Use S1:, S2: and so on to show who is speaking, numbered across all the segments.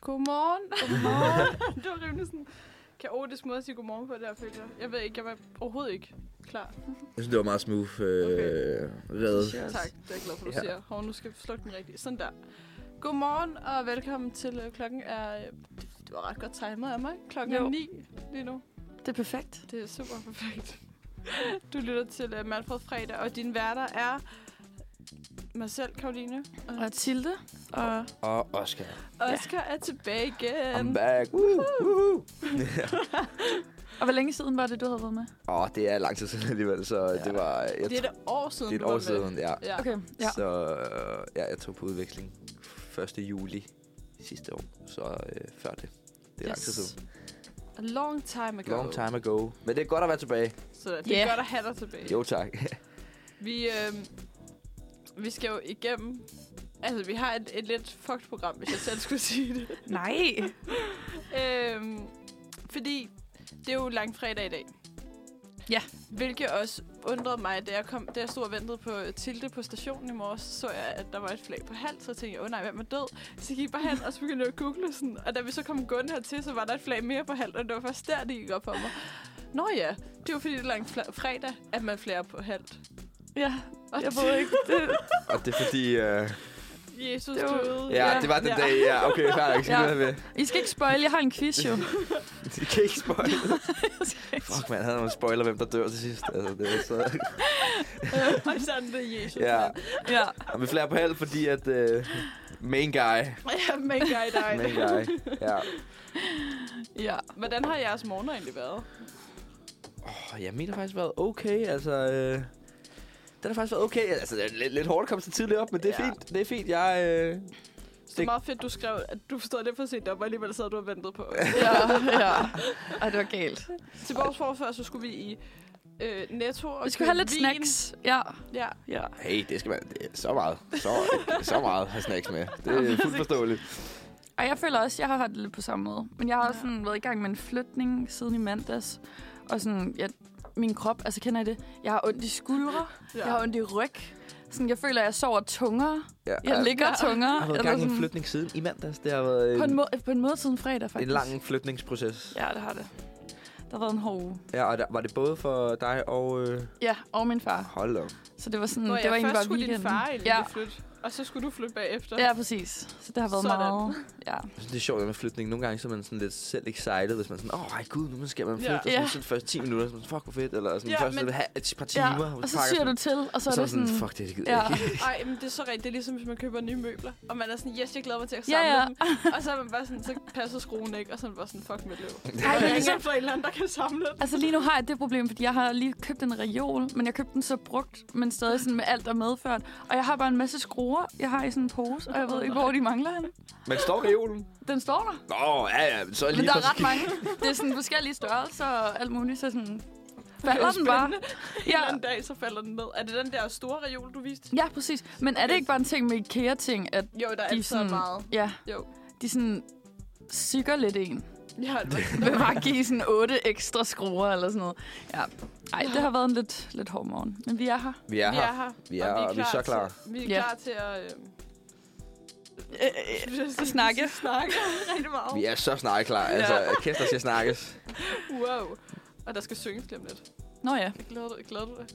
S1: Godmorgen. Godmorgen. det var rimelig sådan kaotisk måde at sige godmorgen på der, føler jeg. Jeg ved ikke, jeg var overhovedet ikke klar.
S2: Jeg synes, det var meget smooth øh,
S1: Okay.
S2: reddet.
S1: Yes. Tak, det er jeg glad for, du
S2: Ja.
S1: ja. siger. Hov, nu skal jeg slukke den rigtigt. Sådan der. Godmorgen og velkommen til øh, klokken er... øh, Det var ret godt timet af mig. Klokken
S3: Jo.
S1: er 9 lige nu.
S3: Det er perfekt.
S1: Det er super perfekt. Du lytter til uh, Manfred Fredag, og dine værter er mig selv, Karoline, og
S3: Og Tilde.
S1: og
S2: Og Oscar.
S1: Øhm. Oscar er tilbage
S2: I'm
S1: igen.
S2: back. Woo, woo.
S3: Og hvor længe siden var det, du havde været med?
S2: Åh, oh, det er lang tid siden alligevel, så ja. det var... Jeg,
S1: Det
S2: det,
S1: er et år siden,
S2: det er et
S1: du var
S2: år
S1: med.
S2: siden, ja.
S1: Ja. Okay.
S3: Okay, ja.
S2: ja. Så øh, ja, jeg tog på udveksling 1. juli sidste år, så øh, før det. Det er yes. lang tid siden.
S1: A long time ago.
S2: Long time ago. Men det er godt at være tilbage.
S1: Så det er
S3: Yeah.
S1: godt at have dig tilbage.
S2: Jo tak.
S1: Vi, øh, vi skal jo igennem... Altså, vi har et, et lidt fucked program, hvis jeg selv skulle sige det.
S3: Nej.
S1: Øhm, fordi det er jo langfredag i dag.
S3: Ja.
S1: Hvilket også undrede mig, da jeg, kom, da jeg stod og ventede på Tilde på stationen i morges, så jeg, at der var et flag på halv, så tænkte jeg, åh nej, hvem er død? Så gik jeg bare hen, og så begyndte jeg at google sådan, og da vi så kom gående hertil, så var der et flag mere på halv, og det var først der, det gik op for mig. Nå ja, det er jo fordi, det er lang fredag, at man flager på halvt.
S3: Ja,
S1: Og
S3: jeg ved ikke. Det,
S2: Og det er fordi... Øh,
S1: Jesus
S3: Det var-
S1: døde.
S2: ja, ja, det var den ja. dag. Ja, okay, fair nok.
S3: Ja.
S2: Ja. Med.
S3: I skal ikke spoil, jeg har en quiz jo.
S2: Det kan ikke spoil. Fuck, man havde nogle spoiler, hvem der dør til sidst. Altså, det var så...
S1: og sådan det er Jesus.
S2: Ja.
S3: ja.
S2: Og vi flere på halv, fordi at øh, main guy.
S1: ja men guy,
S2: Main
S1: dig.
S2: guy. Ja.
S3: ja.
S1: Hvordan har jeres morgener egentlig været?
S2: Oh, jeg mener faktisk været okay, altså... Øh, den har faktisk været okay. Altså, det er lidt, lidt hårdt at komme så tidligt op, men det er
S1: Ja.
S2: ja. fint. Det er fint. Jeg, øh,
S1: Så det er
S2: Det-
S1: meget fedt, du skrev, at du forstod det for sent op, og alligevel sad du og ventede på.
S3: Ja, ja. Ej, det var galt.
S1: Til vores forfør, så skulle vi i øh, Netto og
S3: Vi skal
S1: købe
S3: have lidt
S1: vin.
S3: snacks. Ja,
S1: Ja,
S3: ja.
S2: hey, det skal man... Det er så meget. Så, så meget har snacks med. Det er fuldt forståeligt.
S3: Og jeg føler også, at jeg har haft det lidt på samme måde. Men jeg har også
S1: Ja.
S3: sådan været i gang med en flytning siden i mandags. Og sådan, jeg, min krop, altså kender I det? Jeg har ondt i skuldre, ja. jeg har ondt i ryg. Sådan, jeg føler, at jeg sover tungere.
S2: Ja,
S3: Jeg ligger tungere.
S2: Jeg har været i
S3: eller
S2: gang i en
S3: sådan-
S2: flytning siden i mandags. Det har været
S3: På en,
S2: en,
S3: måde, på en måde siden fredag, faktisk.
S2: en lang flytningsproces.
S3: Ja, det har det. Der har været en hård uge.
S2: Ja, og der, var det både for dig og... Øh,
S3: Ja, og min far.
S2: hold da op.
S3: Så det var sådan,
S1: Nå,
S3: det var egentlig
S1: først
S3: bare
S1: skulle
S3: weekenden.
S1: din far egentlig
S3: ja.
S1: ja. flytte, og så skulle du flytte bagefter.
S3: ja, præcis. Så det har været
S1: Sådan.
S3: meget... Ja.
S2: Jeg synes, det er sjovt med flytning. Nogle gange så er man sådan lidt selv excited, hvis man sådan, åh, oh, gud, nu skal man flytte.
S1: Ja.
S2: Og sådan,
S3: Ja.
S2: så de første 10 minutter, så er man sådan, fuck, hvor fedt. Eller sådan,
S1: Ja,
S2: ja, første
S1: men-
S2: men... et par timer.
S3: ja.
S2: hvor
S3: Og så
S2: pakker
S3: siger
S2: sådan-
S3: du til, og så
S2: og
S3: er
S2: så er
S3: det
S2: sådan,
S3: sådan...
S2: fuck, det, det gider
S3: Ja.
S2: jeg ikke.
S1: Ej, men det er så rigtigt. Det er ligesom, hvis man køber nye møbler, og man er sådan, yes, jeg glæder mig til at
S3: Ja,
S1: samle
S3: ja.
S1: dem. Og så er man bare sådan, så passer skruen ikke, og så er man bare sådan, fuck mit liv.
S3: Ej,
S1: Og
S3: men
S1: jeg
S3: ligesom-
S1: ringer efter en eller anden, der kan samle dem.
S3: Altså lige nu har jeg det problem, fordi jeg har lige købt en reol, men jeg købte den så brugt, men stadig sådan med alt der er medført. Og jeg har bare en masse skruer, jeg har i sådan en pose, og jeg ved ikke, hvor de mangler henne.
S2: Men står reolen?
S3: Den står der,
S2: Nå, ja, ja, men så er lige
S3: men der
S2: for-
S3: er ret mange. Det er sådan forskellige størrelser og alt muligt, så sådan falder den bare.
S1: Spændende. En
S3: Ja,
S1: eller anden dag, så falder den ned. Er det den der store reol, du viste?
S3: ja, præcis. Men er det ikke bare en ting med IKEA-ting, at
S1: Jo, der er
S3: De er
S1: altid
S3: sådan-
S1: meget.
S3: ja,
S1: Jo.
S3: de sådan sikker lidt en.
S1: Ja, det var
S3: Vil bare give sådan otte ekstra skruer eller sådan noget. Ja. Ej, det har været en lidt, lidt hård morgen. Men vi er her.
S2: Vi er
S1: Vi er
S2: her.
S1: her.
S2: Vi er her, og vi er så klar.
S1: Til, vi er
S3: Ja.
S1: klar til at... Øh,
S3: Øh,
S1: øh,
S3: snakke.
S1: snakke rigtig meget.
S2: Vi er så snart klar.
S1: Ja.
S2: Altså, kæft, der skal snakkes.
S1: Wow. Og der skal synges lige om lidt.
S3: Nå ja.
S1: Jeg glæder dig, glæder du dig.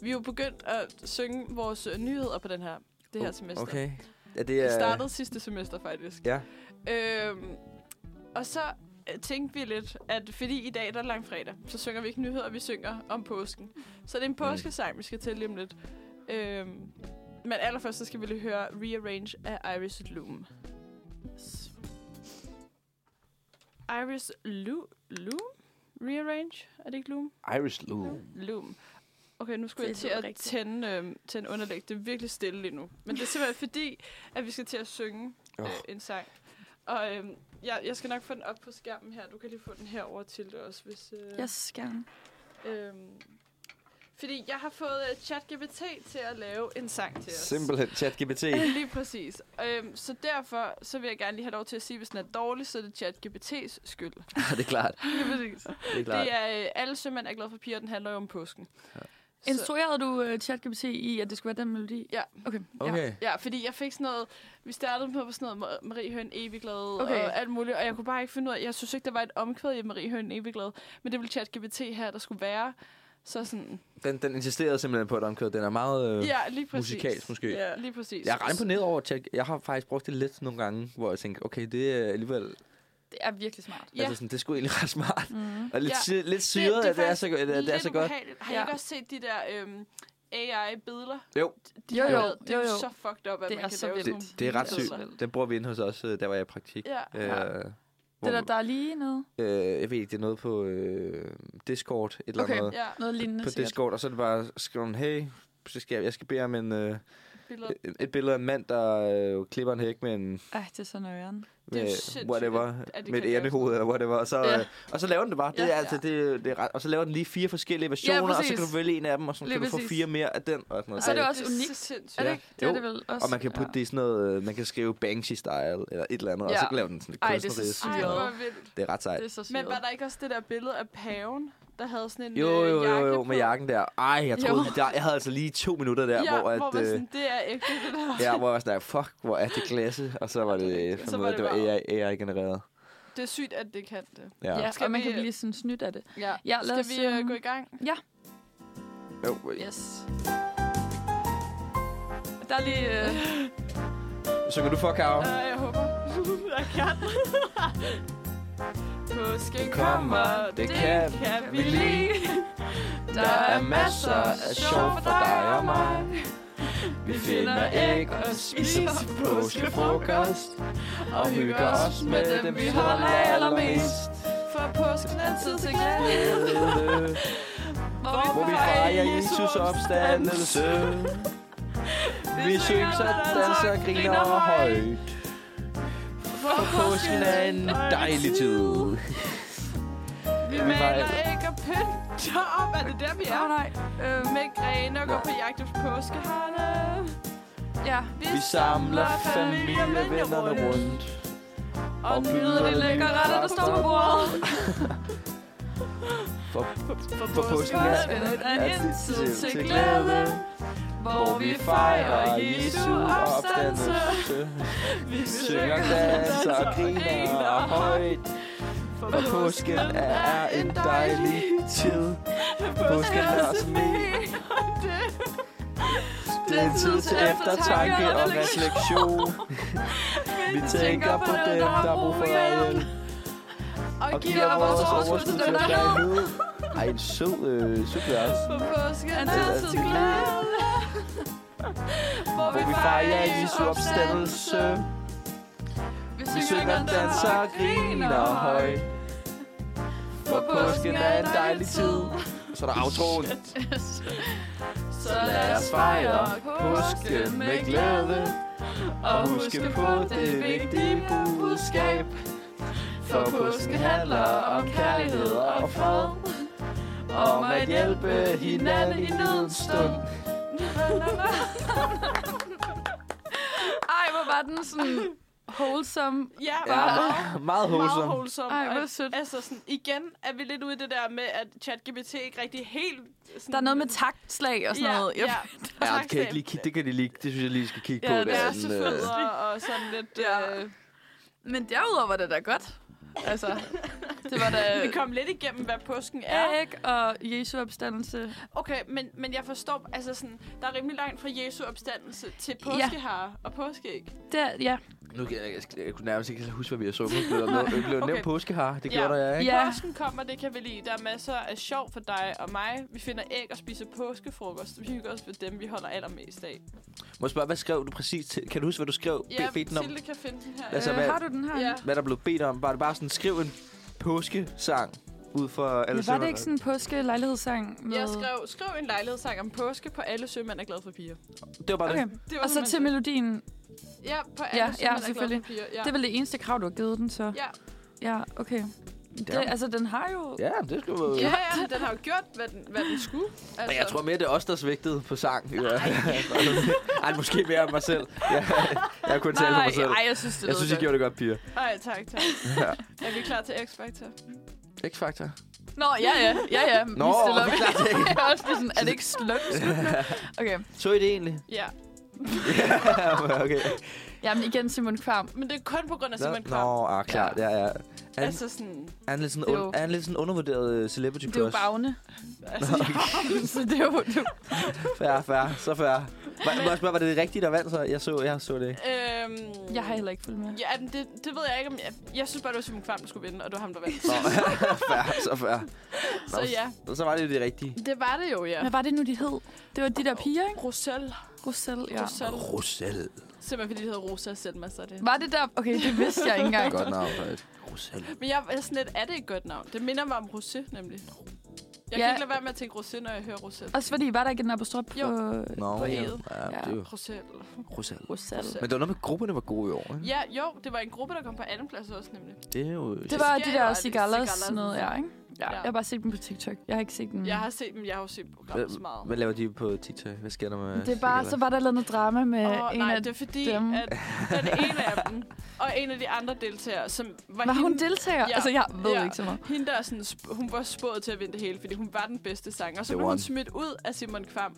S1: Vi er jo begyndt at synge vores øh, nyheder på den her, det her semester.
S2: Okay. Ja, det
S1: Vi
S2: er...
S1: startede sidste semester faktisk.
S2: Ja.
S1: Øhm, og så øh, tænkte vi lidt, at fordi i dag der er langfredag, så synger vi ikke nyheder, vi synger om påsken. Så det er en påskesang, vi skal til lige om lidt. Øhm, men allerførst så skal vi lige høre Rearrange af Iris Loom. Iris Lu Loom? Rearrange? Er det ikke Loom?
S2: Irish Lou.
S1: Loom. Okay, nu skulle
S3: Det
S1: jeg til
S3: lyder
S1: at
S3: rigtigt.
S1: tænde, øh, tænde underlæg. Det er virkelig stille lige nu. Men det er simpelthen fordi, at vi skal til at synge øh,
S2: Åh.
S1: en sang. Og øh, jeg, jeg skal nok få den op på skærmen her. Du kan lige få den her over til det også, hvis... Øh,
S3: Yes, gerne.
S1: øh, fordi jeg har fået øh, ChatGPT til at lave en sang til os.
S2: Simpelthen ChatGPT.
S1: Lige præcis. Øhm, så derfor så vil jeg gerne lige have lov til at sige, at hvis den er dårlig, så er det ChatGPT's skyld.
S2: det er klart.
S1: Lige præcis.
S2: Det er klart.
S1: Det er øh, alle sømænd er glade for piger, den handler jo om påsken.
S3: Instruerede du uh, ChatGPT i, at det skulle være den melodi?
S1: Ja.
S3: Okay.
S2: Okay.
S1: Ja. ja, fordi jeg fik sådan noget... Vi startede med på sådan noget Ma- Marie Høn Evigglad
S3: Okay.
S1: okay. og alt muligt, og jeg kunne bare ikke finde ud af... Jeg synes ikke, der var et omkvæd i Marie Høn Evigglad, men det ville ChatGPT her, der skulle være. Så sådan...
S2: Den, den insisterede simpelthen på et omkød. Den er meget... Øh,
S1: Øh, ja, lige præcis.
S2: musikalsk måske.
S1: Ja, lige præcis.
S2: Jeg er ret imponeret over at tjekke. Jeg har faktisk brugt det lidt nogle gange, hvor jeg tænker, okay, det er alligevel...
S3: Det er virkelig smart.
S2: Ja. Altså sådan, det er sgu egentlig ret smart. Mm. Og lidt, ja. lidt
S1: det er
S2: syret, at det er
S1: faktisk
S2: så, at det er
S1: Lidt
S2: så godt.
S1: ubehageligt. Har I
S3: Ja.
S1: ikke også set de der øhm, AI-billeder?
S2: Jo.
S1: De
S3: Jo,
S1: har
S3: jo,
S1: lavet? Det er
S3: jo, jo.
S1: så fucked up, at
S3: Det
S1: man
S3: er
S1: kan
S3: så
S1: lave
S3: vildt.
S1: sådan nogle
S2: Det er ret
S1: billeder.
S3: Altså.
S2: sygt. Den bruger vi inde hos os, øh, der var jeg i praktik.
S1: Ja.
S2: Øh, hvor,
S3: Det der, der er lige noget,
S2: øh, jeg ved ikke, det er noget på øh, Discord, et eller
S3: Okay.
S2: andet.
S1: Ja,
S3: noget lignende
S2: På
S3: sikkert.
S2: Discord, og så er det bare skrevet, hey, så skal jeg, jeg skal bede om en, øh,
S1: billeder.
S2: et- et billede af en mand, der øh, klipper en hæk med en
S3: Ej, det er så nøjeren.
S1: Det er jo
S2: med
S1: sindssygt,
S2: whatever,
S1: at- at det
S2: med
S1: kan
S2: et
S1: lave
S2: ærnehoved eller whatever, og så,
S3: Ja.
S2: ja. øh, og så laver den det bare. Det
S3: Ja.
S2: er altså, det, det er ret, og så laver den lige fire forskellige versioner, ja, og så
S3: præcis.
S2: kan du vælge en af dem, og så
S3: Lige
S2: kan du få
S3: præcis.
S2: fire mere af den. Og, sådan noget.
S3: så er det
S2: Ja.
S3: også unikt.
S1: Det er så sindssygt.
S3: Er det
S2: Ja.
S3: ikke? Det er
S2: Jo.
S3: det vel også.
S2: og man kan putte ja. det i sådan noget, øh, man kan skrive Banksy-style, eller et eller andet, ja.
S3: Ja.
S2: og så kan lave den sådan lidt
S3: Ej, det er så
S2: kunstnerisk.
S1: Ej,
S3: sygt.
S2: og-
S1: hvor vildt.
S2: Det er ret sejt.
S3: Det er så syret.
S1: Men var der ikke også det der billede af paven, der havde sådan en
S2: Jo,
S1: øh,
S2: jo, jo,
S1: jakke
S2: jo, med
S1: på?
S2: jakken der. Ej, jeg
S3: Jo.
S2: troede, der, jeg havde altså lige to minutter der,
S1: ja,
S2: hvor, at,
S1: hvor man
S2: øh,
S1: sådan, det er ægte, det der.
S2: ja, hvor jeg var sådan, der, fuck, hvor er det klasse, og så var det,
S1: Så
S2: så
S1: var
S2: var
S1: det
S2: det var
S1: bare-
S2: AI, AI-genereret.
S1: Det er sygt, at det kan det.
S2: Ja.
S3: Ja,
S2: ja.
S1: Skal
S3: og man
S1: vi,
S3: kan
S1: øh,
S3: blive sådan snydt af det.
S1: Ja.
S3: Ja, lad
S1: Skal
S3: os,
S1: vi øh,
S3: øhm,
S1: gå i gang?
S2: Jo, øh,
S3: Yes. Der er lige... Øh,
S2: synger du for, Karo?
S1: Ja, Øh, jeg håber. jeg kan. Påsken kommer, det kan vi lide. Der er masser af sjov for dig og mig.
S2: Vi finder æg og spiser påskefrokost og hygger os med dem, vi holder allermest.
S1: For påsken er tid til glæde,
S2: Hvor vi fejrer Jesus opstandelse. Vi synger og danser og griner højt.
S1: For
S2: Påsken er en dejlig tid.
S1: Vi
S2: Vi
S1: maler
S2: fejrer-
S1: æg og pynter op. Er det der, vi
S3: Åh,
S1: er?
S3: nej. Øh,
S1: Med grene og går på jagt efter påskehane.
S3: ja.
S2: Vi samler familie og vennerne rundt.
S1: Og nyder det lækre retter, der står på bordet.
S2: For,
S1: For
S2: for påsken er, er en tid til glæde. Hvor vi fejrer Jesu opstandelse.
S1: Vi
S2: Synger, danser og griner højt. For påsken er en dejlig tid. Påsken er også med. Det er tid til eftertanke og refleksion. Vi tænker på dem, der har brug for hjælp.
S1: Og
S2: Og
S1: giver vores overskud til dem,
S2: dem, der er nu. Ej, en sød, øh, sød glas.
S1: For påsken er
S2: tid
S1: tid
S2: til
S1: til glæde.
S2: Hvor vi fejrer Jesu opstandelse. Vi synger, danser og griner højt. For påsken er en dejlig tid. Så er der aftroen.
S1: Så
S2: Lad os fejre påsken med glæde. Og huske på det vigtige budskab. For påsken handler om kærlighed og fred. Om at hjælpe hinanden i nødens stund.
S3: Ej, hvor var den sådan wholesome.
S1: Ja,
S2: Ja,
S1: meget, meget
S2: meget hosom.
S1: wholesome.
S3: Ej, hvor
S1: Og
S3: sødt.
S1: Altså sådan, igen er vi lidt ude i det der med, at ChatGPT ikke rigtig helt... Sådan,
S3: Der er noget med taktslag og sådan
S1: ja,
S3: noget.
S1: Ja,
S3: Jeg-
S2: Ja, det, kan jeg
S1: Takstab.
S2: ikke lige, ki- det kan de lige, det synes jeg lige, I skal kigge
S3: Ja,
S2: på.
S3: det
S1: Det
S2: der,
S1: er
S3: er
S2: den,
S1: så
S2: øh,
S1: federe og sådan lidt...
S3: Ja.
S1: Øh,
S3: Men derudover var det da godt. Altså, øh. det var da...
S1: vi kom lidt igennem, hvad påsken er.
S3: Æg og Jesu opstandelse.
S1: Okay, men, men jeg forstår, altså sådan, der er rimelig langt fra Jesu opstandelse til
S3: Ja.
S1: påskehare ja. og påskeæg.
S3: Der, ja.
S2: Nu kan jeg, jeg, jeg kunne nærmest ikke huske, hvad vi har sunget. Det blev, blev
S1: Okay.
S2: nævnt påskehar. Det
S1: Ja.
S2: gjorde der, jeg, ikke?
S3: Ja.
S1: Påsken kommer, det kan vi lide. Der er masser af sjov for dig og mig. Vi finder æg og spiser påskefrokost. Vi hygger os ved dem, vi holder allermest af.
S2: Må jeg spørge, hvad skrev du præcis til? Kan du huske, hvad du skrev?
S1: Ja,
S2: bedt den om?
S1: Tilde kan finde den her.
S2: Altså,
S3: øh,
S2: hvad-
S3: har du den her?
S1: Ja.
S2: Hvad der blev bedt om? Var det bare sådan, skriv en påskesang ud for alle
S3: Men var det
S2: sømmer-
S3: ikke sådan en påske-lejlighedssang? Med...
S1: Øh, Jeg skrev, skrev en lejlighedssang om påske på alle sømænd er glade for piger.
S2: Det var bare okay.
S3: Okay.
S2: det.
S1: Det
S3: Og så til
S1: simpelthen-
S3: melodien.
S1: Ja, på alle ja,
S3: Ja, ja,
S1: sømænd ja, er glade
S3: selvfølgelig.
S1: for piger. Ja.
S3: Det er vel det eneste krav, du har givet den, så?
S1: ja.
S3: Ja, okay. Det, altså, den har jo...
S2: Ja, det skulle være...
S1: ja, ja, den har jo gjort, hvad den, hvad den skulle. Altså.
S2: Men jeg tror mere, det er os, der svigtede på sang. Nej. Ej, måske mere om mig selv. Jeg, jeg har kun talt for mig selv.
S3: ej, jeg synes, det
S2: Jeg synes, I gjorde det godt, piger.
S1: Ej, tak, tak.
S2: Ja.
S1: Er vi klar til X-Factor?
S2: X-Factor.
S3: Nå, ja, ja. ja, ja.
S2: Nå,
S3: vi stiller
S2: vi klarer det ikke.
S3: Jeg er også lige sådan, er det ikke slut? slut nu? Okay.
S2: Så I det egentlig?
S1: Ja,
S2: ja, okay.
S3: Jamen igen, Simon Kvam.
S1: men det er kun på grund af Simon
S2: Nå,
S1: Kvam.
S2: nå, ah, klart, ja, ja. Han,
S1: Altså sådan...
S2: han, er lidt sådan,
S3: det er
S2: un,
S3: jo-
S2: han er lidt sådan undervurderet øh, celebrity
S3: Det er jo
S2: crush.
S3: bagne.
S1: Altså,
S3: Så det er jo... Det er jo
S2: Færre, færre, så færre. Var, må jeg spørge, var det rigtigt, der vandt så? Jeg så, jeg så det ikke.
S1: øhm,
S3: jeg har heller ikke fulgt med.
S1: Ja, men det, det ved jeg ikke, om jeg... Jeg synes bare, det var Simon Kvam, der skulle vinde, og det var ham, der vandt.
S2: Nå, færre, så færre.
S1: Så ja,
S2: Så var det jo det rigtige.
S1: det var det jo, ja.
S3: Hvad var det nu, de hed? Det var de der piger, ikke?
S1: Rosel.
S3: Roselle, ja.
S1: Rosel.
S2: Rosel.
S1: Simpelthen fordi det hedder Rosa Selma, så er det.
S3: Var det der? Okay, det vidste jeg ikke engang.
S2: Godt navn, faktisk. Rosel.
S1: Men jeg er sådan lidt, er det et godt navn? Det minder mig om Rosé, nemlig. Jeg
S3: Ja.
S1: kan ikke lade være med at tænke Rosé, når jeg hører Rosé.
S3: Også fordi, var der ikke en apostrof på
S1: Jo.
S2: Nå,
S1: På E'et.
S2: ja. ja, det er jo
S1: Rosé.
S2: Rosel.
S3: Roselle?
S2: Men det var noget med, at grupperne var gode i år, ikke?
S1: Ja, jo, det var en gruppe, der kom på anden plads også, nemlig.
S2: Det er jo...
S3: Det var de
S1: Cigaller,
S3: der
S1: det er
S3: cigaller, sådan
S1: cigaller.
S3: noget, ja, ikke? Ja.
S1: Ja.
S3: Jeg har bare set dem på TikTok. Jeg har ikke set dem.
S1: Jeg har set dem, jeg har jo set programmet så meget.
S2: Hvad laver de på TikTok? Hvad sker der med...
S3: Det er bare, så var der lavet noget drama med
S1: Åh,
S3: Øh, en
S1: nej,
S3: af...
S1: det er fordi,
S3: dem.
S1: at den ene af dem, og en af de andre deltagere, som var,
S3: Var hun
S1: hende,
S3: deltager?
S1: Ja.
S3: Altså, jeg ved
S1: Ja.
S3: ikke så meget.
S1: hende der, sådan, sp- hun var spået til at vinde det hele, fordi hun var den bedste sanger. Og så
S2: Det
S1: blev hun
S2: var
S1: smidt ud af Simon Kvam,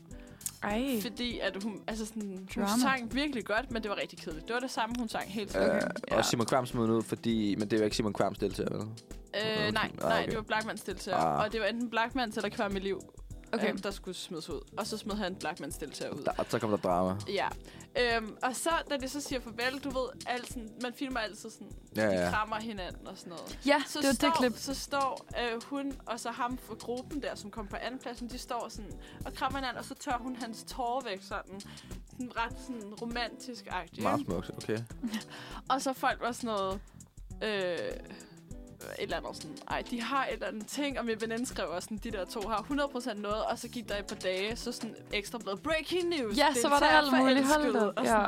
S3: Ej.
S1: fordi at hun, altså sådan, hun
S3: Drama.
S1: sang virkelig godt, men det var rigtig kedeligt. Det var det samme, hun sang helt
S2: Okay.
S1: okay.
S2: Øh,
S3: ja.
S2: Og Simon Kvam smed den ud, fordi... Men det er jo ikke Simon Kvams deltager, vel?
S1: Øh, nej,
S2: Ah,
S1: nej,
S2: okay.
S1: det var Blackmans deltager.
S2: Ah.
S1: Og det var enten Blackmans eller Kvam i liv,
S3: Okay.
S1: øhm, der skulle smides ud. Og så smed han Blackmans deltager ud.
S2: Der, og så kom der drama.
S1: Ja. Øhm, og så, da de så siger farvel, du ved, alt sådan, man filmer altid sådan,
S2: Ja,
S1: ja, ja.
S2: ja.
S1: de krammer hinanden og sådan noget.
S3: Ja,
S1: Så
S3: Ah, det var
S1: står,
S3: det klip.
S1: Så står øh, hun og så ham fra gruppen der, som kom på andenpladsen, de står sådan og krammer hinanden, og så tør hun hans tårer væk sådan, sådan ret sådan romantisk-agtigt.
S2: Meget
S1: ikke?
S2: smukt, okay.
S1: Og så folk var sådan noget... Øh, et eller andet sådan, ej, de har et eller andet ting, og min veninde skrev også sådan, de der to har 100% noget, og så gik der et par dage, så sådan ekstra blevet breaking news.
S3: Ja, så var der
S1: deltager
S3: alt muligt. Hold
S1: forelsket,
S3: da.
S1: og
S3: Ja.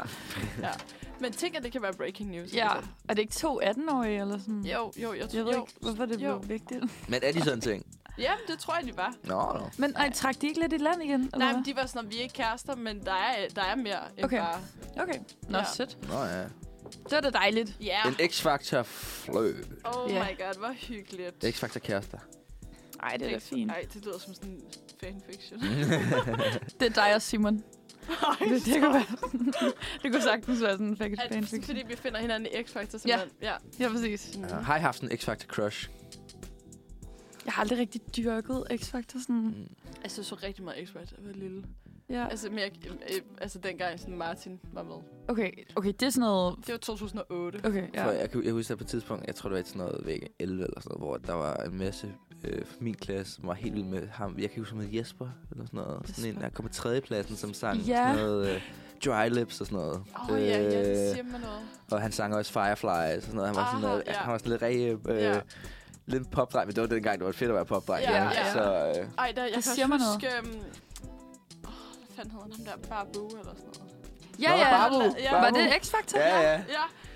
S1: sådan, Men tænk, at det kan være breaking news.
S3: ja.
S1: altså.
S3: Er det ikke to 18-årige eller sådan?
S1: Jo, jo, jeg, tror,
S3: Jeg ved
S1: jo.
S3: ikke, hvorfor det
S1: Jo.
S3: blev vigtigt.
S2: Men er de sådan en ting?
S1: Ja, det tror jeg, de var.
S2: Nå, nå.
S3: Men ej, trak de ikke lidt i land igen? Eller?
S1: Nej,
S3: hvad?
S1: men de var sådan, vi er ikke kærester, men der er, der er mere end
S3: Okay.
S1: bare...
S3: Okay. Nå,
S1: Ja.
S3: sødt.
S2: Nå, ja.
S3: Det var da dejligt.
S1: Ja.
S2: En X-Factor fløjt.
S1: Oh
S3: Ja.
S1: my god, hvor hyggeligt.
S2: X-Factor kærester.
S3: Ej, det er da fint.
S1: Nej, det lyder som sådan en fanfiction.
S3: Det er dig og Simon.
S1: Ej,
S3: Det, det, kunne være, det kunne sagtens være sådan en fan-
S1: at,
S3: fanfiction.
S1: fordi vi finder hinanden i X-Factor,
S3: Ja.
S1: simpelthen. Ja.
S3: Ja, præcis.
S2: Ja. Har I haft en X-Factor crush?
S3: Jeg har aldrig rigtig dyrket X-Factor sådan.
S2: Mm.
S1: Altså, jeg så rigtig meget X-Factor, da jeg var lille.
S3: Ja.
S1: Altså, mere, øh, altså dengang sådan Martin var med.
S3: Okay, okay, det er sådan noget...
S1: Det var 2008.
S3: Okay,
S2: Ja.
S3: ja.
S2: For jeg, kan- jeg husker at på et tidspunkt, jeg tror det var i sådan noget væk 11 eller sådan noget, hvor der var en masse øh, fra min klasse, som var helt vild med ham. Jeg kan ikke huske, han hed Jesper eller sådan noget. Sådan en,
S3: Jesper.
S2: der kom på tredjepladsen, som sang
S3: Ja.
S2: sådan noget øh, Dry Lips og sådan noget. Øh,
S1: Åh oh, ja, ja, det siger mig noget.
S2: og han sang også Fireflies og sådan noget. Han var, sådan,
S1: Aha,
S2: noget,
S1: ja.
S2: han var sådan lidt rigtig... Øh,
S1: Ja.
S2: Lidt popdreng, men det var dengang, det var fedt at være popdreng.
S1: Ja, ja.
S2: Så, øh,
S1: Ej, der, jeg kan
S3: siger
S1: også
S3: mig
S1: huske... Øhm, åh, hvad fanden hedder han? Ham der Babu eller sådan noget.
S3: Ja,
S2: Nå,
S3: ja.
S2: Babu,
S1: Ja,
S2: Babu.
S3: Var det X-Factor?
S2: Ja, ja.
S1: Ja,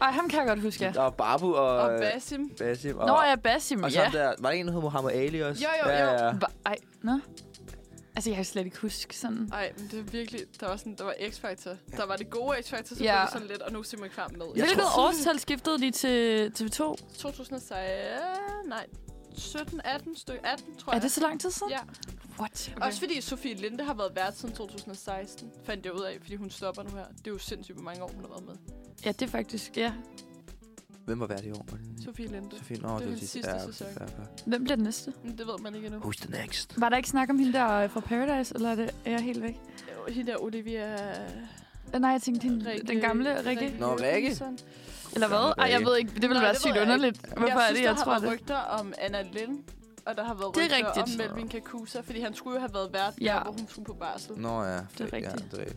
S3: Ej, ham kan jeg godt huske, ja.
S2: Og Babu og...
S1: og
S2: øh,
S1: Basim.
S2: Basim. Og,
S3: Nå, ja, Basim,
S2: Og så
S3: ja.
S2: ham der, var der en, der hed Muhammad Ali også?
S1: Jo, jo, jo.
S2: ja.
S3: Ba- Ej, nå. Altså, jeg kan slet ikke huske sådan.
S1: Ej, men det er virkelig... Der var, sådan, der var X-Factor. Der var det gode X-Factor, så
S3: Ja.
S1: ja. blev det sådan lidt, og nu er Simon Kvam med.
S2: Jeg
S3: Hvilket
S2: tror-
S3: årstal skiftede de til TV2?
S1: 2016... Nej, 17, 18 stykke. 18, tror jeg.
S3: Er det så lang tid siden?
S1: Ja.
S3: What?
S1: Okay. Også fordi Sofie Linde har været vært siden 2016, fandt jeg ud af, fordi hun stopper nu her. Det er jo sindssygt, hvor mange år hun har været med.
S2: Mm.
S3: Ja, det er faktisk, ja.
S2: Hvem var værd i år? Var det-
S1: Sofie Linde.
S2: Sofie, nå, det,
S1: hendes
S2: sidst-
S1: sidste
S2: ja, okay,
S1: sæson.
S2: fair, fair.
S3: Hvem bliver den næste?
S1: Men Det ved man ikke endnu.
S2: Who's the next?
S3: Var der ikke snak om hende der øh, fra Paradise, eller er, det, er jeg helt væk?
S1: Hende der Olivia...
S3: Øh, Nej, jeg tænkte hende,
S1: Rikke-
S3: den gamle Rikke.
S2: Nå, Rikke.
S1: Jørgensen.
S3: Eller hvad? Ej, jeg ved ikke. Det ville
S1: Nej,
S3: være
S1: det
S3: sygt
S1: ved jeg
S3: underligt. Hvorfor er
S1: jeg
S3: det,
S1: synes,
S3: jeg
S1: der
S3: tror
S1: har været
S3: det?
S1: rygter om Anna Lind, og der har været
S3: Det er
S1: rygter
S3: rigtigt.
S1: om Melvin Kakusa, fordi han skulle jo have været vært,
S3: Ja.
S1: ja. hvor hun skulle på barsel.
S2: Nå ja, det
S3: rigtigt.
S2: Ja, det er rigtigt.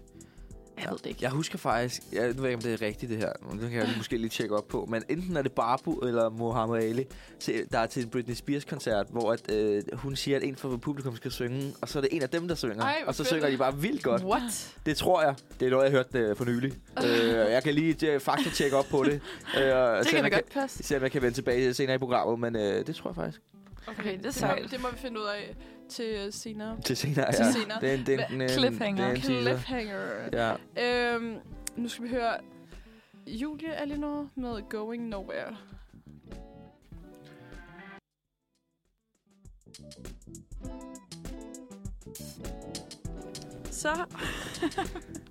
S3: Jeg ved det ikke.
S2: Jeg husker faktisk, jeg ved ikke, om det er rigtigt det her, men det kan jeg måske lige tjekke op på, men enten er det Barbu eller Muhammad Ali, til, der er til en Britney Spears-koncert, hvor at, øh, hun siger, at en fra publikum skal synge, og så er det en af dem, der synger,
S1: Ej, hvor
S2: og så
S1: fedt.
S2: synger de bare vildt godt.
S3: What?
S2: Det tror jeg. Det er noget, jeg hørte øh, for nylig. øh, jeg kan lige øh, faktatjekke op på det, øh, og
S3: Det
S2: se, om
S3: kan da
S2: jeg kan,
S3: godt passe.
S2: se, om jeg kan vende tilbage til det senere i programmet, men øh, det tror jeg faktisk.
S3: Okay, det er
S1: det, må,
S3: sejt.
S1: det må vi finde ud af til øh, senere.
S2: Til senere,
S1: Til
S2: ja.
S1: senere.
S2: Det er en, det er en, en,
S3: Cliffhanger.
S2: Det er en teaser.
S1: Cliffhanger.
S2: Ja.
S1: Øhm, nu skal vi høre Julie Alinor med Going Nowhere. Så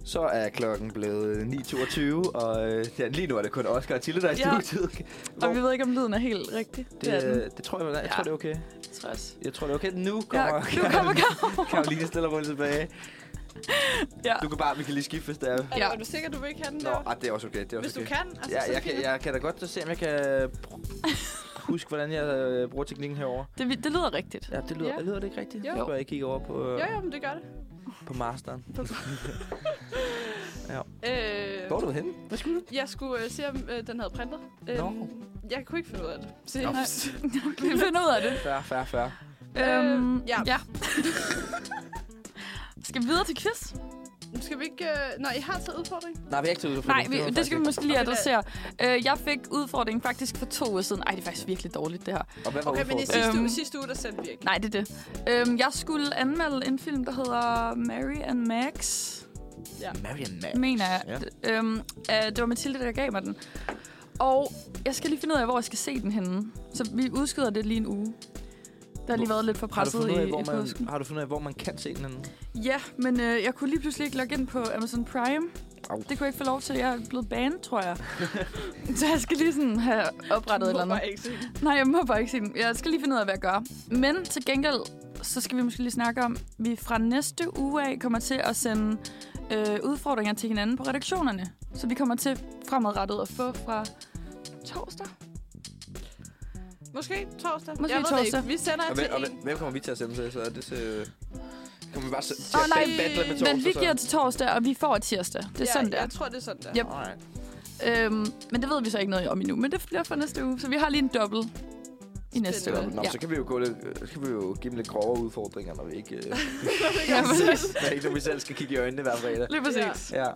S2: Så er klokken blevet 9.22, og øh, ja, lige nu er det kun Oscar og Tille, der er i
S3: Ja.
S2: studiet. øh,
S3: Og vi ved ikke, om lyden er helt rigtig. Det, det er den.
S2: det, det tror jeg, jeg, jeg tror,
S3: Ja.
S2: det er okay.
S3: tror jeg også.
S2: Jeg tror, det er okay. Nu
S3: Ja,
S2: kommer
S3: nu kommer Karoline.
S2: Karoline stille og roligt tilbage.
S3: Ja.
S2: Du kan bare, vi kan lige skifte, hvis det er...
S1: er,
S3: Ja.
S1: ja. er du sikker, du vil ikke have den
S2: Nå,
S1: der?
S2: ah, det er også okay. Det er også
S1: Hvis du
S2: okay.
S1: kan, altså,
S2: Ja,
S1: så
S2: jeg, kan,
S1: fint.
S2: jeg kan da godt se, om jeg kan pr- huske, hvordan jeg øh, bruger teknikken herover.
S3: Det, vi- det lyder rigtigt.
S2: Ja, det lyder,
S1: Ja.
S2: lyder det ikke rigtigt?
S1: Jo.
S2: Jeg tror, jeg kigger over på, øh,
S1: Jo, jo, men det gør det.
S2: på masteren.
S1: Øh,
S2: Hvor er du henne? Hvad skulle du?
S1: Jeg skulle øh, se, om øh, den havde printet. Øh,
S2: Nå.
S1: Jeg kunne ikke finde ud af det. Så
S2: Nå.
S1: jeg,
S3: Vi finder ud af det.
S2: Færre, færre, færre.
S3: Øhm,
S1: Øh, ja.
S3: ja. skal vi videre til quiz?
S1: skal vi ikke... Øh, Nå, I har taget udfordring.
S2: Nej, vi er ikke til udfordring.
S3: Nej, vi,
S2: var
S3: det skal vi
S2: faktisk
S3: måske
S1: Okay,
S3: lige
S1: det-
S3: adressere. Øh, jeg fik udfordringen faktisk for to uger siden. Ej, det er faktisk virkelig dårligt, det her.
S2: ikke. Og hvad var
S1: Okay, men i
S2: udfordringen?
S1: sidste,
S3: Øhm.
S1: uge, sidste uge, der sendte vi ikke.
S3: Nej, det er det. Øhm, jeg skulle anmelde en film, der hedder Mary and Max.
S2: Marion Max.
S3: mener jeg. Ja. Øhm, øh, det var Mathilde, der gav mig den. Og jeg skal lige finde ud af, hvor jeg skal se den henne. Så vi udskyder det lige en uge. Der har lige
S2: Hvor-
S3: været lidt for
S2: Har du,
S3: presset
S2: fundet ud af,
S3: i, i
S2: hvor man,
S3: påsken.
S2: har du fundet ud af, hvor man kan se den? henne?
S3: Ja, men øh, jeg kunne lige pludselig ikke logge ind på Amazon Prime.
S2: Au.
S3: Det kunne jeg ikke få lov til. Jeg er blevet banet, tror jeg. så jeg skal lige sådan have oprettet et eller andet.
S1: Bare ikke se den.
S3: Nej, jeg må bare ikke se den. Jeg skal lige finde ud af, hvad jeg gør. Men til gengæld, så skal vi måske lige snakke om, at vi fra næste uge af kommer til at sende øh, udfordringer til hinanden på redaktionerne. Så vi kommer til fremadrettet at få fra torsdag.
S1: Måske torsdag.
S3: Måske
S1: jeg ved
S3: torsdag.
S1: Det ikke. Vi sender
S2: Og
S1: jer til
S2: hvem, og
S1: en.
S2: hvem, hvem kommer vi til at sende til? Så er det til... Kommer vi bare til
S3: Åh, nej,
S2: at battle med
S3: Men vi
S2: torsdag,
S3: giver til torsdag, og vi får tirsdag. Det er
S1: ja,
S3: sådan der.
S1: Jeg tror, det er sådan der.
S3: Yep. Øhm, men det ved vi så ikke noget om endnu. Men det bliver for næste uge. Så vi har lige en dobbelt i næste
S2: så,
S1: Spændende.
S3: uge.
S2: Nå, så kan vi jo gå lidt, øh, så kan vi jo give dem lidt grovere udfordringer, når vi ikke, øh,
S3: ja, præcis.
S2: når ikke når vi selv skal kigge i øjnene hver fredag.
S3: Lige præcis.
S2: Ja,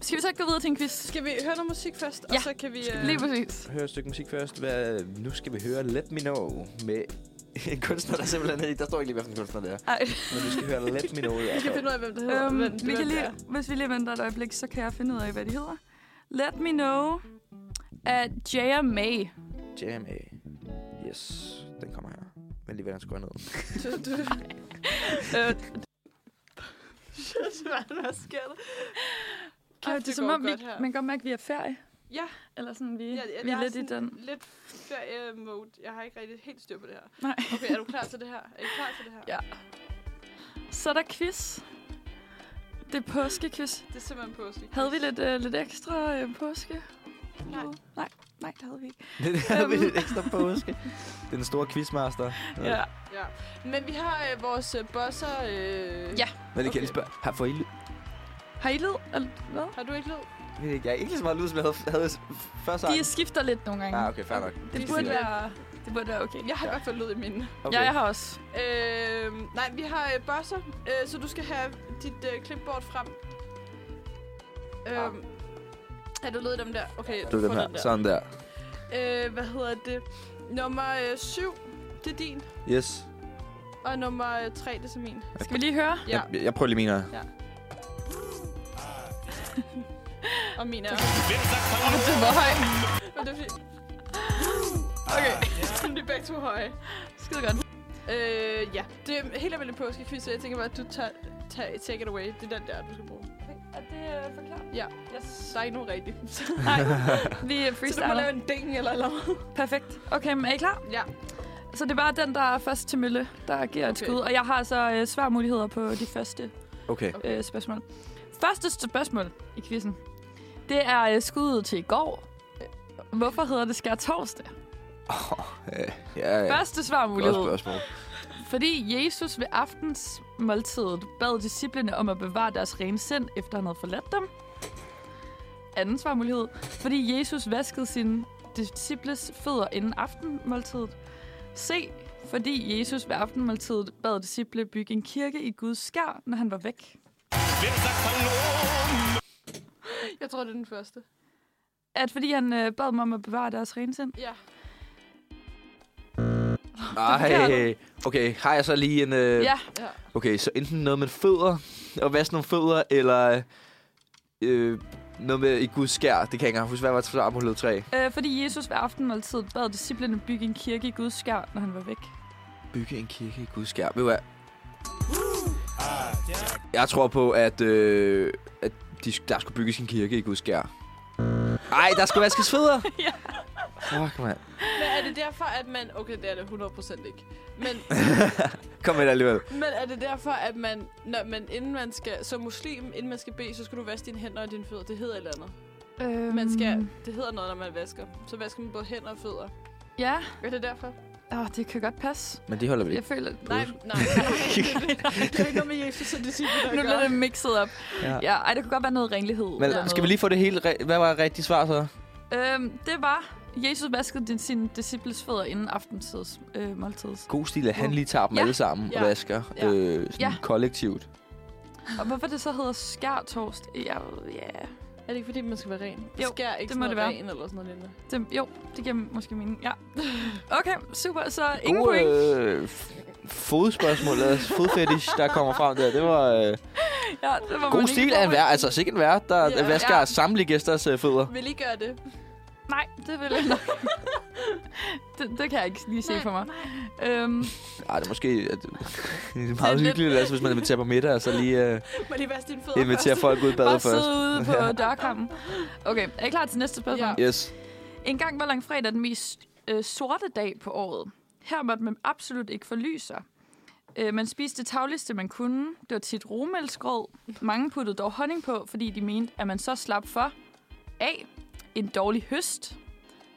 S3: Skal vi så ikke gå videre til en quiz?
S1: Skal vi høre noget musik først?
S3: Ja.
S1: Og så kan vi... Øh,
S3: Lige præcis.
S2: høre et stykke musik først. Hvad, nu skal vi høre Let Me Know med en kunstner, der simpelthen ikke... Der står ikke lige, hvilken kunstner det er.
S3: Ej.
S2: Men vi skal høre Let Me Know. i
S1: vi kan
S2: hvert fald.
S1: finde ud af, hvem det hedder.
S3: Øhm,
S1: hvem,
S3: vi
S1: hvem
S3: kan
S1: det
S3: lige,
S1: er.
S3: hvis vi lige venter et øjeblik, så kan jeg finde ud af, hvad de hedder. Let Me Know af Jaya May.
S2: JMA. Yes, den kommer her. Men lige hvad den skruer ned.
S1: Du, du,
S3: Øh,
S1: Shit, mand, hvad sker der? Kæft,
S3: Ej, det er som
S1: går
S3: om, vi,
S1: godt her.
S3: man kan godt mærke, at vi er ferie.
S1: Ja.
S3: Eller sådan, vi,
S1: Ja,
S3: ja,
S1: ja,
S3: vi
S1: jeg
S3: er lidt i
S1: sådan
S3: den.
S1: Lidt ferie-mode. Jeg har ikke rigtig helt styr på det her.
S3: Nej.
S1: Okay, er du klar til det her? Er I klar til det her?
S3: Ja. Så er der quiz. Det er påskequiz.
S1: Det er simpelthen påske.
S3: Havde vi lidt, øh, lidt ekstra øh, påske?
S1: Nej.
S3: Nej, nej, det havde vi ikke.
S2: Det er vi lidt ekstra påske. Det er den store quizmaster.
S3: Ja.
S1: Ja. Men vi har øh, vores øh, bosser... Øh...
S3: Ja.
S2: Men det kan jeg lige
S1: Okay.
S2: spørge. Har får I lyd?
S3: Har I lyd? Eller hvad?
S1: Har du ikke lyd?
S2: Jeg er ikke lige så meget lyd, som jeg havde, havde før
S3: De skifter lidt nogle gange.
S2: Ah, okay, fair nok.
S3: Det
S1: Vi
S3: burde
S1: siger-
S3: være, det burde være okay.
S1: Jeg har
S2: Ja.
S1: i hvert fald lyd i mine.
S3: Ja, jeg har også.
S1: Øh, nej, vi har øh, bosser, øh, så du skal have dit øh, klipbord frem.
S2: Ah.
S1: Øh, er du lyd dem der? Okay,
S2: Du
S1: du
S2: dem
S1: får
S2: her.
S1: den der.
S2: Sådan der.
S1: Øh, hvad hedder det? Nummer 7, det er din.
S2: Yes.
S1: Og nummer 3, det er så min.
S3: Skal vi lige høre?
S1: Ja,
S2: Jeg, jeg prøver lige min her.
S1: og min er...
S3: Oh, det var højt.
S1: Men det Ah, er fordi... Okay, de er begge to høje.
S3: Skide godt.
S1: Øh, ja. Det er helt almindelig påskequiz, så jeg tænker bare, at du tager, tager take it away. Det er den der, du skal bruge.
S3: Er det
S1: øh,
S3: forklart?
S1: Ja.
S3: Yes.
S1: Der er ikke nogen rigtig. Så,
S3: Nej, vi øh,
S1: så du må lave
S3: freestyler.
S1: en ding eller noget.
S3: Perfekt. Okay, men er I klar?
S1: Ja.
S3: Så det er bare den, der er først til mølle, der giver okay. et
S1: Okay.
S3: skud. Og jeg har så øh, svære muligheder på de første
S2: Okay.
S1: Okay.
S3: øh, spørgsmål. Første spørgsmål i quizzen, det er øh, skuddet til i går. Hvorfor hedder det skær torsdag?
S2: Øh, Ja, ja.
S3: Første svarmulighed.
S2: spørgsmål.
S3: Fordi Jesus ved aftensmåltidet bad disciplene om at bevare deres rene sind, efter han havde forladt dem. Anden svarmulighed. Fordi Jesus vaskede sine disciples fødder inden aftenmåltidet. C. Fordi Jesus ved aftenmåltidet bad disciple bygge en kirke i Guds skær, når han var væk.
S1: Jeg tror, det er den første.
S3: At fordi han øh, bad dem om at bevare deres rene sind.
S1: Ja.
S2: Ej. Okay, har jeg så lige en... Øh...
S3: Ja,
S1: ja.
S2: Okay, så enten noget med fødder, og vaske nogle fødder, eller øh, noget med i Guds skær. Det kan jeg ikke engang huske. Hvad var det svar på led 3?
S3: øh, fordi Jesus ved aftenmåltidet bad disciplene bygge en kirke i Guds skær, når han var væk.
S2: bygge en kirke i Guds skær. Ved du hvad? Jeg tror på, at, øh, at de, der skulle bygges en kirke i Guds skær. Ej, der skal vaskes fødder!
S3: Ja.
S2: Fuck, mand.
S1: Men er det derfor, at man... Okay, det er det 100% ikke. Men,
S2: Kom med det alligevel.
S1: men er det derfor, at man... Når man inden man skal... Som muslim, inden man skal bede, så skal du vaske dine hænder og dine fødder. Det hedder et eller andet.
S3: Øhm,
S1: Man skal... Det hedder noget, når man vasker. Så vasker man både hænder og fødder.
S3: Ja,
S1: Er det derfor?
S3: oh, det kan godt passe.
S2: Men det holder vi
S3: Jeg
S2: ikke.
S3: føler,
S1: Nej, nej. nej. Det er jo ikke noget med Jesus og disciple, der
S3: nu
S1: gør.
S3: bliver det mixet op.
S2: Ja.
S3: Ja, ej, det kunne godt være noget renlighed. eller
S2: Men skal vi lige få det hele... re- Hvad var rigtigt svar så?
S3: noget. Øhm, det var, Jesus vaskede din, sine disciples fødder inden aftentids øh, måltids.
S2: God stil, at han lige tager dem
S3: Ja.
S2: alle sammen og
S1: Ja.
S2: vasker.
S1: Ja.
S2: Øh, sådan
S3: Ja.
S2: kollektivt.
S3: Og hvorfor det så hedder skærtorsd? Ja, ja.
S1: Er det ikke, fordi man skal være ren?
S3: Jo,
S1: skær ikke
S3: det må
S1: sådan
S3: det være.
S1: noget ren eller sådan noget lignende.
S3: Det, jo, det giver måske mening. Ja. Okay, super. Så ingen
S2: God
S3: point.
S2: øh, f- fodspørgsmål, eller fodfetish, der kommer frem der. Det var øh,
S3: Ja, det var
S2: god
S3: man ikke
S2: stil af en
S3: god.
S2: vært. Altså sikkert en vært, der
S1: Ja.
S2: ja. vasker
S3: Ja.
S2: ja. samtlige gæsters øh, fødder.
S1: Vil I gøre det?
S3: Nej, det vil jeg nok. det, det kan jeg ikke lige se
S1: Nej,
S3: for mig. Øhm,
S2: Ej, det er måske at, det er
S1: er
S2: meget
S1: lidt-
S2: hyggeligt, altså, hvis man inviterer på middag, og så lige øh,
S1: Må de vaske dine fødder
S2: inviterer folk ud i
S3: bare
S2: badet først.
S3: sidde ude på dørkampen. Okay, er I klar til næste spørgsmål?
S1: Ja.
S2: Yes.
S3: En gang var langfredag den mest øh, sorte dag på året. Her måtte man absolut ikke forlyse sig. Øh, man spiste det tagligste, man kunne. Det var tit romælsgrød. Mange puttede dog honning på, fordi de mente, at man så slap for A. En dårlig høst.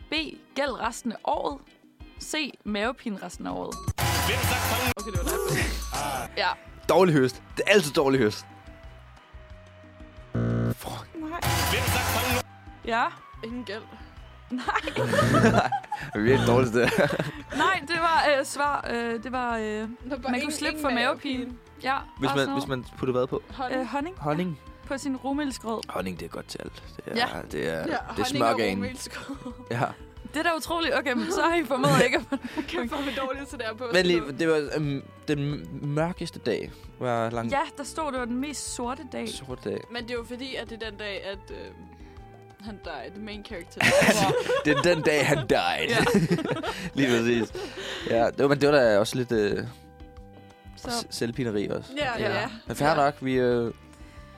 S3: B. Gæld resten af året. C. Mavepine resten af året.
S1: Okay, det var dig.
S3: Ja.
S2: Dårlig høst. Det er altid dårlig høst.
S3: Ja.
S1: Ingen gæld.
S2: Det er virkelig dårligt, det der.
S3: Nej, det var øh, svar. Øh, det var... Øh,
S1: Der var
S3: Man kunne slippe for mavepine. ja.
S2: Hvis
S3: og sådan
S2: man, hvis man putter hvad på?
S1: Hånd.
S3: noget. Øh, honning
S2: Honning.
S3: på sin romælsgrød.
S2: Honning, det er godt til alt. Det er,
S3: Ja.
S2: ja. det er,
S1: ja,
S2: ja, det er
S1: honning og
S2: smørgagen.
S1: romelskål.
S2: Ja.
S3: Det er da utroligt. Okay, men så har I formået ikke at få
S1: Kæft, hvor er vi dårlige til det her på.
S2: Men lige, det var øhm, den m- mørkeste dag. Var lang
S3: Ja, der stod, det var den mest sorte dag.
S2: sort dag.
S1: Men det er jo fordi, at det er den dag, at øh, han died. The main character.
S2: Det er den dag, han died.
S3: Ja.
S2: Ja. lige præcis. Ja, det var, men det var da også lidt øh,
S1: Så,
S2: s- selvpineri også.
S1: ja, ja. ja.
S2: Men fair
S3: Ja.
S2: nok, vi, øh,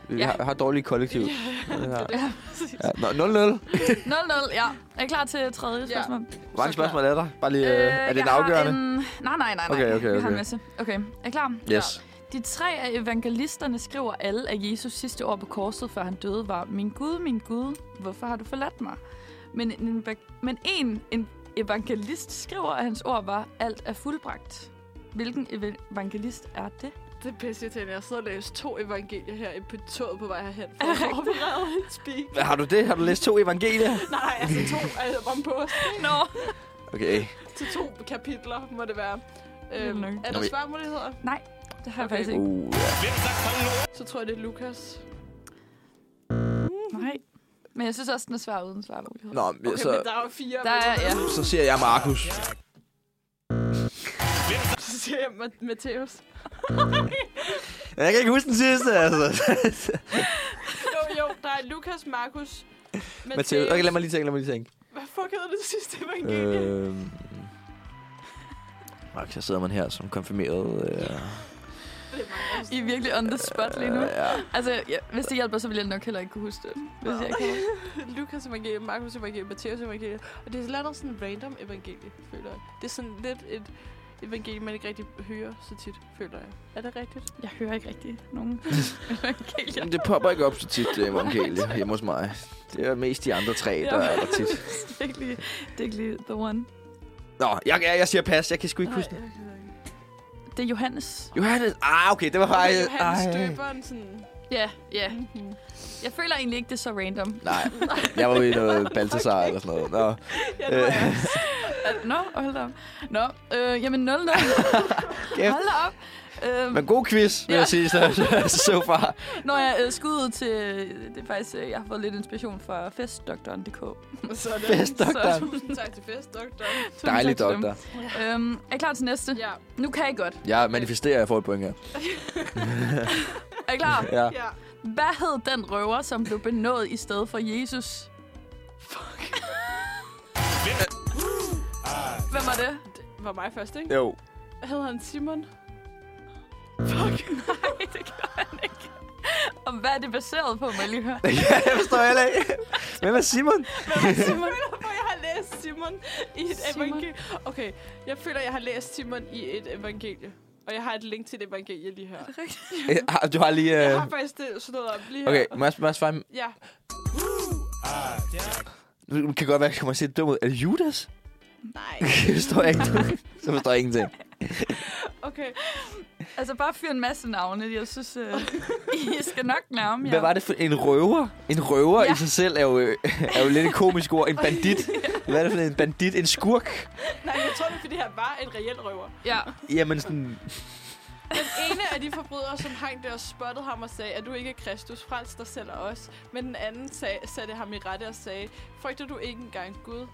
S2: vi
S3: Ja.
S2: har, har dårlige kollektiv. Ja.
S3: Ja, præcis.
S2: Ja. Nå, 0-0.
S3: 0-0, ja. Er I klar til tredje
S1: Ja.
S3: spørgsmål?
S2: Hvor mange spørgsmål er der? Bare lige, øh, er det
S3: jeg
S2: en
S3: har
S2: afgørende?
S3: En... Nej, nej, nej, nej.
S2: Okay, okay,
S3: Vi har en
S2: okay.
S3: masse. Okay, er I klar?
S2: Yes.
S3: De tre af evangelisterne skriver alle, at Jesus sidste år på korset, før han døde, var Min Gud, min Gud, hvorfor har du forladt mig? Men en, eva- men en, en evangelist skriver, at hans ord var, alt er fuldbragt. Hvilken eva- evangelist er det?
S1: Det er pisse irriterende. Jeg sidder og læser to evangelier her i- på toget på vej herhen. For
S3: Er
S1: at
S3: det rigtigt?
S1: forberede hans speak.
S2: Hvad, Har du det? Har du læst to evangelier?
S1: Nej, altså to altså, om på
S3: Nå,
S2: Okay.
S1: til to kapitler, må det være. Øhm,
S3: Vildt nok.
S1: er
S2: Nå,
S1: der
S2: vi-
S1: svarmuligheder?
S3: det har jeg
S1: Okay.
S3: faktisk ikke.
S2: Uh, ja.
S1: Så tror jeg, det er Lukas.
S3: Nej. Men jeg synes også, den er svær uden svar.
S2: Nå, men
S1: Okay,
S2: så,
S1: men der er jo fire.
S3: Der er, ja.
S2: så siger jeg Markus.
S1: Så siger jeg Ma- Matthæus.
S2: Jeg kan ikke huske den sidste, altså.
S1: Jo, jo, der er Lukas, Markus,
S2: Mathias. Okay, lad mig lige tænke, lad mig lige tænke.
S1: Hvad fuck hedder det sidste evangelie? Øh.
S2: Øh, Max, så sidder man her som konfirmeret. Øh,
S3: I er virkelig on the spot lige nu.
S2: øh, ja.
S3: Altså, ja, hvis det hjælper, så vil jeg nok heller ikke kunne huske det. Hvis jeg ikke havde-
S1: Lukas evangelie, Markus evangelie, Matthæus evangelie. Og det er sådan lidt sådan en random evangelie, føler jeg. Det er sådan lidt et evangelie, man ikke rigtig hører så tit, føler jeg. Er det rigtigt?
S3: Jeg hører ikke rigtig nogen evangelier.
S2: Men det popper ikke op så tit, øh, evangelie, hjemme hos mig. Det er mest de andre tre, der er der tit.
S3: det, er ikke lige, det er ikke lige the one.
S2: Nå, jeg, jeg, jeg siger pas. Jeg kan sgu ikke huske det.
S1: jeg kan ikke.
S3: Det er Johannes.
S2: Johannes. Ah, okay, det var
S1: Ej,
S2: faktisk...
S1: Johannes
S2: ej.
S1: Døberen, sådan...
S3: Ja, ja.
S1: Mm-hmm.
S3: Jeg føler egentlig ikke, det er så random.
S2: Nej, jeg var ude i noget Baltasar eller sådan noget. Nå.
S1: Ja,
S2: Øh,
S1: det var jeg.
S3: Al- Nå, hold da op. Nå, øh, jamen 0 0
S2: Kæft.
S3: Hold da op. Øhm,
S2: Men god quiz, vil
S3: Ja.
S2: jeg sige, så, så far.
S3: når jeg øh, skuddet til... Det er faktisk... Øh, jeg har fået lidt inspiration fra festdoktoren.dk.
S1: Sådan.
S2: Festdoktoren.
S1: Så tusind tak til festdoktoren.
S3: Tusind
S2: Dejlig
S3: tak til dem.
S2: doktor.
S3: Øhm, er I klar til næste?
S1: Ja.
S3: Nu kan I godt.
S2: Jeg manifesterer, at jeg får et point her.
S3: Er I klar?
S2: Ja.
S1: ja.
S3: Hvad hed den røver, som blev benået i stedet for Jesus?
S1: Fuck.
S3: Hvem var det?
S1: Det var mig først, ikke?
S2: Jo. Øh.
S1: Hedder han Simon?
S3: Nej, det gør han ikke. Og hvad er det baseret på, må jeg lige høre?
S2: ja, jeg forstår heller ikke. Hvem er Simon?
S1: Simon. Jeg føler, at jeg har læst Simon i et
S3: Simon.
S1: evangelie. Okay, jeg føler, at jeg har læst Simon i et evangelie. Og jeg har et link til et evangelie lige her.
S2: Øh, har- Du har lige...
S1: Jeg
S2: øh,
S3: Øhm.
S1: har faktisk det, sådan noget op lige
S2: Okay,
S1: her.
S2: må jeg, må jeg svare?
S1: Ja,
S2: Du kan godt være, at jeg kommer til at se dum ud. Er det Judas?
S1: nej.
S2: Jeg forstår ikke. Så forstår jeg ingenting.
S1: Okay,
S3: Altså, bare fyr en masse navne. Jeg synes, øh, I skal nok nærme jer.
S2: Hvad var det for en røver? En røver ja.
S3: Ja.
S2: i sig selv er jo, øh, er jo lidt et komisk ord. En bandit. Hvad er det for en bandit? En skurk?
S1: nej, jeg tror, det er, fordi han var en reel røver.
S3: Ja.
S2: Jamen sådan...
S1: ene af de forbrydere, som hang der og spottede ham og sagde, at du ikke er Kristus, frels dig selv og os. Men den anden sag, satte ham i rette og sagde, frygter du ikke engang Gud?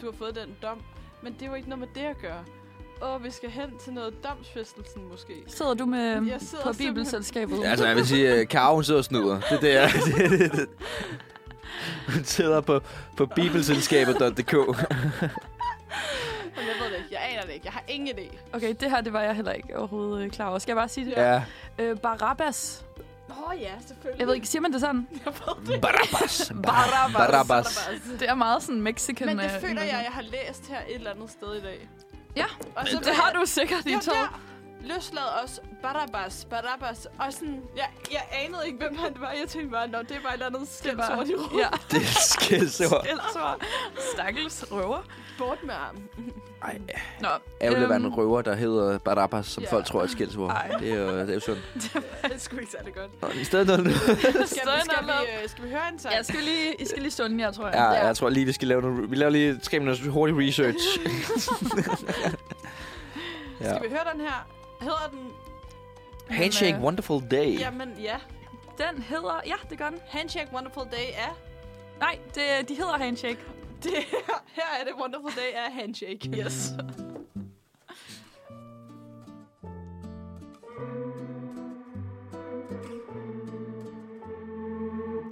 S1: Du har fået den dom. Men det var ikke noget med det at gøre. Åh, vi skal hen til noget domsfæstelsen måske.
S3: Sidder du med øh,
S1: Jeg sidder
S3: på
S1: simpelthen-
S3: Bibelselskabet?
S2: Ja, altså, jeg vil sige, at Karo, hun sidder og snuder. Det er det, jeg... det- det- det- Hun sidder på, på bibelselskabet.dk.
S1: Men jeg ved det ikke. Jeg aner det ikke. Jeg har ingen idé.
S3: Okay, det her det var jeg heller ikke overhovedet øh, klar over. Skal jeg bare sige det?
S2: Ja.
S3: Øh, Barabbas.
S1: Åh oh, ja, selvfølgelig.
S3: Jeg ved ikke, siger man det sådan?
S1: Jeg ved det.
S2: Barabbas.
S3: Barabbas.
S2: Barabbas.
S3: Det er meget sådan mexican.
S1: Men det
S3: øh,
S1: føler jeg, jeg har læst her et eller andet sted i dag.
S3: Ja,
S1: og så
S3: Det har du sikkert i
S1: Det var
S3: tog.
S1: der. Løslad os. Barabbas, Barabbas. Og sådan, jeg, jeg anede ikke, hvem han var. Jeg tænkte bare, nå, det var et eller andet skældsord i rummet.
S3: Ja,
S2: Det er skældsord.
S3: skældsord. Stakkels røver.
S1: Bort med armen.
S2: Ej,
S3: Nå,
S2: ærgerligt at være en
S3: øhm,
S2: røver, der hedder Barabbas, som
S1: Ja.
S2: folk tror er et skældsord.
S3: Ej.
S2: Det er jo, det er jo sådan.
S1: Det skulle ikke særlig godt.
S2: Nå, I stedet noget
S1: Skal,
S3: Sådan
S1: vi, skal,
S3: er
S1: vi, øh, skal vi høre en sang?
S3: Jeg skal lige, I skal lige stunde jer, tror jeg.
S2: Ja, jeg tror lige, vi skal lave noget... Vi laver lige tre minutters hurtig research. ja.
S1: Skal vi høre den her? Hedder den...
S2: Handshake
S3: øh,
S2: Wonderful Day.
S1: Jamen, ja.
S3: Den hedder... Ja, det gør den.
S1: Handshake Wonderful Day er...
S3: Nej, det, de hedder Handshake.
S1: Det her, her er det Wonderful Day er Handshake. Yes.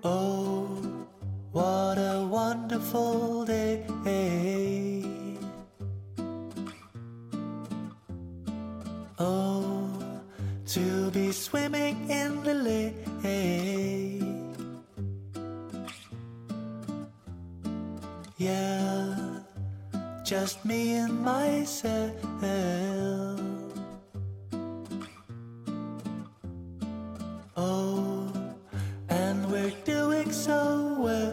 S4: Oh, what a wonderful day. Oh, to be swimming in the lake. Yeah, just me and myself. Oh, and we're doing so well.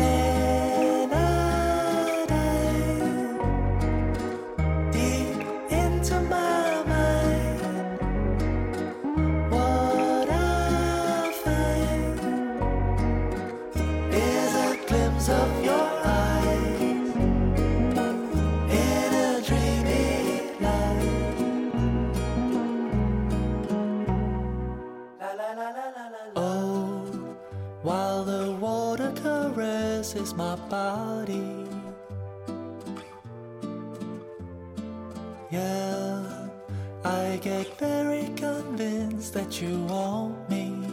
S4: And I dive deep into my mind. What I find is a glimpse of your eyes in a dreamy light. Oh, while the water caresses my body. Yeah, I get very convinced that you want me.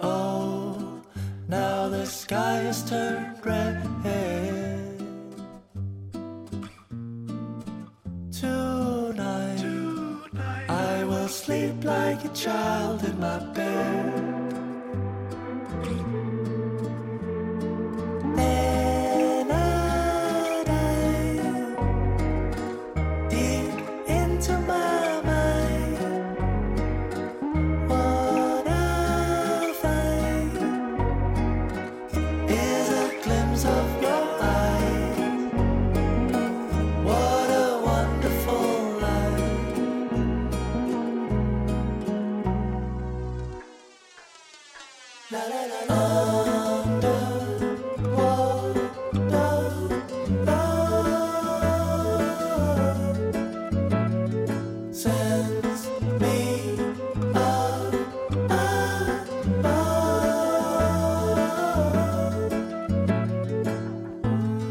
S4: Oh, now the sky has turned red tonight. I will sleep like a child in my bed. And I dive deep into my mind. What I find is a glimpse of your eyes. What a wonderful life. Sends me up, up, up.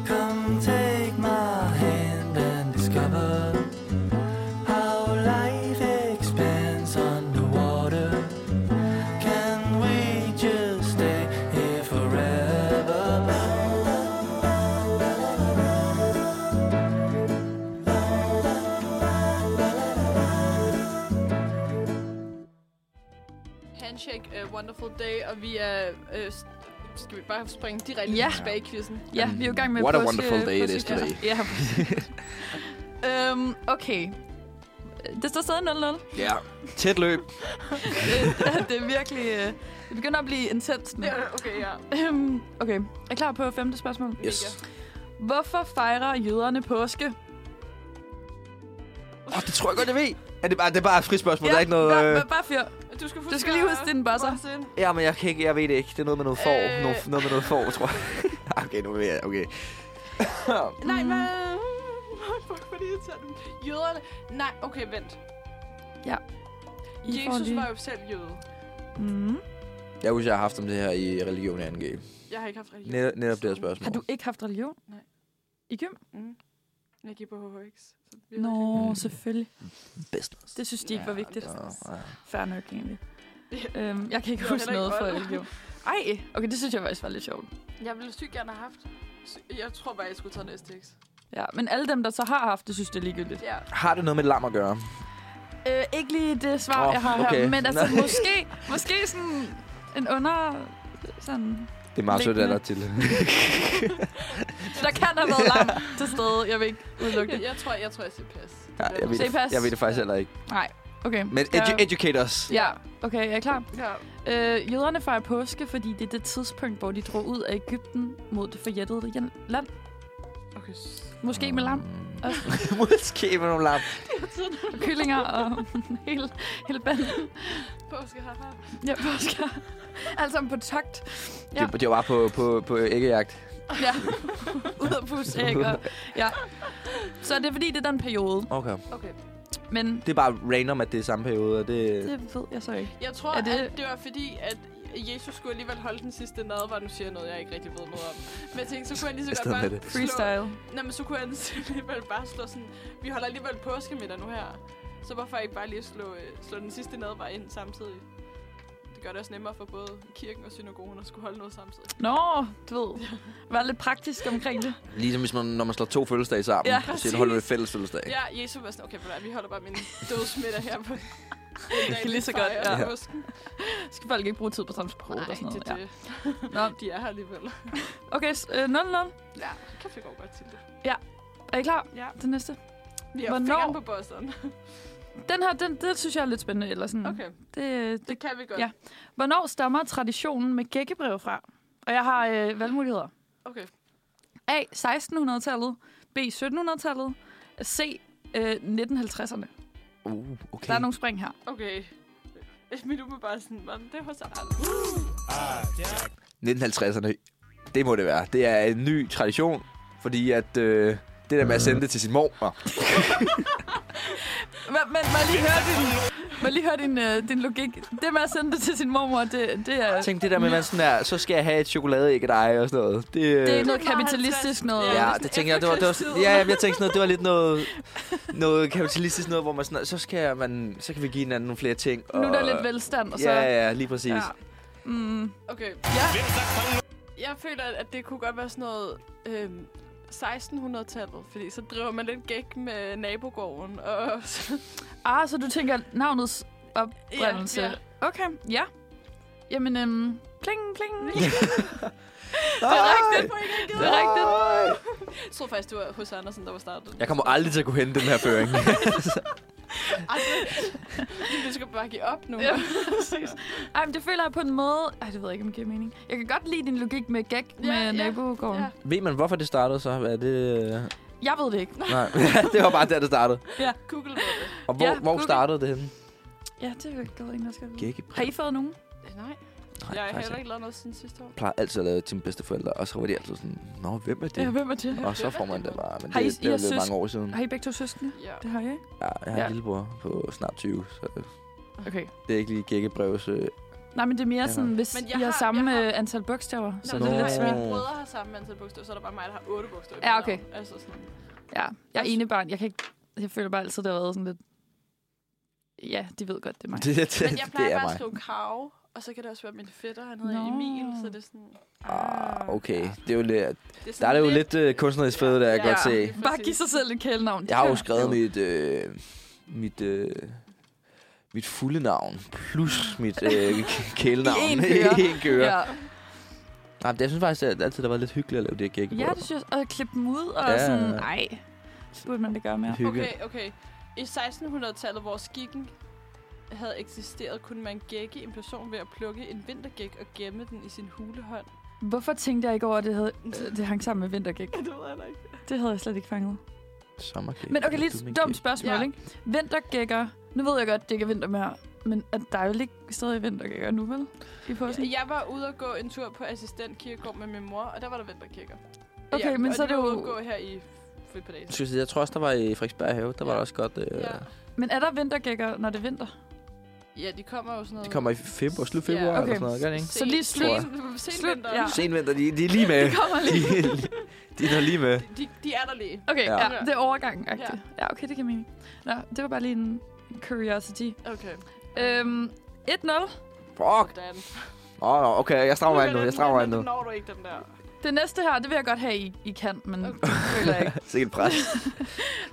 S4: Come take my hand and discover how life expands underwater. Can we just stay in
S1: uh, Wonderful Day, og vi er... Uh, skal vi bare springe direkte
S3: Ja.
S1: ja. tilbage i quizzen?
S3: Ja,
S2: Um,
S3: vi er jo i gang med
S2: what a
S3: påske-
S2: wonderful day it is
S3: påskekasser.
S2: today.
S3: øh, Ja, præcis. øhm, okay. Det står stadig 0-0.
S2: Ja. Tæt løb.
S3: det, det er virkelig... øh, Det begynder at blive intens nu.
S1: Ja, okay, ja.
S3: Øhm, Okay, er I klar på femte spørgsmål?
S2: Yes.
S3: Hvorfor fejrer jøderne påske?
S2: Åh, oh, det tror jeg godt, jeg ved. Er det bare, det er bare et frispørgsmål? Ja, der er ikke noget...
S3: bare,
S2: Øh...
S3: bare, bare fyr.
S1: Du skal,
S3: Du skal lige huske din buzzer.
S2: Ja, men jeg, kan ikke, jeg ved det ikke. Det er noget med noget får. Øh...
S1: Øh.
S2: Noget, noget med noget får, tror jeg. okay, nu ved jeg. Okay.
S1: Nej,
S3: Mm.
S1: hvad? Fuck, hvor er det irriterende. Jøderne. Nej, okay, vent.
S3: I får
S1: Jesus
S3: lige-
S1: var jo selv jøde.
S3: Mm.
S2: Jeg husker, jeg har haft om det her i religion i 2G.
S1: Jeg har ikke haft religion.
S2: Netop, netop det her spørgsmål.
S3: Har du ikke haft religion?
S1: Nej.
S3: I gym?
S1: Mm. Jeg gik på HHX. så det bliver
S3: Nå,
S1: rigtig-
S2: Mm.
S3: selvfølgelig.
S2: business?
S3: Det synes de ikke var
S1: Ja,
S3: vigtigt.
S2: Nå, ja.
S3: Fair nok, egentlig.
S1: Ja.
S3: Øhm, jeg kan ikke
S1: Det var
S3: huske
S1: heller
S3: noget
S1: ikke
S3: for
S1: godt.
S3: religion. Ej, okay, det synes jeg faktisk var lidt sjovt.
S1: Jeg ville sygt gerne have haft. sy- Jeg tror bare, jeg skulle tage en STX.
S3: Ja, men alle dem, der så har haft det, synes det er ligegyldigt.
S1: Ja.
S2: Har det noget med lam at gøre?
S3: Øh, ikke lige det svar,
S2: Nå,
S3: oh, jeg har okay.
S2: okay.
S3: her, men altså
S2: Nej.
S3: måske, måske sådan en under... Sådan.
S2: Det er meget sødt,
S3: Liggende.
S2: eller til.
S3: Der kan have været lam til stede, jeg vil ikke udelukke
S1: Jeg,
S3: det.
S1: jeg tror, jeg tror, jeg siger pas.
S2: ja, jeg, ved
S3: Se
S2: det,
S3: pas.
S2: jeg ved det faktisk heller ikke.
S3: Nej, okay.
S2: Men
S3: Der-
S2: edu- educate us.
S3: Ja, okay, jeg er klar.
S1: Ja.
S3: Øh, jøderne fejrer påske, fordi det er det tidspunkt, hvor de drog ud af Ægypten mod det forjættede jen- land.
S1: Okay. s-
S3: Måske med lam
S2: Mm.
S3: Også.
S2: Måske med nogle lam.
S3: og kyllinger og hele, hele banden.
S1: Påske, haha.
S3: Ja, påske. Alt sammen på togt. Ja.
S2: Ja. De, de var bare på, på, på æggejagt.
S3: Ja. ud af pusæg. Og, ja. Så det er fordi, det er den periode.
S2: Okay.
S1: Okay.
S3: Men
S2: Det er bare random, at det er samme periode, og det... det...
S3: det ved jeg så ikke.
S1: Jeg tror,
S3: Er
S1: det...
S3: det-
S1: at det var fordi, at Jesus skulle alligevel holde den sidste nadvar. Nu siger jeg noget, jeg ikke rigtig ved noget om. Men jeg tænkte, så kunne jeg lige så
S2: Afsted
S1: godt
S2: med
S1: bare
S2: det.
S3: Freestyle.
S1: slå... Nej, men så kunne jeg alligevel bare slå sådan... Vi holder alligevel påskemiddag nu her. Så hvorfor ikke bare lige slå, øh, slå den sidste nadvar ind samtidig? Det gør det også nemmere for både kirken og synagogen at skulle holde noget samtidig.
S3: Nå, du ved. Var lidt praktisk omkring det.
S2: Ligesom hvis man, når man slår to fødselsdage sammen,
S3: Ja,
S2: ja, så
S3: præcis.
S2: holder vi et fælles fødselsdag. Ja.
S1: Ja, Jesus var sådan, okay, for vi holder bare min dødsmiddag her på...
S3: kan lige så godt,
S2: ja.
S1: ja.
S3: Skal folk ikke bruge tid på transport
S1: Nej,
S3: og sådan noget?
S1: det er det.
S3: Ja. Nå,
S1: De er her alligevel.
S3: okay, s- øh, 0-0.
S1: Ja, kan vi gå godt til det.
S3: Er I klar
S1: Ja.
S3: til næste?
S1: Vi har
S3: Hvornår? Mm.
S1: fingeren på bosseren.
S3: Den her, den, det synes jeg er lidt spændende. Eller sådan.
S1: Okay,
S3: Det,
S1: det
S3: det.
S1: kan vi godt.
S3: Ja. Hvornår stammer traditionen med gækkebrev fra? Og jeg har øh, valgmuligheder.
S1: Okay.
S3: A. 1600-tallet. B. 1700-tallet. C. Øh, 1950'erne.
S2: Uh, okay.
S3: Der er nogle spring her.
S1: Okay. Mit umiddelbare sådan, man, det var så aldrig.
S2: 1950'erne. Det må det være. Det er en ny tradition, fordi at... Øh, det der med at sende det til sin mor. Nå.
S3: Men, men må jeg lige høre din, må jeg lige høre din, øh, din logik. Det med at sende det til sin mormor, det, det er...
S2: Tænk det der med, at man sådan der, så skal jeg have et chokoladeæg af dig og sådan noget. Det, øh,
S3: Det er noget
S1: Det er
S3: kapitalistisk noget.
S1: meget
S2: Ja,
S1: Næsten
S2: det tænker jeg, det var, det var,
S1: efterkrigstid.
S2: ja, jamen, jeg tænkte sådan noget, det var lidt noget, noget kapitalistisk noget, hvor man sådan, så skal man, så kan vi give hinanden nogle flere ting.
S3: Nu er der lidt velstand, og så...
S2: Øh, Ja, ja, lige præcis. Ja.
S3: Mm,
S1: Okay. Ja. Jeg føler, at det kunne godt være sådan noget... Øhm, 1600-tallet, fordi så driver man lidt gæk med nabogården. Og så,
S3: ah, så du tænker navnets oprindelse.
S1: Ja,
S3: Okay, ja. Jamen, øhm, pling, pling.
S2: Det er
S1: det får ikke rigtig ud.
S3: Det er rigtigt.
S1: Jeg troede faktisk, det var hos Andersen, der var startet.
S2: Jeg kommer aldrig til at kunne hente den her føring.
S1: aldrig. Vi skal bare give op nu.
S3: Ja, præcis. Ej, men det føler jeg på en måde... Ej, det ved jeg ikke, om det giver mening. Jeg kan godt lide din logik med gag
S1: Ja,
S3: med
S1: ja,
S3: nabogården.
S1: ja.
S2: Ved man, hvorfor det startede så? Er det... øh,
S3: Jeg ved det ikke.
S2: Nej, det var bare der, det startede.
S1: Google ved det.
S2: Og hvor,
S3: Ja,
S2: ja, hvor
S3: Google.
S2: startede det henne?
S3: Ja, det ved jeg ikke, jeg skal vide.
S2: Gække.
S3: Har I fået nogen?
S1: Øh, Nej,
S2: Nej,
S1: jeg har
S2: faktisk
S1: heller
S2: ikke.
S1: ikke lavet noget siden sidste år.
S2: Jeg plejer altid at lave til mine bedsteforældre, og så var de altid sådan, Nå, hvem er det? Mm.
S3: Ja, hvem er det?
S2: Og så får man det bare, men
S3: Har I-
S2: det,
S3: I
S2: det er
S3: har
S2: blevet
S3: søs-
S2: mange år siden.
S3: Har I begge to søskende?
S1: Ja.
S3: Det har jeg ikke.
S2: Ja, jeg har
S3: Ja.
S2: en lillebror på snart 20, så
S3: Okay.
S2: det er ikke lige gækkebrevs... Øh,
S3: Nej, men det er mere
S2: Ja.
S3: sådan, hvis
S1: Men
S3: I
S1: jeg
S3: har,
S1: har-
S3: samme
S1: jeg har-
S3: øh, antal bogstaver, så
S1: Nå,
S3: det er
S1: nej,
S3: lidt
S2: svært.
S1: Mine brødre har samme antal bogstaver, så er der bare mig, der har otte bogstaver. i
S3: Ja,
S1: mit
S3: okay.
S1: navn. Altså sådan.
S3: Ja, jeg er ene barn. Jeg kan ikke... Jeg føler bare altid, det har været sådan lidt... Ja, de ved godt, det er mig.
S2: det, det,
S1: Men jeg plejer
S2: det er
S1: bare at
S2: mig.
S1: skrive Kav, og så kan det også være min fætter, han hedder
S3: Nå.
S1: Emil, så det er sådan...
S2: Ah, okay. Det er jo lidt,
S1: Det er
S2: der er det jo lidt øh, kunstnerisk fede, der jeg
S1: Ja.
S2: ja. godt
S1: Ja.
S2: se.
S1: Præcis.
S3: Bare giv sig selv et kælenavn.
S2: Jeg har jo skrevet mit... Øh, mit øh, mit fulde navn plus mit øh, k- kælenavn
S3: I én køre.
S2: I én køre. Ja.
S3: Ja,
S2: Nej, men jeg synes faktisk, at det altid har været lidt hyggeligt at lave det gæk.
S3: ja det synes jeg. Og klippe dem ud og
S2: Ja.
S3: ja. sådan, nej, det burde man da gøre mere.
S2: Hygge.
S1: Okay, okay. I 1600-tallet, hvor skikken havde eksisteret, kunne man gække en person ved at plukke en vintergæk og gemme den i sin hulehånd.
S3: Hvorfor tænkte jeg ikke over, at det, havde, øh, det hang sammen med vintergæk?
S1: Det ved jeg ikke.
S3: Det havde jeg slet ikke fanget.
S2: Sommergæk.
S3: Men okay, lidt
S2: Du er min
S3: dumt
S2: gæk.
S3: spørgsmål,
S1: Ja.
S3: ja. ikke? Vintergækker. Nu ved jeg godt, det ikke er vinter mere, men at der er jo ikke stadig vintergækker nu, vel? I påsken?
S1: Jeg var ude og gå en tur på assistent kirkegård med min mor, og der var der vintergækker.
S3: Okay, men
S1: og
S3: så er
S1: de
S3: det
S1: var
S3: jo-
S1: ude at gå her i for et par dage.
S2: Jeg skulle sige, Jeg tror også, der var i Frederiksberg Have. Der var
S1: Ja.
S2: der også godt... Øh,
S1: Ja.
S3: Men er der vintergækker, når det er vinter?
S1: Ja, de kommer jo sådan noget...
S2: Det kommer i februar, slut februar
S1: Ja.
S2: yeah, okay.
S3: Okay.
S2: eller sådan noget, gør det ikke?
S3: Så lige
S2: slut.
S1: Sen, sen
S3: Slut,
S1: vinter.
S3: ja.
S2: Sen vinter, de, de er lige med.
S3: Det kommer
S2: de,
S3: lige.
S2: de er der lige med.
S1: De, de er der lige.
S3: Okay,
S2: Ja.
S3: ja. ja det er overgangen ja. ja, okay, det kan mening. Nå, det var bare lige en curiosity.
S1: Okay.
S3: Øhm, 1-0.
S2: Fuck!
S1: Hvordan?
S2: Nå, oh, no, okay, jeg strammer mig nu, jeg strammer mig
S1: Den
S2: nu.
S1: når du ikke, den der.
S3: Det næste her, det vil jeg godt have, I, I kan, men
S1: Okay.
S3: okay. føler jeg ikke.
S2: Sikkert pres.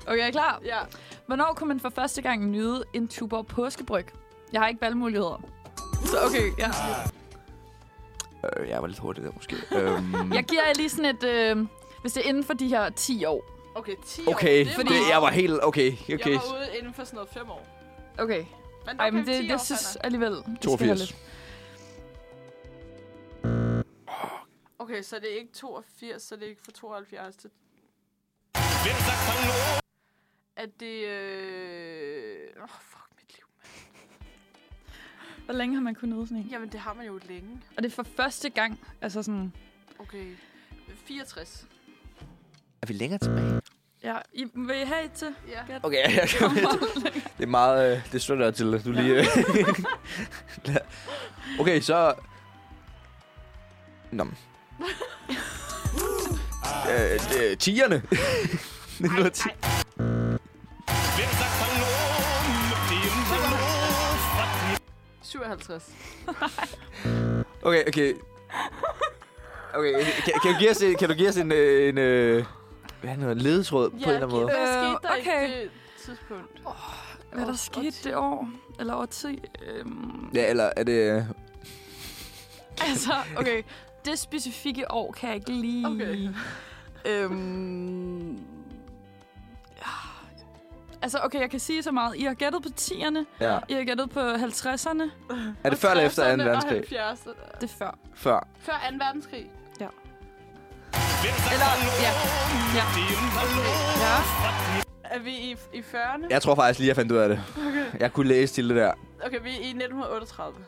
S3: Okay, er I klar?
S1: Ja.
S3: Hvornår kunne man for første gang nyde en Tuborg påskebryg? Jeg har ikke valgmuligheder. Så okay, ja.
S2: Øh, jeg var lidt hurtig der måske. Øhm,
S3: Jeg giver jer lige sådan et... Øh, hvis det er inden for de her 10 år.
S1: Okay, 10
S2: okay,
S1: år. Det er
S2: fordi
S1: meget.
S2: jeg var helt... Okay, okay.
S1: Jeg var ude inden for sådan noget 5 år.
S3: Okay.
S1: Men
S3: Ej,
S1: okay,
S3: men det,
S1: 10 år,
S3: jeg synes
S1: Sanna.
S3: alligevel... det skal have
S2: 82.
S3: lidt.
S1: Okay, så det er ikke 82, så det er ikke fra 72 til... At det... Øh... Oh, fuck mit liv.
S3: Hvor længe har man kunnet nyde sådan en?
S1: Jamen, det har man jo længe.
S3: Og det er for første gang, altså sådan...
S1: Okay. 64.
S2: Er vi længere tilbage?
S3: Ja, I, vil I have et til?
S1: Ja.
S3: Gæt.
S2: Okay, jeg jeg kom lidt. Det er meget... Øh, det støtter jeg til, at du lige... Øh, okay, så... Nå. men. øh, det er tierne. det er noget
S5: Hvem sagt hallo? Det er en hallo.
S1: 57.
S2: Okay, okay. Okay, kan, kan, du give os, en- kan du give os en, øh, en, øh, hvad hedder det, en ledetråd på en eller anden måde?
S1: Hvad
S3: Øh,
S1: skete der okay.
S3: okay.
S1: ikke det tidspunkt?
S3: Hvad der
S1: Åh,
S3: skete
S1: årti.
S3: det år? Eller årti? Øhm,
S2: Ja, eller er det... øh,
S3: altså, okay. Det specifikke år kan jeg ikke lige...
S1: Okay.
S3: Øhm, ja. altså, okay, jeg kan sige så meget. I har gættet på 10'erne.
S2: Ja.
S3: I har gættet på 50'erne.
S2: Er det før eller efter 2. verdenskrig?
S1: 70.
S3: Det er før.
S2: Før.
S1: Før 2. verdenskrig.
S5: Hvem sagt
S3: Eller,
S5: hallo?
S3: ja. Ja.
S5: Det er en hallo.
S3: Ja.
S1: Er vi i, i 40'erne?
S2: Jeg tror faktisk lige, jeg fandt ud af det.
S1: Okay.
S2: Jeg kunne læse til det der.
S1: Okay, vi er i 1938.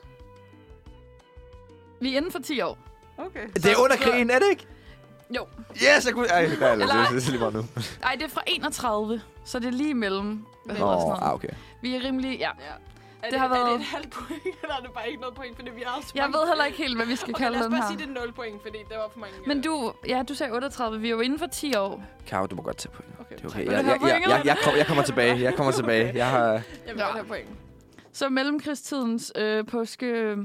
S3: Vi er inden for 10 år.
S1: Okay.
S2: Det er under krigen, er det ikke?
S3: Jo.
S2: Yes, jeg kunne... Ej, nej, lad os
S3: Eller-
S2: læse det er altså lige meget nu.
S3: Nej, det er fra 31, så det er lige mellem. Hvad
S1: Nå,
S3: hedder altså sådan
S2: Åh, ah,
S3: noget.
S2: okay.
S3: Vi er rimelig, ja.
S1: Ja. Er det,
S3: Det har
S1: er det
S3: været-
S1: et halvt point, eller er det bare ikke noget point, fordi vi har så
S3: Jeg
S1: mange-
S3: ved heller ikke helt, hvad vi skal
S1: Okay,
S3: kalde
S1: lad os
S3: den
S1: bare
S3: her.
S1: sige, det er 0 point, fordi det var for mange...
S3: Men
S1: øh,
S3: du, ja, du sagde 38, vi er jo inden for 10 år.
S2: Karo, du må godt tage point.
S1: Okay,
S2: Det er okay.
S1: tak.
S2: Jeg, jeg, jeg, jeg, jeg, kom, jeg kommer tilbage. Jeg kommer tilbage. Jeg har...
S1: Jeg vil
S3: Nå.
S1: godt have point.
S3: Så mellemkrigstidens øh, påske...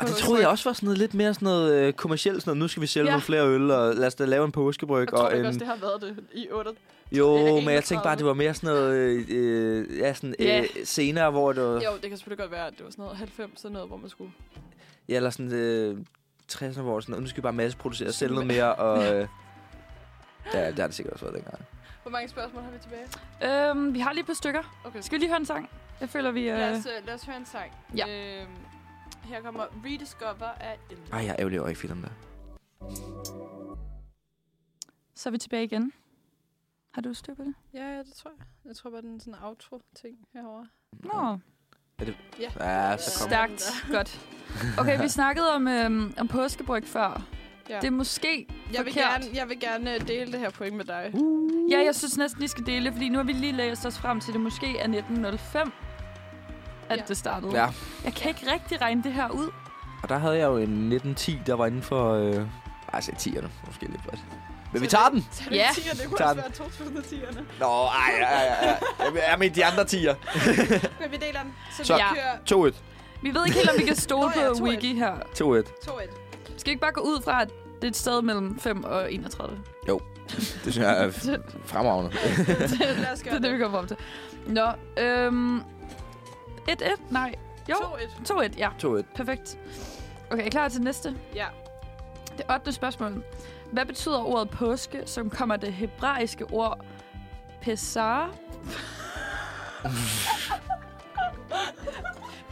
S2: Og det troede jeg også var sådan noget lidt mere sådan noget øh, kommercielt. Sådan noget. Nu skal vi sælge
S3: Ja.
S2: nogle flere øl, og lad os da lave en påskebryg.
S1: Jeg tror
S2: og
S1: ikke
S2: en...
S1: også, det har været det i 8. Eller
S2: Jo, men jeg
S1: 31.
S2: tænkte bare, det var mere sådan noget øh, øh, ja, sådan,
S3: Ja.
S2: øh, senere, hvor det var,
S1: Jo, det kan selvfølgelig godt være, at det var sådan noget 90 sådan noget, hvor man skulle...
S2: ja, eller sådan øh, 60'erne, hvor sådan, nu skal vi bare masseproducere og sælge noget mere, og øh, ja, det har det sikkert også været dengang.
S1: Hvor mange spørgsmål har vi tilbage?
S3: Øhm, vi har lige et par stykker.
S1: Okay.
S3: Skal vi lige høre en sang? Jeg føler, vi... Øh...
S1: Lad os, øh, lad os høre en sang.
S3: Ja.
S1: Øhm, her kommer Rediscover af Elvis.
S2: Ej, jeg er ærgerlig over, at jeg ikke fik den der.
S3: Så er vi tilbage igen. Har du styr på det?
S1: Ja, ja, det tror jeg. Jeg tror bare, den er sådan en outro-ting herover.
S3: Nå,
S1: Ja.
S2: Ja, så kom.
S3: stærkt. Godt. Okay, vi snakkede om, øhm, om påskebryg før.
S1: Ja.
S3: Ja. Det er måske
S1: Jeg vil,
S3: forkert. Uh.
S1: gerne, jeg vil gerne øh, dele det her point med dig.
S3: Ja, jeg synes næsten, I skal dele, fordi nu har vi lige læst os frem til, at det måske er 1905, at
S1: Ja.
S3: ja. det startede.
S2: Ja,
S3: Jeg kan ikke rigtig regne det her ud.
S2: og der havde jeg jo en 1910, der var inden for, øh, altså 10'erne, måske lidt bredt. Men vi
S1: Så
S2: tager
S1: det-
S2: den!
S1: Så er det
S3: Ja.
S1: 10'erne, det kunne
S2: Tager
S1: også være 2010'erne.
S2: Nå, ej, ej, ej, ej. Jeg men- Jeg mener de andre 10'er.
S1: Men vi deler den, så,
S2: Så-
S1: vi
S3: Ja.
S1: kører
S2: 2-1.
S3: Vi ved ikke helt, om vi kan stole
S1: Nå ja,
S3: på
S1: to et.
S3: Wiki her.
S2: 2-1.
S1: 2-1.
S3: Skal vi ikke bare gå ud fra, at det er et sted mellem 5 og 31?
S2: Det synes jeg er fremragende.
S1: Lad os gøre
S3: Det er det, vi kommer frem til. Nå, øhm, 1-1? Nej. Jo,
S1: 2-1.
S3: 2-1, ja.
S2: 2-1.
S3: Perfekt. Okay, er klar til næste?
S1: Ja.
S3: Det 8. spørgsmål. Hvad betyder ordet påske, som kommer af det hebraiske ord pesar?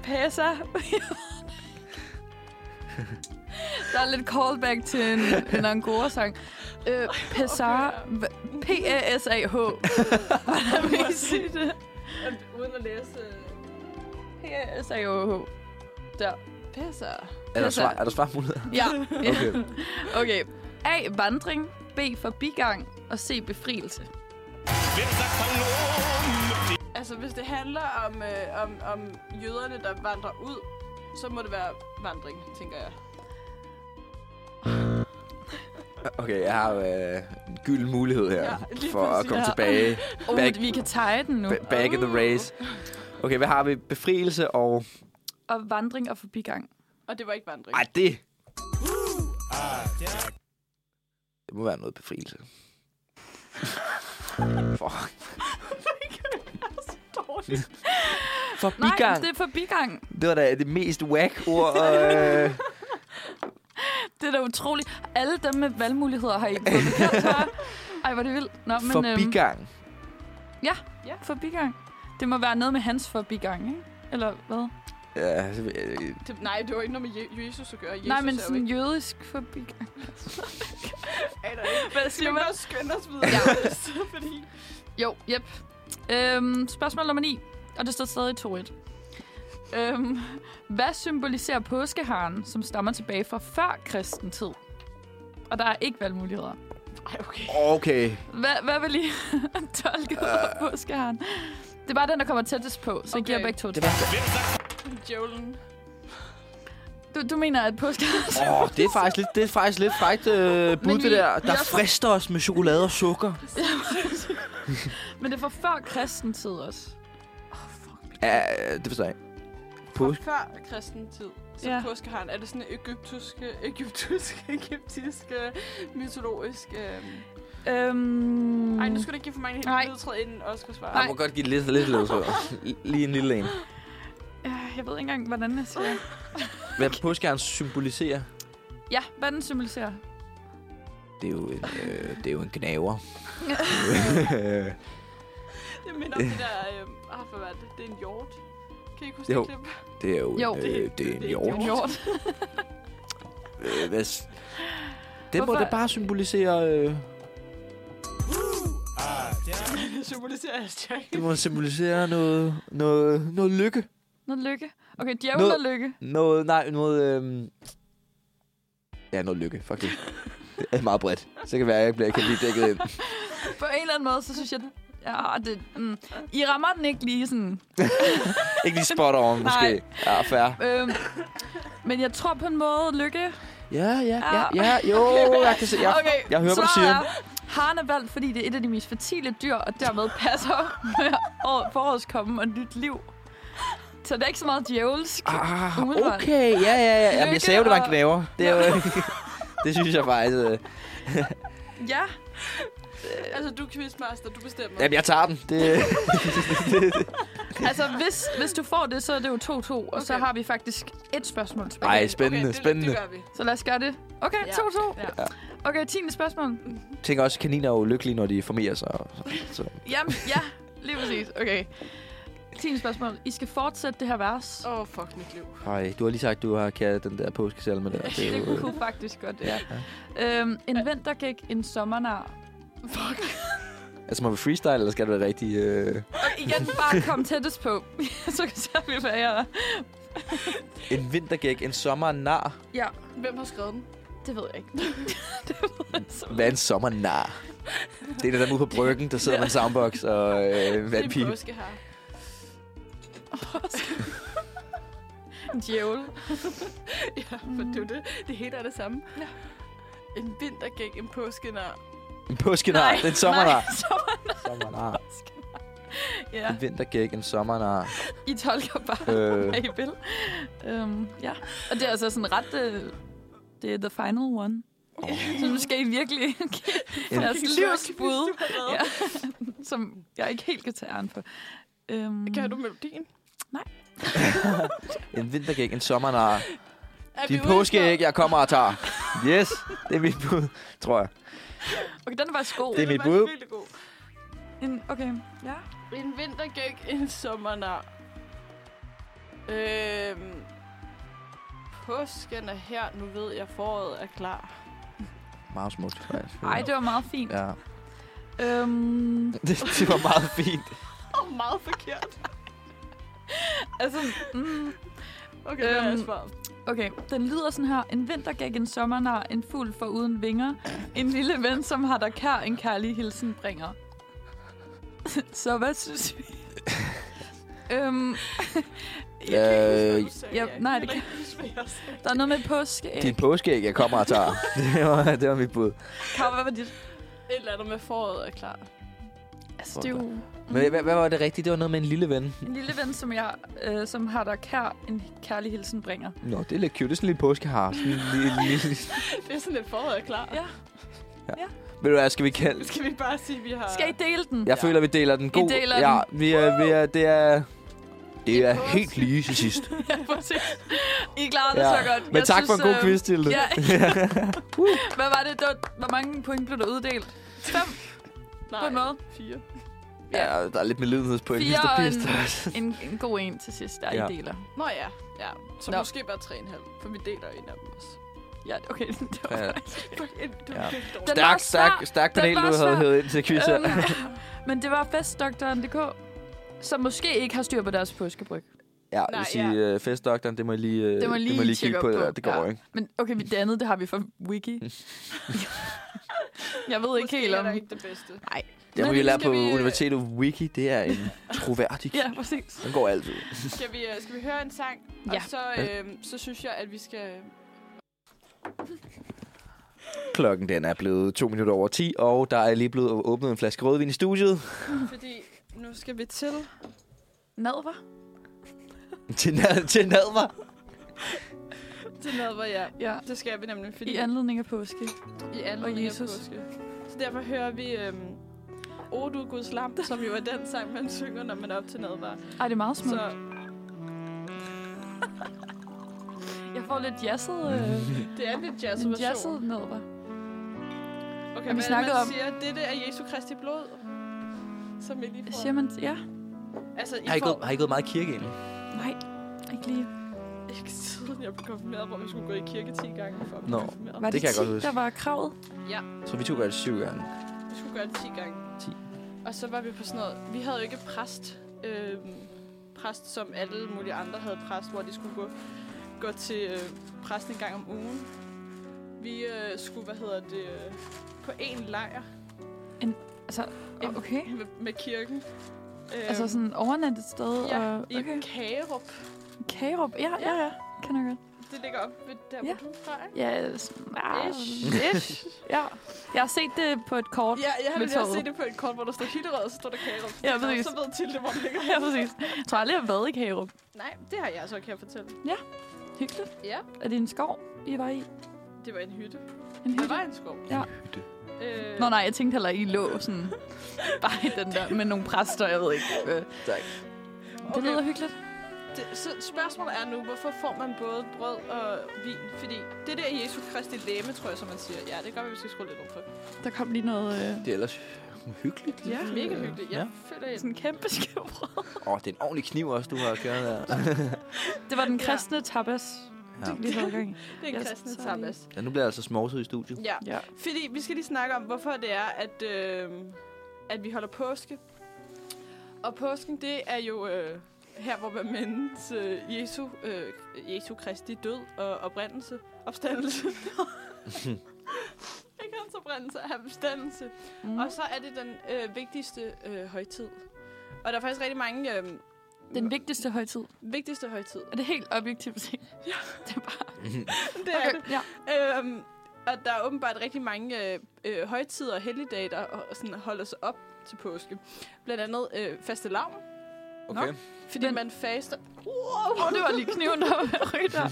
S3: Pesar. Der er lidt callback til en, en angora-sang. Øh, pesar. Hva- P-A-S-A-H. Hvordan vil I sige det?
S1: Uden at læse... øh,
S3: P-A-S-A-H. Der.
S1: Pisser.
S2: Er der,
S3: Altså-
S2: svar, er der svarmuligheder?
S3: Ja.
S2: Okay.
S3: okay. A. Vandring. B. Forbigang. Og C. Befrielse.
S5: Hvem der kom nogen?
S1: Altså, hvis det handler om, øh, om, om jøderne, der vandrer ud, så må det være vandring, tænker jeg.
S2: Okay, jeg har øh, en gylden mulighed her
S1: Ja, lige
S2: for at
S1: præcis.
S2: komme
S1: Ja.
S2: tilbage.
S3: Oh,
S2: Back-
S3: vi kan teje den nu.
S2: Ba- back in the race. Okay, hvad har vi? Befrielse og...
S3: Og vandring og forbigang.
S1: Og det var ikke vandring.
S2: Ej, det... Det må være noget befrielse. Fuck. For
S3: Nej,
S2: bigang.
S3: det er forbigang.
S2: Det var da det mest whack ord. Øh,
S3: Det er da utroligt. Alle dem med valgmuligheder har I fået bekendt, hva'? Ej, hvor er det vildt. Nå, men,
S2: forbigang.
S3: Øhm, forbigang. Det må være noget med hans forbigang, ikke? Eller hvad? Jesus
S2: Ja, så ved jeg ikke.
S1: Det, nej, det var ikke noget med Je- Jesus at gøre. Jesus
S3: Nej, men
S1: er jo
S3: sådan
S1: ikke...
S3: jødisk forbigang.
S1: Aner ikke.
S3: Hvad
S1: Skal
S3: siger
S1: vi
S3: man?
S1: også skynde os videre? Ja. fordi...
S3: Jo, yep. Øhm, spørgsmål nummer 9, og det står stadig 2-1. Øhm, hvad symboliserer påskeharen, som stammer tilbage fra før kristen tid? Og der er ikke valgmuligheder.
S1: Ej, okay.
S2: Okay.
S3: Hvad, hvad vil I tolke uh.
S2: Øh.
S3: påskeharen? Det er bare den, der kommer tættest på, så okay. jeg
S1: Okay.
S3: giver begge to.
S2: Det var...
S5: Hvem der
S1: Jolen.
S3: Du, du mener, at påskeharen...
S2: Åh, oh, det er faktisk lidt, det er faktisk lidt frækt øh, bud,
S3: Men
S2: det
S3: vi-
S2: der.
S3: vi
S2: Der
S3: er fra-
S2: frister os med chokolade og sukker.
S3: Men det er fra før kristen tid også.
S2: Ja, øh, det forstår jeg ikke. Påske.
S1: Fra før kristen tid, så
S3: Ja.
S1: ja. påskeharen, er det sådan egyptiske, egyptiske, egyptiske, mytologiske... øhm.
S3: Øhm...
S1: Ej, nu skulle du ikke give for mange
S3: Nej.
S1: helt nedtræd inden Oscar svarer.
S2: Jeg må godt give lidt, lidt ledtråd. Lige en lille en.
S3: Øh, Jeg ved ikke engang, hvordan jeg siger det.
S2: Hvad påskeren symboliserer?
S3: Ja, hvad den symboliserer.
S2: Det er jo en, øh, det er jo en gnaver.
S1: Det minder om det der... Øh, ah, hvad var det? Det er en hjort. Kan I ikke huske
S2: Jo.
S1: det klip?
S2: det er jo,
S3: Jo,
S2: en,
S1: det-
S2: øh, det er en
S1: det-
S2: hjort.
S3: En hjort.
S2: Øh, hvad s- det må
S3: Hvorfor-
S2: det bare symbolisere... Øh,
S1: Det symboliserer hashtag.
S2: det må symbolisere noget, noget, noget lykke.
S3: Noget lykke. Okay, djævel
S2: Noget-
S3: og lykke.
S2: Noget, nej, noget... Øh, ja, noget lykke, faktisk. Det er meget bredt. Så kan være, at jeg bliver, kan blive dækket ind.
S3: På en eller anden måde, så synes jeg... Ja, det, mm, I rammer den ikke lige sådan.
S2: Ikke lige spot on, måske. Ja, fair.
S3: Øhm, men jeg tror på en måde, lykke...
S2: Ja, ja, ja,
S3: Ah.
S2: ja. Jo, jeg kan se. Jeg,
S3: Okay,
S2: jeg hører, hvad du
S3: svaret
S2: siger.
S3: Er, haren er valgt, fordi det er et af de mest fertile dyr, og dermed passer med år- forårskommen og nyt liv. Så det er ikke så meget djævelsk.
S2: Ah,
S3: Umiddelbart.
S2: okay. Ja, ja, ja. Jamen, jeg
S3: Lykke
S2: sagde jo, det var en
S3: og-
S2: gnaver. Det, er jo, det synes jeg faktisk. Øh.
S3: Ja,
S1: Altså, du er quizmaster, du bestemmer.
S2: Jamen, jeg tager den. Det,
S3: altså hvis, hvis du får det, så er det jo 2-2, og okay. så
S1: Okay.
S3: har vi faktisk et spørgsmål tilbage.
S2: Ej, spændende,
S1: okay, det,
S2: spændende.
S1: Det gør vi.
S3: Så lad os gøre det. Okay, 2-2.
S1: Ja.
S3: Ja. Okay, tiende spørgsmål.
S2: jeg tænker også, kaniner er jo lykkelige, når de formerer sig. og Så, så.
S3: Jamen, ja, lige præcis. Okay. Tiende spørgsmål. I skal fortsætte det her vers.
S1: Åh, oh, fuck mit liv.
S2: Ej, du har lige sagt, du har kæret den der påskesalme der. Det er jo,
S3: Det
S2: øh,
S3: kunne faktisk godt, ja. Øhm, en vintergæk, en sommernar. Fuck.
S2: altså, må vi freestyle, eller skal det være rigtig... Øh,
S3: Og igen, bare kom tættest på. så ser vi, hvad jeg er.
S2: en vintergæk, en sommernar.
S3: Ja,
S1: Hvem har skrevet den?
S3: det ved jeg ikke. det ved jeg så.
S2: Hvad er en sommernar? Det er det der ude på bryggen, der sidder med en soundbox og øh,
S1: Det er
S2: vandpil.
S1: påske her.
S3: En djævel.
S1: Ja, for det er jo det. Det hele er det samme. Ja. En vintergæk, en påskenar.
S2: En påskenar, det er en sommernar.
S3: Nej, sommernar.
S2: sommernar.
S3: Ja,
S2: En vintergæk, en sommernar.
S3: I tolker bare,
S2: Øh.
S3: hvad I vil. Øhm, ja, og det er altså sådan ret... Øh, det er the final one. Så nu skal I virkelig give jeres Altså, livsbud, ja, som jeg ikke helt kan tage æren for. Øhm,
S1: Kan du melodien?
S2: En vintergæk, en sommernar.
S1: Er
S2: Din
S1: vi ude i
S2: påskeæg,
S1: sådan-
S2: jeg kommer og tager. Yes, det er mit bud, tror jeg.
S3: Okay, den var faktisk god.
S2: Det er mit
S1: faktisk
S2: bud.
S1: virkelig god.
S3: En, okay, ja.
S1: En vintergæk, en sommernar. Øhm, påsken er her, nu ved jeg, foråret er klar.
S2: Meget smukt, faktisk.
S3: Ej, det var meget fint.
S2: Ja,
S3: Øhm,
S2: det, det var meget fint.
S1: Åh, oh, meget forkert.
S3: altså, mm,
S1: Okay, øhm, det er
S3: Øhm,
S1: svaret.
S3: Okay, den lyder sådan her. En vintergæk, en sommernar, en fugl for uden vinger. En lille ven, som har dig kær, en kærlig hilsen bringer. Så hvad synes vi? øhm,
S2: Øh,
S3: ja, nej, det
S1: kan
S3: der er noget med påske.
S2: din påskeæg, jeg kommer og tager. Det var, det var mit bud.
S3: Kav, hvad var dit?
S1: Et eller andet med foråret er klar.
S3: Altså, det er jo
S2: Men hvad, hvad var det rigtigt? Det var noget med en lille ven.
S3: en lille ven, som, jeg, øh, som har dig kær, en kærlig hilsen bringer.
S2: Nå, det er lidt cute. Det er sådan en lille påskehar. Sådan en lille, lille.
S1: Det er sådan lidt foråret er klar.
S3: Ja.
S2: Ved du hvad, skal vi kalde?
S1: Skal vi bare sige, at vi har...
S3: Skal I dele den?
S2: Jeg føler, vi deler den god.
S3: deler
S2: ja, vi er, vi er, det er... Det er
S1: påske.
S2: helt lige til sidst.
S3: Ja, præcis. I klarede det
S2: Ja.
S3: så godt.
S2: Men tak for en god
S3: øh,
S2: quiz, Tilde.
S3: Ja. Hvad var det? Der, hvor mange point blev der uddelt? Fem
S1: Nej,
S3: på en måde.
S1: fire.
S2: Ja, der er lidt med lidenhedspoint.
S3: Fire
S2: Mr.
S3: og
S2: Beast.
S3: En, en god en til sidst, der
S2: Ja.
S3: ja. I deler.
S1: Nå ja, ja. Så
S3: Nå.
S1: måske bare tre en halv, for vi deler en af dem også.
S3: Ja, okay. Det var
S2: Ja.
S1: Det
S2: Ja.
S1: var virkelig dårligt.
S3: Den var
S2: Stærk,
S3: svær.
S2: stærk, stærk
S3: Den
S2: panel,
S3: var
S2: du havde
S3: svær.
S2: hævet ind til quiz her.
S3: Øhm, men det var festdoktoren.dk, som måske ikke har styr på deres påskebryg.
S2: Ja, det
S1: Nej,
S2: vil sige, øh, festdoktoren, det må jeg lige, øh,
S3: Det må jeg lige,
S2: det må jeg lige kigge
S3: tjekke op
S2: på.
S3: på.
S2: Det, der. det går
S3: Ja.
S2: ikke.
S3: Men okay, det andet, det har vi fra Wiki. jeg ved ikke
S1: Måske
S3: helt
S1: er
S3: om...
S1: der ikke det bedste.
S2: Det har
S3: Men
S2: vi lært
S1: skal
S2: på
S1: vi, øh,
S2: universitetet. Wiki, det er en troværdig.
S3: Ja, præcis.
S2: Den går altid.
S1: Skal vi, øh, skal vi høre en sang?
S3: Ja.
S1: Og så, øh, så synes jeg, at vi skal...
S2: Klokken den er blevet to minutter over 10, og der er lige blevet åbnet en flaske rødvin i studiet.
S1: Fordi nu skal vi til...
S3: Mad, var?
S2: til, nad, til nadver.
S1: Til noget, hvor jeg...
S3: Ja.
S1: Det skal vi nemlig, fordi
S3: I anledning af påske.
S1: i anledning
S3: Og
S1: af
S3: Jesus.
S1: påske. Så derfor hører vi... Øh, O du Guds lam, som jo er den sang, man synger, når man er op til nadvar.
S3: Ej, det er meget smukt.
S1: Så
S3: Jeg får lidt jazzet, øh,
S1: det er lidt
S3: en
S1: jazz
S3: jazzet mad, var?
S1: Okay,
S3: vi
S1: hvad snakker
S3: snakkede
S1: man
S3: om-
S1: siger, dette er Jesu Kristi blod, som I lige får.
S3: Siger man... Ja.
S1: Altså, I
S2: Har I, gået,
S1: får
S2: har I gået meget i kirke egentlig?
S3: Nej, ikke lige.
S1: ikke siden jeg blev konfirmeret, hvor vi skulle gå i kirke 10 gange for at blive
S2: Nå.
S1: konfirmeret.
S3: Var
S2: Det
S3: det,
S2: kan jeg
S3: 10,
S2: godt huske.
S3: der var kravet?
S2: Jeg tror, vi to gør det syv gange.
S1: Vi skulle gøre det 10 gange.
S2: 10.
S1: Og så var vi på sådan noget... Vi havde jo ikke præst, øh, præst som alle mulige andre havde præst, hvor de skulle gå, gå til øh, præsten en gang om ugen. Vi øh, skulle, hvad hedder det, øh, på en lejr
S3: altså, Okay.
S1: med, med kirken. Øh,
S3: Altså sådan overnattet sted
S1: ja,
S3: og...
S1: i
S3: Okay.
S1: Kagerup.
S3: Kagerup. Ja, ja, ja. Kan jeg godt.
S1: Det ligger op ved der, hvor
S3: Ja.
S1: du er fra, ikke?
S3: Ja, sådan, ah,
S1: Ish.
S3: ish. ja. Jeg har set det på et kort.
S1: Ja, jeg har
S3: Med
S1: lige også
S3: toget.
S1: set det på et kort, hvor der står Hillerød, og så står der Kagerup.
S3: Ja,
S1: Så-
S3: præcis.
S1: Så ved Tilde, hvor den ligger.
S3: Ja, præcis. Jeg tror aldrig, jeg har været i Kagerup.
S1: Nej, det har jeg så, kan jeg fortælle.
S3: Hyggeligt.
S1: Ja.
S3: Er det en skov, I var i?
S1: Det var en hytte.
S3: En
S1: Det
S3: hytte?
S1: var en skov.
S3: Ja.
S2: Hytte.
S1: Øh,
S3: Nå nej, jeg tænkte heller, I lå sådan bare i den der med nogle præster, jeg ved ikke. Øh,
S2: Tak.
S3: Det lyder
S1: Okay.
S3: hyggeligt.
S1: Det, så spørgsmålet er nu, hvorfor får man både brød og vin? Fordi det der er Jesu Kristi læme, tror jeg, som man siger. Ja, det gør, at vi skal skrue lidt op for.
S3: Der kom lige noget... Øh,
S2: Det er ellers hyggeligt.
S1: Det er mega hyggeligt. Jeg
S2: Ja.
S1: føler, jeg...
S3: sådan en kæmpe skævbrød.
S2: Åh, oh, det er en ordentlig kniv også, du har kørt der.
S3: Det var den
S1: Ja.
S3: kristne tapas.
S2: Ja.
S3: Ja. Vi havde gang. i.
S1: Det er en
S3: Jeg-
S1: kristne
S3: så er det-
S1: tapas.
S2: Ja, nu bliver jeg altså smovset i studiet.
S1: Ja.
S3: Ja.
S1: Fordi vi skal lige snakke om, hvorfor det er, at, øh, at vi holder påske. Og påsken, det er jo øh, her, hvor man mindes øh, Jesu, øh, Jesu Kristi død og oprindelse. Opstandelse. Ikke hans oprindelse, hans opstandelse.
S3: Mm.
S1: Og så er det den øh, vigtigste øh, højtid. Og der er faktisk rigtig mange øh,
S3: Den vigtigste højtid.
S1: vigtigste højtid.
S3: Er det helt objektivt set? Ja. Det er bare...
S1: Det er det.
S3: Okay. Ja.
S1: Øhm, og der er åbenbart rigtig mange øh, øh, højtider og helligdage, der øh, sådan holder sig op til påske. Blandt andet øh, faste lav,
S2: Okay.
S1: fordi
S3: Men-
S1: man faster,
S3: Åh, det var lige kniven, der var ved at ryge der.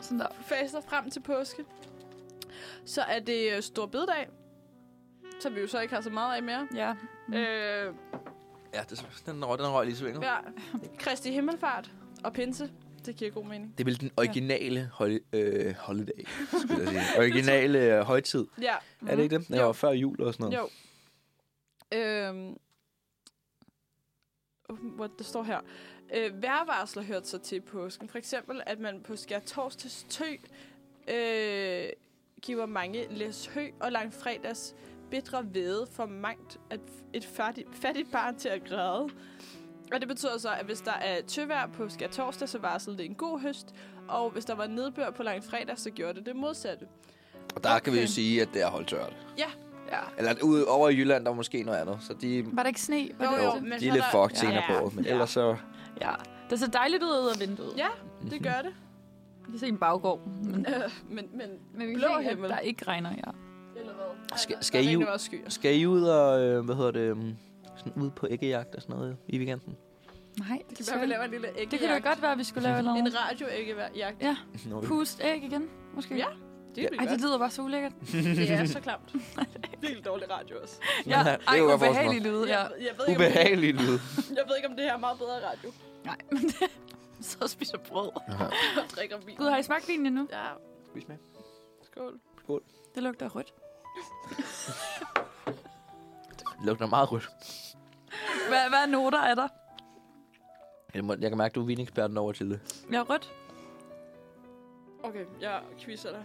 S3: Sådan der.
S1: faster frem til påske. Så er det øh, stor bededag, som vi jo så ikke har så meget af mere.
S3: Ja.
S1: Mm. Øh,
S2: Ja, det, den, røg, den røg lige så længe.
S1: Ja. Kristi Himmelfart og Pinse. Det giver god mening.
S2: Det er vel den originale hol- øh, holiday, skulle jeg sige. Originale øh, højtid.
S1: Ja,
S2: Er
S3: Mm.
S2: det ikke det? Det
S1: Jo.
S2: var før jul og sådan noget.
S1: jo. Øhm. Uh, What der står her. Øh, værvarsler hørte sig til i påsken. For eksempel, at man på skær torsdags tø øh, giver mange læs hø og langfredags bitre vede for mangt at et fattigt, fattigt barn til at græde. Og det betyder så, at hvis der er tøvejr på skær torsdag, så varslede det en god høst. Og hvis der var nedbør på langfredag, så gjorde det det modsatte.
S2: Og der kan vi jo
S1: Okay.
S2: sige, at det er holdtørt.
S1: Ja.
S2: Eller ude over i Jylland, der er måske noget andet. Så de,
S3: Var der ikke sne? Var
S1: Jo,
S3: det
S1: jo,
S3: det?
S1: men
S2: de
S1: så
S2: er
S1: er
S2: lidt
S1: der-
S2: fucked senere
S1: Ja.
S2: på året. Men
S1: Ja.
S2: ellers så...
S3: Ja. Det ser dejligt ud ud af vinduet.
S1: Ja, det gør det.
S3: Vi kan se en baggård. Men,
S1: Øh, men, men
S3: men vi kan
S1: Blå
S3: se, at
S1: himmel.
S3: der ikke regner, ja.
S1: Eller hvad?
S2: Skal-
S1: Der-
S2: skal
S1: der
S2: I
S1: regner
S2: ud-
S1: også skyer.
S2: Skal I ud og, øh, hvad hedder det, øhm, sådan ude på æggejagt og sådan noget i weekenden?
S3: Nej,
S1: Det kan være, vi laver en lille æggejagt.
S3: det kan da godt være, at vi skulle lave noget.
S1: En radioæggejagt.
S2: Når vi...
S3: Pust æg igen, måske.
S1: Ja, Det er
S3: Ej, det
S1: det,
S3: lyder bare så ulækkert.
S1: det er så klamt. Vildt dårlig radio også.
S3: Ja,
S2: det
S3: ej,
S2: kan jeg godt
S3: ubehagelig lyd, ja.
S1: Jeg, jeg, ved ikke, om,
S2: Ubehagelig lyd.
S1: jeg ved ikke, om det her er meget bedre radio.
S3: Nej, men det, så spiser brød.
S1: Jeg drikker vin.
S3: Gud, har I smagt vinen endnu?
S1: Ja,
S2: Spis med.
S1: skål.
S3: Det lugter af rødt.
S2: Det lugter meget rødt.
S3: Hvad, hvad noter er der?
S2: Jeg, må, jeg kan mærke, at du er vineksperten over til det.
S3: Ja, rødt.
S1: Okay, jeg quizzer dig.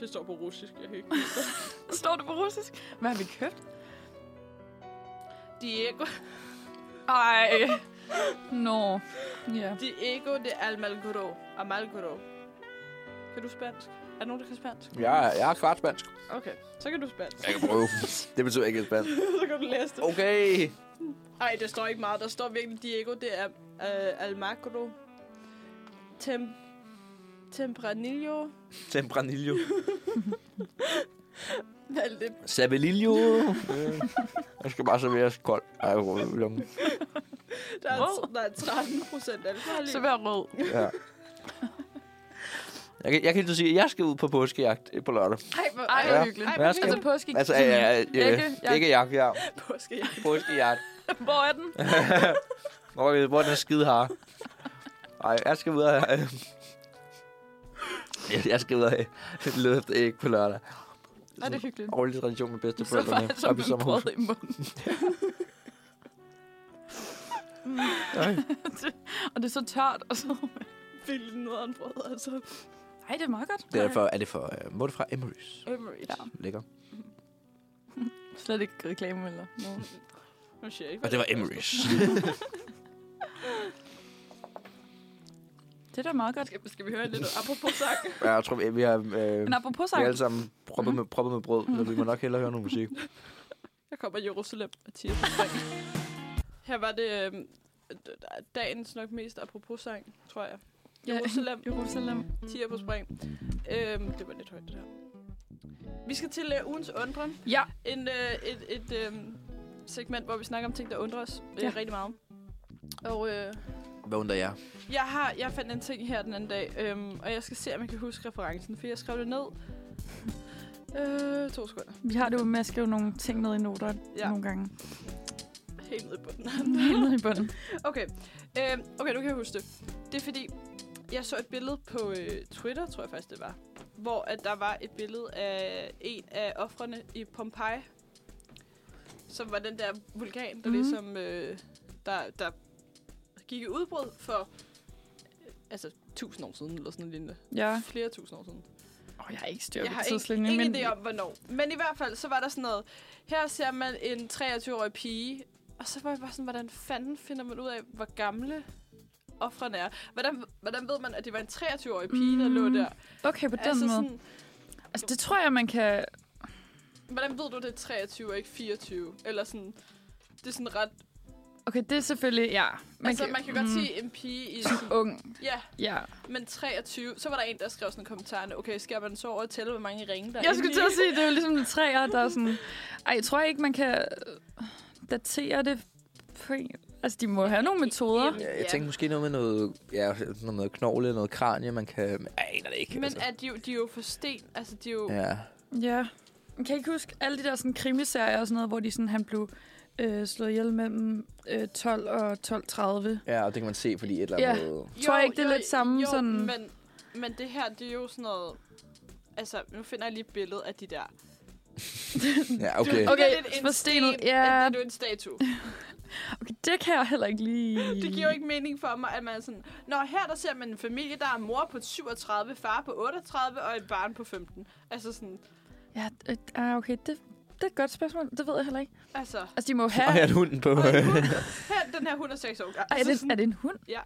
S1: Det står på russisk, jeg kan ikke.
S3: Står det på russisk? Hvad har vi købt?
S1: Diego.
S3: Ej. Nå. Ja.
S1: Diego de Almagro. Amalgro. Kan du spansk? Er der nogen, der kan spansk?
S2: Jeg, jeg er kvart spansk.
S1: Okay, så kan du spansk.
S2: Jeg kan prøve. det betyder ikke et spansk.
S1: så kan du læse det.
S2: Okay.
S1: Ej, der står ikke meget. Der står virkelig Diego. Det er øh, Almagro. Tem Tempranillo.
S2: Tempranillo.
S1: Alt det.
S2: Sabelillo. Øh, jeg skal bare serveres kold. Ej, hvor er det dumt.
S1: Der er,
S3: Wow.
S1: der er 13 procent alkohol i.
S3: Så vær rød.
S2: ja. Jeg kan, jeg kan ikke sige, at jeg skal ud på påskejagt øh, på lørdag.
S1: Ej, hvor
S3: Ej,
S1: ej,
S3: hvor
S2: Ja.
S3: hyggeligt.
S1: Ej,
S2: Hvad skal
S3: Altså
S2: du?
S3: påske.
S2: Altså, øh, øh,
S3: Æggejagt.
S2: øh, ikke jagt, ja.
S1: hvor skal jeg?
S2: Påskejagt.
S3: Hvor er den?
S2: Hvor, er- hvor er den skide har. Ej, jeg skal ud og... Øh, jeg, jeg skal ud og øh, lede efter æg på lørdag.
S3: Er det er hyggeligt?
S2: Årlig tradition med bedste
S3: Så var
S2: forældrene.
S3: det som
S2: Op i
S3: en
S2: sommerhus.
S3: brød i munden.
S2: Ej.
S3: Og det er så tørt. Og så...
S1: Vildt nederen brød, altså.
S3: Ej, det er meget godt.
S2: Det er, for, er det for uh, Morte fra Emerys?
S1: Emery's.
S3: Ja.
S1: Ja.
S2: Lækker.
S3: Slet ikke reklame eller noget.
S1: Nu siger jeg ikke,
S2: Og det var Emerys.
S3: Det er da meget godt.
S1: Skal, skal vi høre lidt apropos sang?
S2: ja, jeg tror, vi, vi har, øh,
S3: Men apropos
S2: vi
S3: sang.
S2: er alle sammen proppet, med, proppet med brød, så vi må nok hellere høre noget musik.
S1: Jeg kommer Jerusalem og Tia Her var det øhm, d- dagens nok mest apropos sang, tror jeg.
S3: Ja.
S1: Jerusalem.
S3: Jerusalem.
S1: Tiger på spring. Øhm, det var lidt højt, det her. Vi skal til øh, ugens undren.
S3: Ja.
S1: En, øh, et et øh, segment, hvor vi snakker om ting, der undrer os øh,
S3: Ja.
S1: ja. rigtig meget. Og øh,
S2: Hvad undrer jeg?
S1: jeg, har, jeg fandt en ting her den anden dag, øhm, og jeg skal se, om jeg kan huske referencen, for jeg skrev det ned. Øh, to sekunder.
S3: Vi har det jo med at skrive nogle ting ned i noter ja.
S1: Ja.
S3: nogle gange.
S1: Helt ned i bunden.
S3: Helt ned i bunden.
S1: Okay. Øhm, okay, nu kan jeg huske det. Det er fordi, jeg så et billede på øh, Twitter, tror jeg faktisk det var, hvor at der var et billede af en af offrene i Pompeji, som var den der vulkan, der
S3: Mhm.
S1: mm. ligesom, øh, der, der gik i udbrud for, øh, altså, tusind år siden, eller sådan noget lignende.
S3: Ja.
S1: Flere tusind år siden.
S3: Oh, jeg har ikke styr
S1: Jeg
S3: på
S1: har
S3: tidslinjen.
S1: ikke, ingen idé om, hvornår. Men i hvert fald, så var der sådan noget. Her ser man en 23-årig pige, og så var jeg bare sådan, hvordan fanden finder man ud af, hvor gamle offrene er? Hvordan, hvordan ved man, at det var en 23-årig pige, der lå
S3: Mm,
S1: der?
S3: Okay, på den altså, måde. Sådan...
S1: Sådan,
S3: Altså, det tror jeg, man kan...
S1: hvordan ved du, det er 23 og ikke 24? Eller sådan, det er sådan ret...
S3: Okay, det er selvfølgelig... Ja.
S1: Man altså, kan, man kan godt
S3: Mm.
S1: sige en pige i...
S3: Som ung.
S1: Ja,
S3: Ja.
S1: men 23. Så var der en, der skrev sådan en kommentar. Okay, skal man så over og tælle, hvor mange ringe der er
S3: Jeg
S1: inde
S3: skulle
S1: i?"
S3: til at sige, det er jo ligesom træer, der er sådan... Ej, jeg tror ikke, man kan øh, datere det på en... Altså, de må have nogle metoder.
S1: Jamen,
S2: Ja, jeg
S1: ja.
S2: tænkte måske noget med noget, ja, sådan noget knogle, noget kranje, man kan... Jeg aner det ikke. altså.
S1: Men at de, jo- de er jo for sten. Altså, de er jo...
S2: Ja.
S3: Ja. Man kan I ikke huske alle de der sådan krimiserier og sådan noget, hvor de sådan, han blev øh, slået ihjel mellem øh, 12 og 12.30.
S2: Ja, og det kan man se, fordi et eller andet... Ja.
S3: Tror jeg ikke, det er lidt samme
S1: jo,
S3: sådan-
S1: Men, men det her, det er jo sådan noget... Altså, nu finder jeg lige et billede af de der.
S2: Ja, okay.
S1: Du,
S3: Okay,
S1: det er lidt en
S3: forstenet,
S1: sten,
S3: ja.
S1: at Det er en statue.
S3: Okay, det kan jeg heller ikke lige...
S1: Det giver jo ikke mening for mig, at man er sådan... Nå, her der ser man en familie, der er mor på 37, far på 38 og et barn på 15. Altså sådan...
S3: Ja, øh, ah, okay, det, det er et godt spørgsmål. Det ved jeg heller ikke.
S1: Altså...
S3: Altså, de må
S2: Og
S3: have...
S2: her er hunden på.
S1: Og en hund, her, den her hund er 6 år. Altså,
S3: Ej, er, det, er det en hund?
S1: Ja.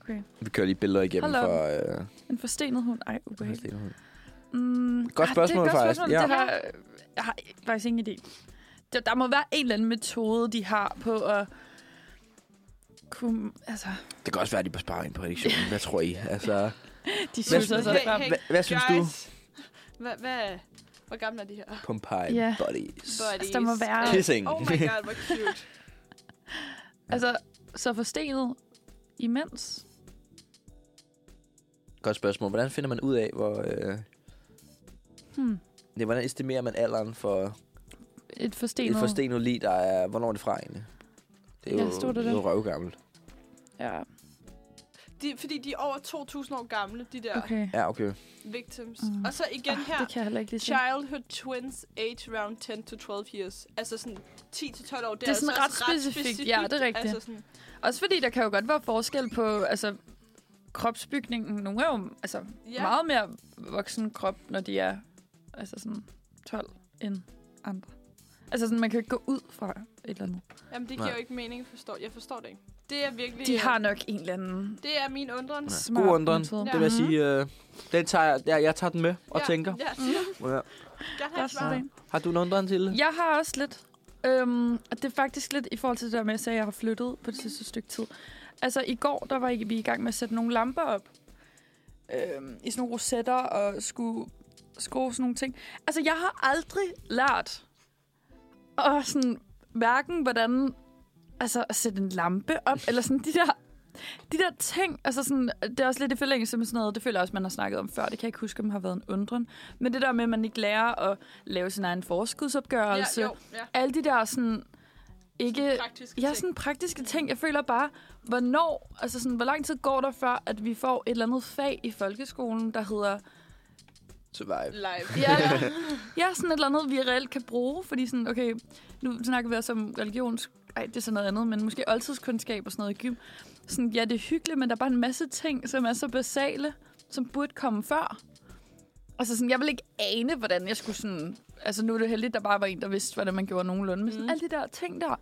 S3: Okay.
S2: Vi kører lige billeder igennem
S3: Hold op.
S2: for... Øh,
S3: En forstenet hund? Ej,
S2: for
S3: ubehageligt.
S2: Stenhund.
S3: Mm,
S2: Godt spørgsmål,
S3: det er et godt
S2: faktisk.
S3: spørgsmål.
S2: Ja.
S3: Det har, jeg har faktisk ingen idé. Der, der må være en eller anden metode, de har på at kunne... Altså,
S2: det kan også være, at de bare sparer en på redaktionen. Hvad tror I? Altså,
S3: de synes
S2: synes
S3: også...
S2: du?
S3: at-
S2: Hva- hvad, hvad synes du?
S1: Hvad, hvad, hvor gamle er de her?
S2: Pompeii
S3: Ja.
S2: Buddies.
S1: Buddies.
S3: Altså, der må være-
S2: Kissing.
S1: Oh my god, hvor cute.
S3: Altså, så forstenet imens?
S2: Godt spørgsmål. Hvordan finder man ud af, hvor... Øh,
S3: Hmm.
S2: det, hvordan estimerer man alderen for
S3: Et
S2: et
S3: forstenet...
S2: forstenet lig, der er... Hvornår er det fra egentlig? Det er
S3: Ja,
S2: jo,
S3: stod der
S2: det er jo
S3: det?
S2: røvgammelt.
S3: Ja,
S1: De, fordi de er over 2.000 år gamle, de der
S3: okay.
S2: Ja, okay.
S1: victims.
S3: Mm.
S1: Og så igen
S3: Ah,
S1: her,
S3: Det kan jeg heller ikke lige se.
S1: childhood twins age around 10 to 12 years. Altså sådan 10 til 12 år, det,
S3: Det er
S1: altså
S3: sådan ret
S1: også
S3: specifikt. Ja, det er rigtigt.
S1: Altså sådan,
S3: Også fordi der kan jo godt være forskel på altså, kropsbygningen. Nogle er jo altså,
S1: ja,
S3: ja. meget mere voksen krop, når de er altså sådan 12 end andre. Altså sådan, man kan jo ikke gå ud fra et eller andet.
S1: Jamen, det
S2: Nej.
S1: giver jo ikke mening, forstår. Jeg forstår det ikke. Det er virkelig... øh,
S3: De har nok en eller anden
S1: Det er min undren.
S2: Ja.
S3: smart
S2: God undren.
S3: metode.
S1: Ja.
S2: Det vil jeg sige, øh, den tager jeg, ja, jeg tager den med og
S1: ja,
S2: tænker.
S1: Ja,
S3: Mm.
S1: siger.
S2: Ja.
S1: Gerne have
S3: Godt
S1: et svar.
S3: sådan.
S2: Har du en undren til?
S3: Jeg har også lidt. Øhm, og det er faktisk lidt i forhold til det der med, at jeg sagde, at jeg har flyttet på det sidste stykke tid. Altså i går, der var I- vi i gang med at sætte nogle lamper op. Øhm, I sådan nogle rosetter og skulle skrue sådan nogle ting. Altså jeg har aldrig lært og sådan hverken hvordan altså at sætte en lampe op, eller sådan de der de der ting, altså sådan, det er også lidt i forlængelse med sådan noget, det føler jeg også, man har snakket om før, det kan jeg ikke huske, om har været en undren. Men det der med, at man ikke lærer at lave sin egen forskudsopgørelse,
S1: Ja, jo, ja.
S3: alle de der sådan ikke...
S1: Praktiske
S3: Ja,
S1: ting.
S3: sådan praktiske ting. Jeg føler bare, hvornår, altså sådan, hvor lang tid går der før, at vi får et eller andet fag i folkeskolen, der hedder,
S2: Survive.
S1: Live.
S3: ja, ja sådan et eller andet, vi reelt kan bruge, fordi sådan, okay, nu snakker vi også om religions... Ej, det er sådan noget andet, men måske oldtidskundskab og sådan noget i gym. Sådan, ja, det er hyggeligt, men der er bare en masse ting, som er så basale, som burde komme før. Altså sådan, jeg vil ikke ane, hvordan jeg skulle sådan... Altså nu er det heldigt, der bare var en, der vidste, hvordan man gjorde nogenlunde. Men sådan,
S1: Mm.
S3: alle de der ting der...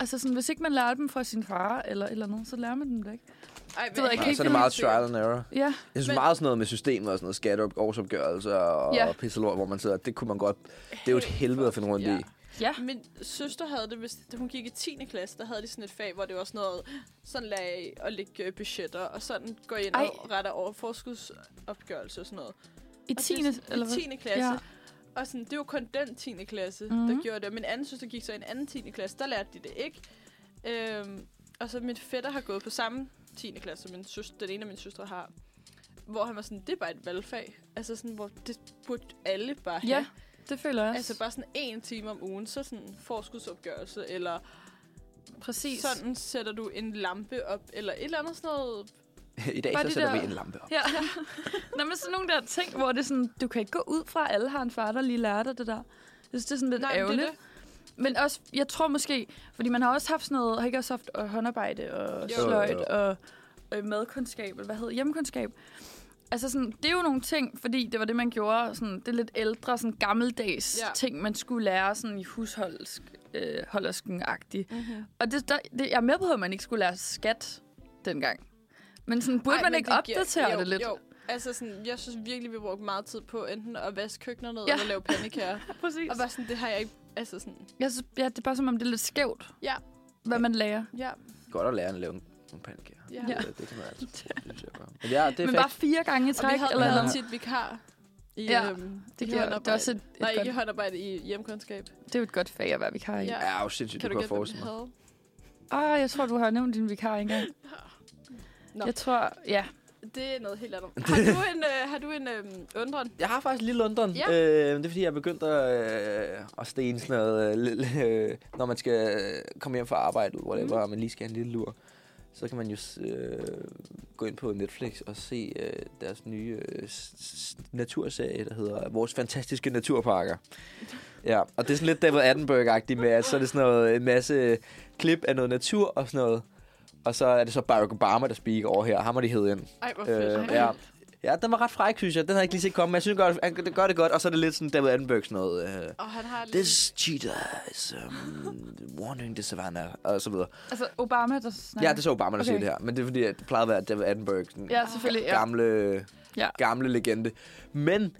S3: Altså sådan, hvis ikke man lærer dem fra sin far eller et eller andet, så lærer man dem det ikke.
S1: Ej,
S3: ved jeg ikke
S2: Ja,
S3: helt
S2: så er Altså, det
S3: finde
S2: meget
S1: ud af.
S2: trial and error.
S3: Ja,
S2: Jeg synes
S1: Men-
S2: Men... meget sådan noget med systemet og sådan noget skatteopgørelser og,
S3: Ja.
S2: ja. og pisselort, hvor man sidder, det kunne man godt. Det er jo et helvede at finde rundt
S1: Ja.
S2: i.
S3: ja.
S1: Min søster havde det, hvis, da hun gik i 10. klasse, der havde de sådan et fag, hvor det var sådan noget, sådan lag og lægge øh, budgetter, og sådan gå ind
S3: Ej.
S1: og retter over forskudsopgørelse og sådan noget.
S3: I
S1: Og det er
S3: 10.
S1: sådan-
S3: eller
S1: I
S3: hvad?
S1: 10. klasse.
S3: Ja.
S1: Ja. Og sådan, det var kun den 10. klasse, mm-hmm.
S3: Mhm.
S1: der gjorde det. Og min anden søster gik så i en anden 10. klasse, der lærte de det ikke. Øhm, og så min fætter har gået på samme 10. klasse, som min søster, den ene af mine søstre har. Hvor han var sådan, det er bare et valgfag. Altså sådan, hvor det burde alle bare have.
S3: Ja, det føler jeg også.
S1: Altså bare sådan en time om ugen, så sådan forskudsopgørelse, eller
S3: præcis.
S1: sådan sætter du en lampe op, eller et eller andet sådan noget.
S2: I dag
S3: Bare
S2: så
S3: det
S2: sætter
S3: der-
S2: vi en lampe op.
S3: Ja. Nå, men sådan nogle der ting, hvor det er sådan, du kan ikke gå ud fra, at alle har en far, der lige lærer dig det der. Jeg synes, det er sådan lidt
S1: Nej, men det er
S3: ærgerligt. Men også, jeg tror måske, fordi man har også haft sådan noget, har ikke også haft øh, håndarbejde og
S1: Jo.
S3: sløjt
S2: Jo, jo.
S3: og øh, madkundskab, eller hvad hedder det, hjemmekundskab. Altså sådan, det er jo nogle ting, fordi det var det, man gjorde, sådan, det er lidt ældre, sådan gammeldags
S1: Ja.
S3: ja. ting, man skulle lære sådan i husholdsk, øh, holdersken-agtigt.
S1: Mm-hmm.
S3: Og det, der, det, jeg er med på, at man ikke skulle lære skat dengang. Men sådan, burde Ej, man ikke opdatere
S1: jo,
S3: det lidt?
S1: Jo, altså sådan, jeg synes virkelig, vi brugte meget tid på enten at vaske køkkener ned,
S3: Ja.
S1: ja. eller lave pandekager.
S3: præcis.
S1: og bare sådan, det har jeg ikke, altså sådan,
S3: Jeg synes, ja, det er bare som om, det er lidt skævt,
S1: Ja.
S3: hvad man lærer.
S1: ja,
S2: Godt at lære at lave en- nogle pandekager.
S1: ja.
S3: Ja.
S1: ja.
S2: Det, det kan man altid, synes jeg bare. Men ja, det er
S3: Men
S2: fedt.
S3: bare fire gange i
S1: Og vi
S3: træk,
S1: havde,
S3: eller
S1: havde
S3: noget.
S1: tit vikar i,
S3: Ja,
S1: ja, øhm,
S3: Det,
S1: i
S3: giver, det, er
S1: håndarbejde.
S3: også et, et
S1: Nej, ikke i
S3: godt,
S1: håndarbejde, i hjemkundskab.
S3: det er jo et godt fag at være vikar i.
S1: Ja.
S3: Ja.
S2: Ja, jo, sindssygt,
S1: Kan
S2: det
S1: du
S2: kunne jeg
S1: gætte, hvem vi
S2: forestille mig.
S1: havde?
S3: Ah, jeg tror, du har nævnt din vikar engang.
S1: Nå.
S3: Jeg tror, ja.
S1: Det er noget helt andet. Har du en, øh, har du en øh, undren?
S2: Jeg har faktisk lige London.
S1: Ja.
S2: Øh, det er, fordi jeg er begyndt at, øh, at stene sådan noget, øh, lidt, øh, når man skal øh, komme hjem fra arbejde, whatever, mm. og man lige skal have en lille lur. Så kan man jo s- øh, gå ind på Netflix og se øh, deres nye øh, s- s- naturserie, der hedder Vores Fantastiske Naturparker. Ja, og det er sådan lidt David Attenborough-agtigt med, at så er det sådan noget, en masse klip af noget natur og sådan noget. Og så er det så Barack Obama, der speaker over her. Ham har de hed ind.
S1: Ej, hvor fedt.
S2: Øh, ja. ja, den var ret fræk, synes jeg. Den havde jeg ikke lige set komme, men jeg synes godt, han det gør det godt. Og så er det lidt sådan David Attenborough sådan noget. Øh,
S1: Og han har lidt...
S2: This cheetah is um, wandering the savannah, og så videre.
S3: Altså, Obama, der snakker.
S2: Ja, det er så Obama, der okay. siger
S3: Okay.
S2: det her. Men det er fordi, at det plejede at være David Attenborough, den
S3: Ja, selvfølgelig. Ja.
S2: gamle,
S3: Ja.
S2: gamle legende. Men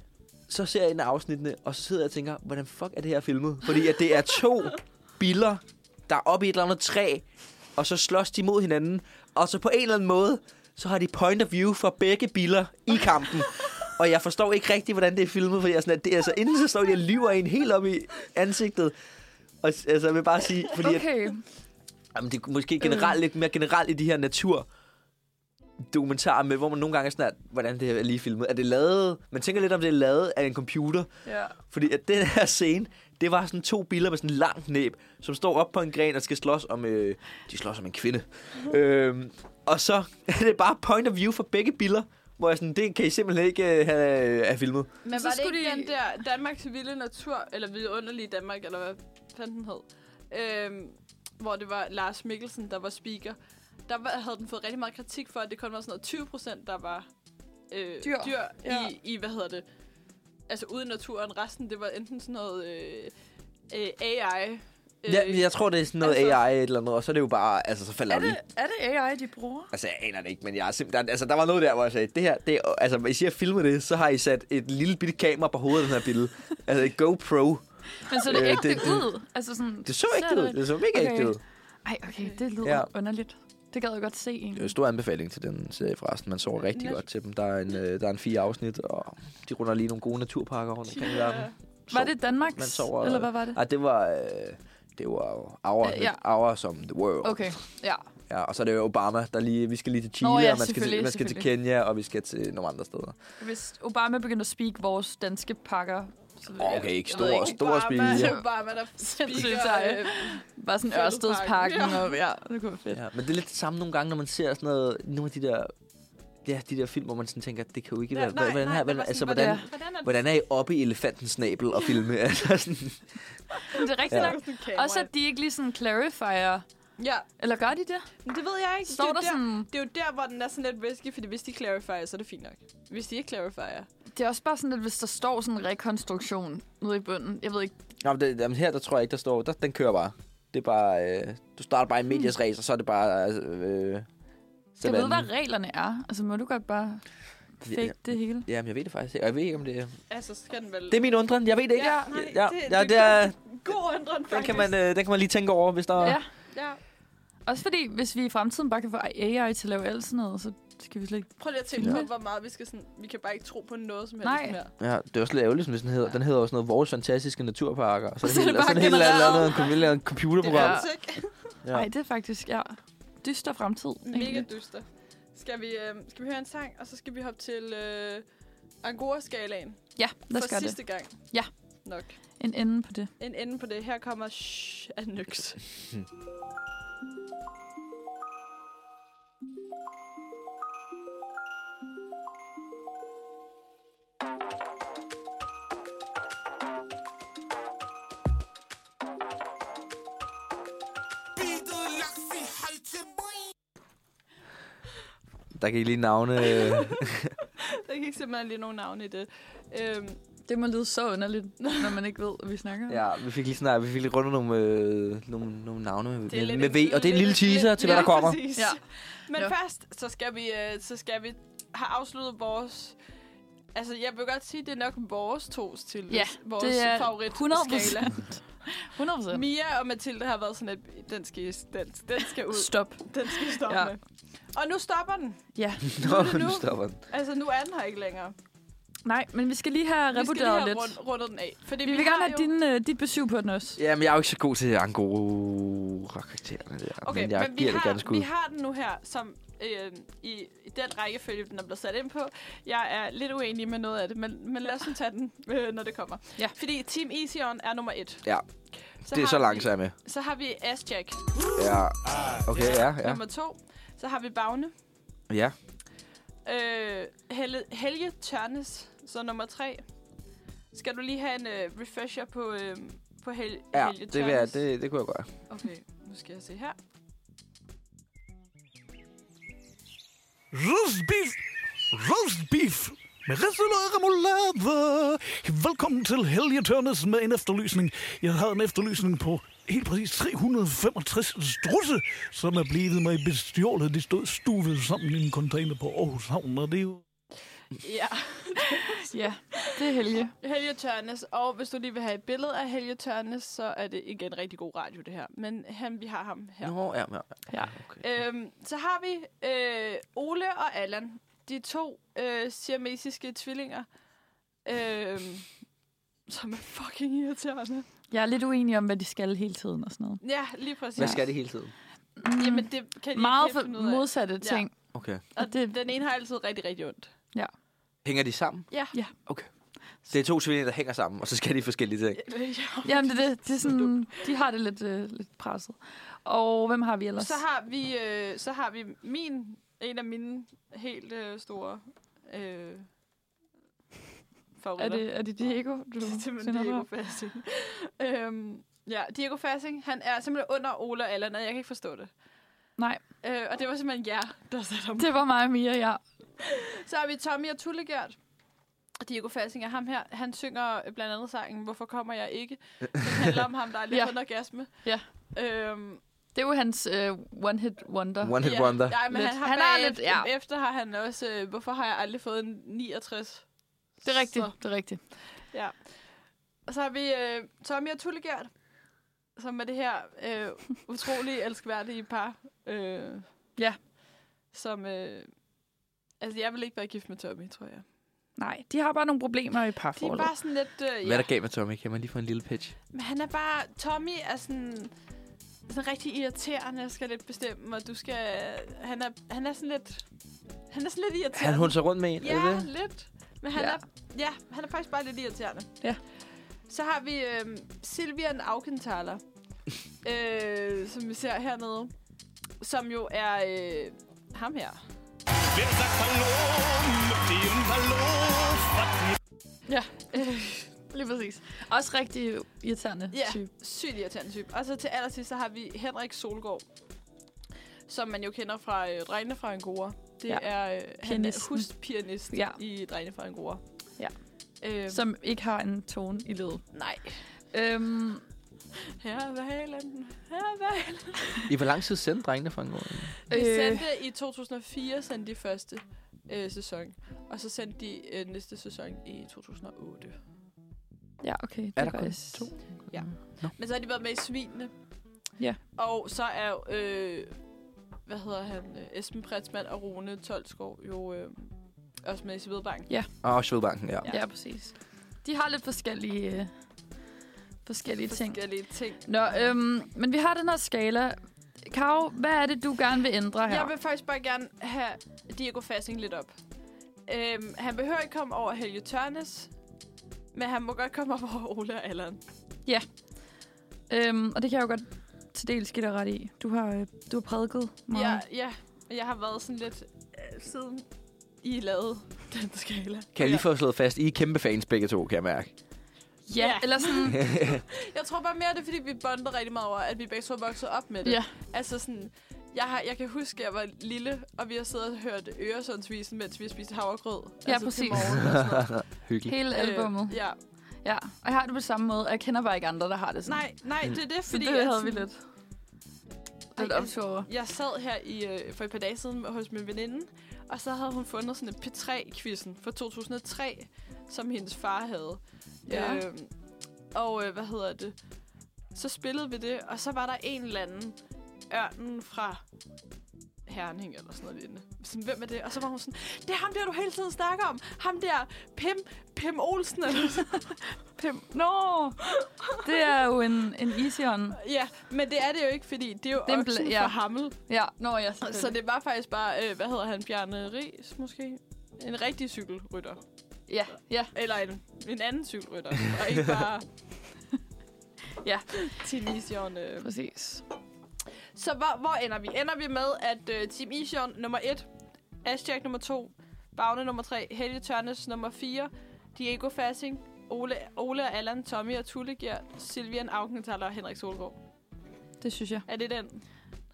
S2: så ser jeg en af afsnittene, og så sidder jeg og tænker, hvordan fuck er det her filmet? Fordi at det er to biller, der er oppe i et eller andet træ, og så slås de mod hinanden. Og så på en eller anden måde, så har de point of view for begge biller i kampen. Og jeg forstår ikke rigtigt, hvordan det er filmet, fordi jeg er sådan, at det, altså, inden så står de og lyver en helt op i ansigtet. Og s- altså, jeg vil bare sige, fordi okay. at,
S6: Okay.
S2: Jamen, det er
S6: Øh.
S2: måske generelt, lidt mere generelt i de her natur dokumentarer med, hvor man nogle gange er sådan, at, hvordan det her er lige filmet. Er det lavet, man tænker lidt om det er lavet af en computer,
S6: Ja.
S2: fordi at den her scene, det var sådan to billeder med sådan en lang næb, som står op på en gren og skal slås om, øh, de slås om en kvinde. øhm, og så er det bare point of view for begge billeder, hvor jeg sådan, det kan I simpelthen ikke øh, have, have filmet.
S1: Men
S6: Så
S1: var det
S6: skulle
S1: ikke de...
S6: de-
S1: den der Danmarks Vilde Natur, eller Vidunderlige Danmark, eller hvad fanden den hed, øhm, hvor det var Lars Mikkelsen, der var speaker, der var, havde den fået rigtig meget kritik for, at det kun var sådan noget 20 procent, der var øh, dyr,
S6: Dyr.
S1: dyr ja.
S6: Ja.
S1: i, i, hvad hedder det, altså ude i naturen. Resten, det var enten sådan noget øh, øh, AI.
S2: Øh, jeg, jeg tror, det er sådan noget altså,
S1: altså-
S2: AI et eller andet, og så er det jo bare, altså så falder
S6: Er
S2: jeg lige.
S6: det, er det AI, de bruger?
S2: Altså, jeg aner det ikke, men jeg er simpelthen... Altså, der var noget der, hvor jeg sagde, det her, det er, altså, hvis I har filmet det, så har I sat et lille bitte kamera på hovedet af den her billede. Altså, et GoPro.
S3: Men så er det
S2: Øh,
S3: ægte
S2: det- det-
S3: ud. Altså sådan...
S2: Det så ikke det ud. Det så mega okay.
S3: Okay.
S2: ikke ud.
S3: Ej, okay, det lyder
S2: Ja.
S3: ja. underligt. Det gad jeg godt se,
S2: Det er
S3: egentlig.
S2: stor anbefaling til den serie forresten. Man sover rigtig
S1: Nat-
S2: godt til dem. Der er en, øh, der er en fire afsnit, og de runder lige nogle gode naturparker rundt omkring i verden.
S3: Var det Danmarks,
S2: Man sover-
S3: eller hvad var det?
S2: Ej, det var... Øh, det var jo hour,
S3: Øh,
S2: ja.
S3: ja.
S2: hour som the world.
S3: Okay, ja.
S2: Ja, og så er det jo Obama, der lige, vi skal lige til Chile,
S3: Nå
S2: og
S3: ja,
S2: man skal, til,
S3: selvfølgelig,
S2: man skal til
S3: selvfølgelig.
S2: Kenya, og vi skal til nogle andre steder.
S3: Hvis Obama begynder at speak vores danske pakker, så vil jeg-
S2: Okay, ikke
S3: jeg ved
S2: stor,
S3: ikke.
S2: stor spil.
S1: Ja. Obama, der speaker.
S3: jeg.
S1: Øh,
S3: Bare sådan Ørstedspakken,
S1: Ja.
S3: og ja, det kunne være fedt.
S2: Ja, men det er lidt det samme nogle gange, når man ser sådan noget, nogle af de der, ja, de der film, hvor man sådan tænker, det kan jo ikke
S1: nej,
S2: være,
S1: nej,
S2: hvordan,
S1: nej,
S2: her,
S1: det var
S2: hvordan, altså,
S1: sådan,
S2: hvordan,
S1: hvordan, hvordan er det?
S2: hvordan er I oppe i elefantens nabel og filme? altså, sådan,
S3: Men det er rigtigt
S2: Ja.
S3: ja. nok. Også at de ikke lige sådan clarifier.
S1: Ja,
S3: Eller gør de det?
S1: men det ved jeg ikke.
S3: Står
S1: Det er
S3: der
S1: der-
S3: sådan...
S1: Det er jo der, hvor den er sådan lidt risky, fordi hvis de clarifier, så er det fint nok. Hvis de ikke clarifier.
S3: Det er også bare sådan, at hvis der står sådan en rekonstruktion nede i bunden. Jeg ved ikke.
S2: Nå, men det, jamen, her, der tror jeg ikke, der står, der, den kører bare. Det er bare, øh, du starter bare i medias
S1: Hmm.
S2: race, og så er det bare, altså, øh,
S3: Jeg ved,
S2: savannen.
S3: hvad reglerne er. Altså, må du godt bare fake
S2: Ja.
S3: ja. det hele?
S2: Jamen, jeg ved det faktisk ikke, og jeg ved ikke, om det er...
S1: Altså, så skal den vel...
S2: Det er min undren, jeg ved det ikke.
S1: Ja, nej,
S2: ja,
S1: det-
S2: ja,
S1: det-
S2: det er,
S1: God undren,
S2: den,
S1: faktisk.
S2: kan man, øh, den kan man lige tænke over, hvis der...
S3: Ja.
S1: Ja.
S3: Også fordi, hvis vi i fremtiden bare kan få AI til at lave alt sådan noget, så skal vi slet ikke...
S1: Prøv lige at tænke på,
S3: Ja.
S1: hvor meget vi skal sådan... Vi kan bare ikke tro på noget som helst
S3: Nej.
S1: mere.
S2: Ja, det er også lidt ærgerligt, hvis den hedder, den hedder også noget Vores Fantastiske Naturparker. Og så er
S3: Så
S2: det
S3: er
S2: helt-
S3: det
S2: og så er
S3: bare
S2: det helt
S3: generelt.
S2: andet, en computer- en computerprogram.
S3: Ja.
S1: Sick.
S2: Ja.
S3: Nej, det er faktisk... Ja. Dyster fremtid.
S1: Mega
S3: egentlig.
S1: dyster. Skal vi, øh, skal vi høre en sang, og så skal vi hoppe til øh, Angora-skalaen
S3: Ja, lad os
S1: for
S3: gøre det.
S1: sidste gang.
S3: Ja.
S1: Nok.
S3: En ende på det.
S1: En ende på det. Her kommer Shh af Nyx.
S2: Der kan I lige navne... øh,
S1: Der gik simpelthen lige nogen navn i det. Øhm,
S3: Det må lyde så underligt, når man ikke ved, hvad vi snakker om.
S2: ja, vi fik lige snart, vi fik lige rundet nogle, øh, nogle, nogle navne med,
S1: Det er
S2: med,
S1: lidt
S2: med
S1: en-
S2: V, og det er en lille
S1: lidt-
S2: teaser
S1: lidt-
S2: til, hvad der
S1: ja,
S2: kommer.
S1: Præcis.
S3: Ja.
S1: Men
S3: Nå.
S1: først, så skal vi, øh, så skal vi have afsluttet vores... Altså, jeg vil godt sige, at det er nok vores tos til
S3: Ja,
S1: vores
S3: det er
S1: favorit
S3: 100%. 100 procent.
S1: Mia og Mathilde har været sådan, at den skal, den, den skal ud.
S3: Stop.
S1: Den skal stoppe.
S3: Ja.
S1: Ja. Og nu stopper den.
S3: Ja.
S2: Nå,
S1: nu.
S2: nu stopper den.
S1: Altså, nu er den her ikke længere.
S3: Nej, men vi skal lige have
S1: Vi skal lige
S3: revurderet
S1: have
S3: lidt.
S1: rund, rundet den af. Fordi
S3: Vi, vi vil gerne have din, øh, dit besøg på den også.
S2: Jamen, jeg er jo ikke så god til angora-karaktererne der,
S1: Okay,
S2: men jeg
S1: men vi
S2: giver det
S1: har,
S2: gerne skud.
S1: vi har den nu her som øh, i, i den rækkefølge, den er blevet sat ind på. Jeg er lidt uenig med noget af det, men, men lad os nu tage den, øh, når det kommer.
S3: Ja.
S1: Fordi Team Easy On er nummer et.
S2: Ja.
S1: Så
S2: det er
S1: har
S2: så
S1: vi-
S2: langt, jeg er med.
S1: Så har vi Asjack,
S2: Ja. Okay, ja,
S1: ja.
S2: ja.
S1: nummer to. Så har vi Bagne.
S2: Ja,
S1: Øh, Helle, Helge Tørnes, så nummer tre. Skal du lige have en øh, refresher på, øh, på Hel-
S2: ja
S1: Helge
S2: det, vil jeg,
S1: Tørnes?
S2: det, det kunne jeg godt.
S1: Okay, nu skal jeg se her.
S7: Roast beef. Roast beef. Med risol og remoulade. Velkommen til Helge Tørnes med en efterlysning. Jeg har en efterlysning på helt præcis 365 strusse, som er blevet mig bestjålet. De stod stuvet sammen i en container på Aarhus Havn, og det er jo...
S1: Ja,
S3: Ja, det er Helge.
S1: Helge Tørnes. Og hvis du lige vil have et billede af Helge Tørnes, så er det igen rigtig god radio, det her. Men han, vi har ham her.
S2: Nå, ja, ja.
S3: Ja.
S1: Øhm, så har vi øh, Ole og Allan. De to øh, siamesiske tvillinger. Øhm, som er fucking irriterende.
S3: Jeg er lidt uenig om, hvad de skal hele tiden og sådan noget.
S1: Ja, lige præcis.
S2: Hvad skal det hele tiden?
S3: Mm,
S1: Jamen, det kan de
S3: meget
S1: ikke
S3: for
S1: helt finde ud af.
S3: modsatte ting.
S2: Okay.
S1: Og
S3: det-
S1: det... den ene har altid rigtig, rigtig ondt.
S2: Hænger de sammen?
S1: Ja.
S3: Ja.
S2: Okay. Det er to tvillinger, der hænger sammen, og så skal de forskellige ting.
S3: Jamen, det, er det, det er sådan, de har det lidt, øh, lidt presset. Og hvem har vi ellers?
S1: Så har vi, øh, så har vi min, en af mine helt øh, store øh,
S3: er,
S1: favoritter.
S3: det, er det Diego, du
S1: Det er simpelthen
S3: sender
S1: Diego
S3: mig?
S1: Fassing. øhm, ja, Diego Fassing, han er simpelthen under Ole og Allan, og jeg kan ikke forstå det.
S3: Nej,
S1: Øh, og det var simpelthen jer, der satte ham.
S3: det var mig og Mia, ja.
S1: Så har vi Tommy og Tullegjert. Diego Fassing er ham her. Han synger øh, blandt andet sangen Hvorfor kommer jeg ikke? Det handler om ham, der er lidt
S3: Ja.
S1: ja. under gasme.
S3: Ja.
S1: Øhm,
S3: Det er jo hans øh, one-hit wonder.
S2: One hit wonder.
S1: Ja, men
S3: Lidt.
S1: han har han
S3: Han har
S1: lidt,
S3: lidt- ja.
S1: Efter har han også, øh, hvorfor har jeg aldrig fået en 69?
S3: Det er rigtigt,
S1: Så,
S3: det er rigtigt.
S1: ja. Og så har vi øh, Tommy og Tullegjert, som er det her øh, utrolig elskværdige par. Øh,
S3: Ja.
S1: Som, øh, altså jeg vil ikke være gift med Tommy, tror jeg.
S6: Nej, de har bare nogle problemer i
S1: De er
S6: parforholdet.
S1: bare sådan lidt, øh,
S2: Hvad er
S1: ja.
S2: der galt med Tommy? Kan man lige få en lille pitch?
S1: Men han er bare, Tommy er sådan, sådan rigtig irriterende, skal lidt bestemme, og du skal, han er, han er sådan lidt, han er sådan lidt irriterende.
S2: Han hun sig rundt med en, er
S1: Ja,
S2: det det?
S1: lidt. Men han,
S3: Ja.
S1: ja. Er, ja, han er faktisk bare lidt irriterende.
S6: Ja.
S1: Så har vi øh, Silvian Augenthaler, øh, som vi ser hernede, som jo er øh, ham her.
S5: Hvem sagt hallo? Det er en hallo fra
S2: Øh,
S3: Lige præcis. Også rigtig irriterende
S1: Ja,
S3: type.
S1: sygt irriterende type. Og så til allersidst, så har vi Henrik Solgaard, som man jo kender fra øh, Drengene fra Angora. Det
S3: Ja.
S1: ja. er, øh, han er
S3: Pianisten.
S1: huspianist
S3: Ja.
S1: ja. i Drengene fra Angora.
S3: Ja.
S1: Øh, så
S3: Som ikke har en tone i livet.
S1: nej.
S3: Øhm,
S1: Her var Halen. Her var Halen.
S2: I hvor lang tid sendte drengene fra en gang?
S1: Vi
S3: Øh.
S1: øh. sendte i 2004 sendte de første øh, sæson, og så sendte de øh, næste sæson i 2008.
S3: ja, okay. Det
S2: Er der
S3: var
S2: kun
S3: også-
S2: to?
S1: Men så har de været med i Svinene.
S3: Ja.
S1: Og så er øh, hvad hedder han, øh, Esben Pretzmann og Rune Tolskov jo øh, også med i Svedbank.
S2: Åh, oh, Svedbanken, ja.
S3: Ja. ja, præcis. De har lidt forskellige, øh, forskellige ting.
S1: Forskellige ting.
S3: Nå, øhm, men vi har den her skala. Karo, hvad er det, du gerne vil ændre her?
S1: Jeg vil faktisk bare gerne have Diego Fassing lidt op. Øhm, han behøver ikke komme over Helge Tørnes, men han må godt komme op over Ole og Allan.
S3: Øhm, og det kan jeg jo godt til dels give dig ret i. Du har, øh, du har prædiket meget.
S1: Ja, ja. Jeg har været sådan lidt øh, siden I lavede den skala.
S2: Kan jeg lige få slået fast? I er kæmpe fans begge to, kan jeg mærke.
S3: ja.
S1: Ja.
S3: eller sådan...
S1: Jeg tror bare mere, det er, fordi vi bondede rigtig meget over, at vi begge to voksede op med det.
S3: ja.
S1: Altså sådan, jeg, har, jeg kan huske, at jeg var lille, og vi har siddet og hørt Øresundsvisen, mens vi har spist havregrød.
S3: Ja,
S1: altså,
S3: præcis.
S1: Til morgen, og sådan noget.
S2: Hyggeligt.
S3: Hele albummet.
S1: Øh, ja.
S3: Ja, og jeg har det på samme måde. og Jeg kender bare ikke andre, der har det sådan.
S1: Nej, nej, det er det,
S3: så
S1: fordi...
S3: det havde
S1: at
S3: vi
S1: sådan-
S3: lidt. Lidt
S1: Ej,
S3: optur over.
S1: Jeg sad her i, øh, for et par dage siden hos min veninde, og så havde hun fundet sådan et P3-quizzen fra 2003, som hendes far havde.
S3: Ja.
S1: Øhm, og øh, hvad hedder det? Så spillede vi det, og så var der en eller anden ørnen fra Herning eller sådan noget lignende. Sådan, hvem er det? Og så var hun sådan, det er ham der, du hele tiden snakker om. Ham der, Pim, Pim Olsen. Eller sådan.
S3: Pim. Nå, det er jo en, en ision.
S1: ja, men det er det jo ikke, fordi det er jo
S3: er en bla-
S1: oksen
S3: ja.
S1: fra Hammel.
S3: Ja, nå ja,
S1: Så det var faktisk bare, øh, hvad hedder han, Bjarne Ries måske? En rigtig cykelrytter.
S3: Ja, ja,
S1: Eller en, en anden cykelrytter. og ikke bare...
S3: Ja.
S1: Team Ision. Øh.
S3: præcis.
S1: Så hvor, hvor ender vi? Ender vi med, at øh, Team Ision nummer 1, Asjak nummer 2, Bagne nummer 3, Helge Tørnes nummer 4, Diego Fassing, Ole, Ole og Allan, Tommy og Tulle giver Silvian Augenthaler og Henrik Solgaard.
S3: Det synes jeg.
S1: Er det den?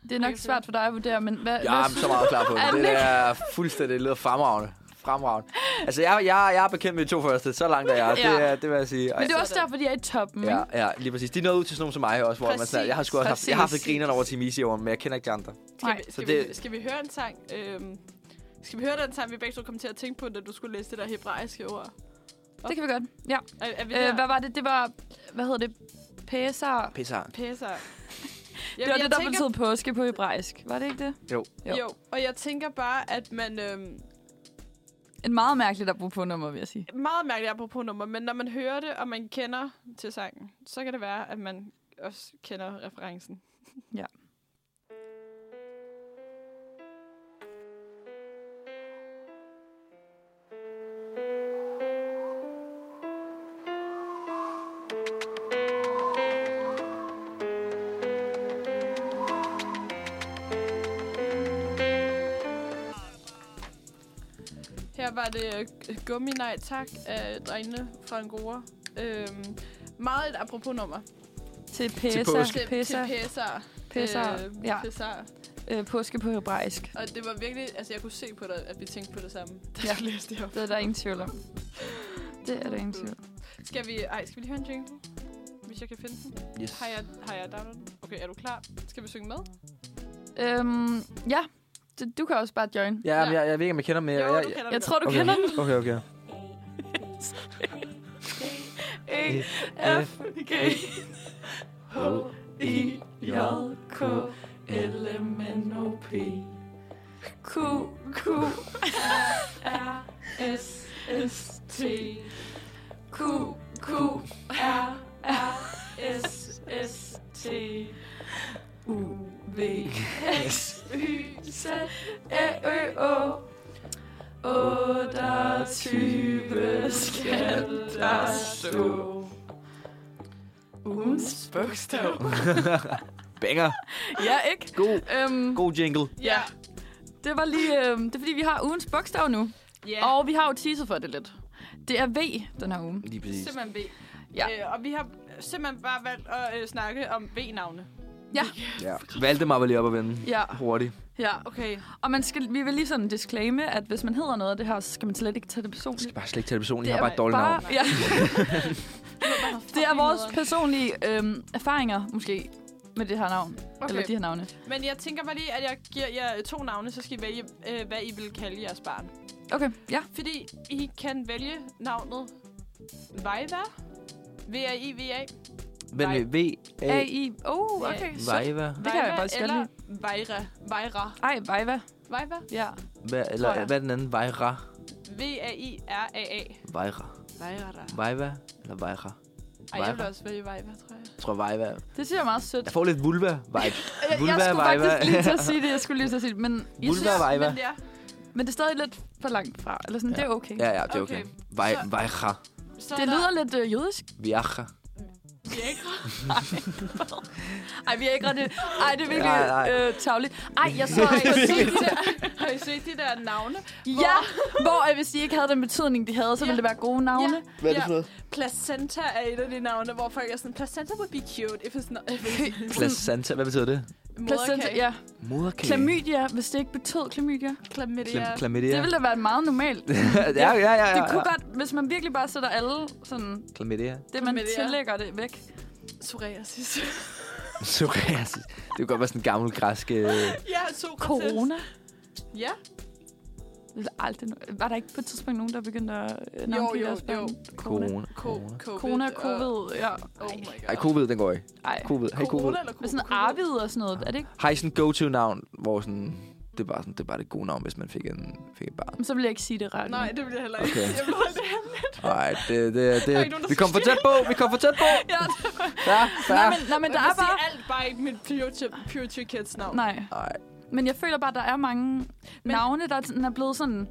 S3: Det er nok
S1: Okay,
S3: svært for dig at vurdere, men hvad,
S2: Jeg
S3: hvad
S2: er
S3: synes
S2: så meget klar på
S3: Er den
S2: det. Det er fuldstændig det lyder fremragende. Fremragende. Altså, jeg, jeg, jeg er bekendt med de to første. Så langt er jeg. Det,
S3: Ja.
S2: er, det vil jeg sige. Og
S3: Men det er
S2: jeg-
S3: også derfor, de er i toppen.
S2: altså- Ja,
S3: Ja.
S2: ja, lige præcis. De nåede ud til sådan nogen som mig også, hvor man sådan,
S1: Præcis.
S2: jeg har sgu også haft, jeg har haft
S3: Præcis.
S2: grinerne over til Misi over, men jeg kender ikke de andre.
S1: Skal,
S3: Nej,
S1: vi,
S2: så
S1: skal,
S2: det-
S1: vi, skal vi høre en sang? Øhm, skal vi høre den sang, vi begge to kom til at tænke på, da du skulle læse det der hebraiske ord?
S3: Det kan vi godt. Ja.
S1: Er, er vi
S3: Øh,
S1: der?
S3: hvad var det? Det var, hvad hedder det? Pesar.
S2: Pisser.
S1: Pisser. Jamen,
S3: Det var
S1: jeg
S3: det, der
S1: tænker-
S3: betød påske på hebraisk. Var det ikke det?
S1: Jo.
S3: Jo.
S1: jo, og jeg tænker bare, at man... Øhm,
S3: En meget mærkeligt apropos nummer, vil jeg sige.
S1: meget mærkeligt apropos nummer, men når man hører det, og man kender til sangen, så kan det være, at man også kender referencen.
S3: Ja.
S1: Her var det øh, Gummi Nej Tak af drengene fra Angora. Øhm, meget et apropos nummer.
S3: Til Pesar.
S2: påske.
S1: Til-
S3: Pesar.
S1: Til Pesar.
S3: Pesar.
S1: Øh,
S3: Ja,
S1: Pesar.
S3: øh, påske på hebraisk.
S1: Og det var virkelig... Altså, jeg kunne se på dig, at vi tænkte på det samme, da
S3: Ja.
S1: jeg læste det op.
S3: Det er der ingen tvivl om. Det er der ingen tvivl om.
S1: Skal vi... Ej, skal vi lige høre en jingle? Hvis jeg kan finde den.
S2: Yes.
S1: Har jeg, har jeg downloadet den? Okay, er du klar? Skal vi synge med?
S3: Øhm, ja, Du- du kan også bare join.
S2: Ja, men jeg, jeg ved ikke, om jeg kender dem. Jeg,
S1: jo,
S2: jeg,
S1: du kender
S3: Jeg
S1: den
S3: tror, du
S2: okay.
S3: kender den.
S2: Okay, okay.
S3: A, F, G, H, I, J, K, L, M, N, O, P, Q, Q, R, S, S, T, Q, Q, R, R, S, S, T, U, V, X, Y, Z, Æ, Ø, Å. 28 skal der stå. Ugens bogstav.
S2: Banger.
S3: Ja, ikke?
S2: God,
S3: Øhm,
S2: god jingle.
S1: Ja.
S3: det var lige... Øhm, det er, fordi vi har ugens bogstav nu.
S1: Ja.
S3: Og vi har jo teaset for det lidt. Det er V den her uge.
S2: Lige præcis.
S1: Simpelthen V.
S3: Ja.
S1: Øh, og vi har simpelthen bare valgt at øh, snakke om V-navne.
S2: Ja. Valgte mig lige op og vende.
S3: Ja,
S2: Hurtigt.
S3: ja.
S1: Okay.
S3: Og man skal, vi vil lige sådan disclaime, at hvis man hedder noget af det her, så skal man slet ikke tage det personligt.
S2: Bare slet ikke tage det personligt.
S3: Det
S2: Jeg har
S3: er
S2: bare et dårligt navn.
S3: ja. det er vores personlige øhm, erfaringer, måske, med det her navn. Okay. Eller de her navne.
S1: Men jeg tænker bare lige, at jeg giver jer to navne, så skal I vælge, øh, hvad I vil kalde jeres barn.
S3: Okay, ja.
S1: Fordi I kan vælge navnet Vejva. V-A-I-V-A.
S2: Vent
S1: Nej.
S2: med V, A,
S3: A-I. Oh, okay.
S2: Vejva.
S3: Det kan jeg faktisk godt
S1: eller Vejra. Vejra.
S3: Ej, Vejva.
S1: Vejva.
S3: Ja.
S2: Hva, eller
S3: Tror jeg.
S2: hvad er den anden? Vejra.
S1: V-A-I-R-A-A.
S2: Vejra.
S1: Vejra.
S2: Vejva. Eller Vejra.
S1: Ej, jeg vil
S2: Vejra.
S1: også vælge Vejva, tror jeg.
S2: Jeg tror Vejva.
S3: Det synes jeg er meget sødt.
S2: Jeg får lidt vulva-vibe.
S3: Jeg, jeg
S2: Vulva,
S3: skulle
S2: Vejva.
S3: faktisk lige til at sige det. Jeg skulle lige til at sige det. Men, jeg synes,
S2: Vulva, Vejva.
S1: Men ja,
S3: men det er stadig lidt for langt fra. Eller sådan, ja. det er okay.
S2: Ja, ja, det er okay.
S1: Okay.
S2: Vej,
S1: Så-
S2: Vejra.
S1: så
S3: Det
S1: er der
S3: lyder lidt øh, jødisk.
S2: Viaja.
S1: Viagra.
S3: Ej, vi er ikke rigtig... Ej, det er virkelig
S2: Nej, nej.
S3: øh, tavligt. Ej, jeg så også
S1: Har
S3: på
S1: I set
S3: sit.
S1: de der- Har I set de der navne?
S3: Ja, hvor øh, hvis de ikke havde den betydning, de havde, så ville det være gode navne.
S1: Ja. Hvad er det for noget? Placenta er et af de navne, hvor folk er sådan, placenta would be cute if it's not... If it's
S2: Placenta. Hvad betyder det?
S3: Placenta, ja.
S2: Moderkage.
S3: Klamydia, hvis det ikke betød klamydia.
S1: Chlamydia.
S2: Klamydia.
S3: Det ville da være meget normalt.
S2: ja, ja, ja, ja.
S3: Det kunne godt, hvis man virkelig bare sætter alle sådan,
S2: Klamydia.
S3: det man
S1: Chlamydia.
S3: tillægger det væk.
S1: Psoriasis.
S2: Psoriasis. Det kunne godt være sådan en gammel græsk... Øh...
S1: ja, Sokrates.
S3: Corona.
S1: Ja.
S3: Det ville aldrig nu- Var der ikke på et tidspunkt nogen, der begyndte at øh, navngive
S1: jo,
S3: deres børn?
S1: jo.
S3: Corona.
S1: Co- COVID.
S3: Corona,
S1: og-
S3: covid, ja.
S1: Oh my god.
S2: Ej, covid, den går ikke.
S3: Ej.
S2: Covid. Hey, covid.
S1: Corona eller
S3: Med
S1: covid?
S3: sådan arvid og sådan noget, er det ikke?
S2: Har I sådan go-to-navn, hvor sådan... Det er bare, sådan, det er bare det gode navn, hvis man fik, en, fik et barn.
S3: Men så vil jeg ikke sige det ret.
S1: Nej, det bliver heller ikke.
S2: Okay.
S1: Jeg vil holde det her.
S2: Nej, det, det,
S1: Der er
S2: det,
S1: ikke nogen, der
S2: vi kom for
S1: skal
S2: tæt på, vi kom for tæt på.
S3: Ja,
S2: Ja,
S3: nej,
S2: ja.
S3: men, nej, men der er bare...
S1: alt bare ikke mit Purity, purity Kids navn.
S3: Nej,
S2: Nej,
S3: men jeg føler bare, der er mange men... navne, der sådan er blevet sådan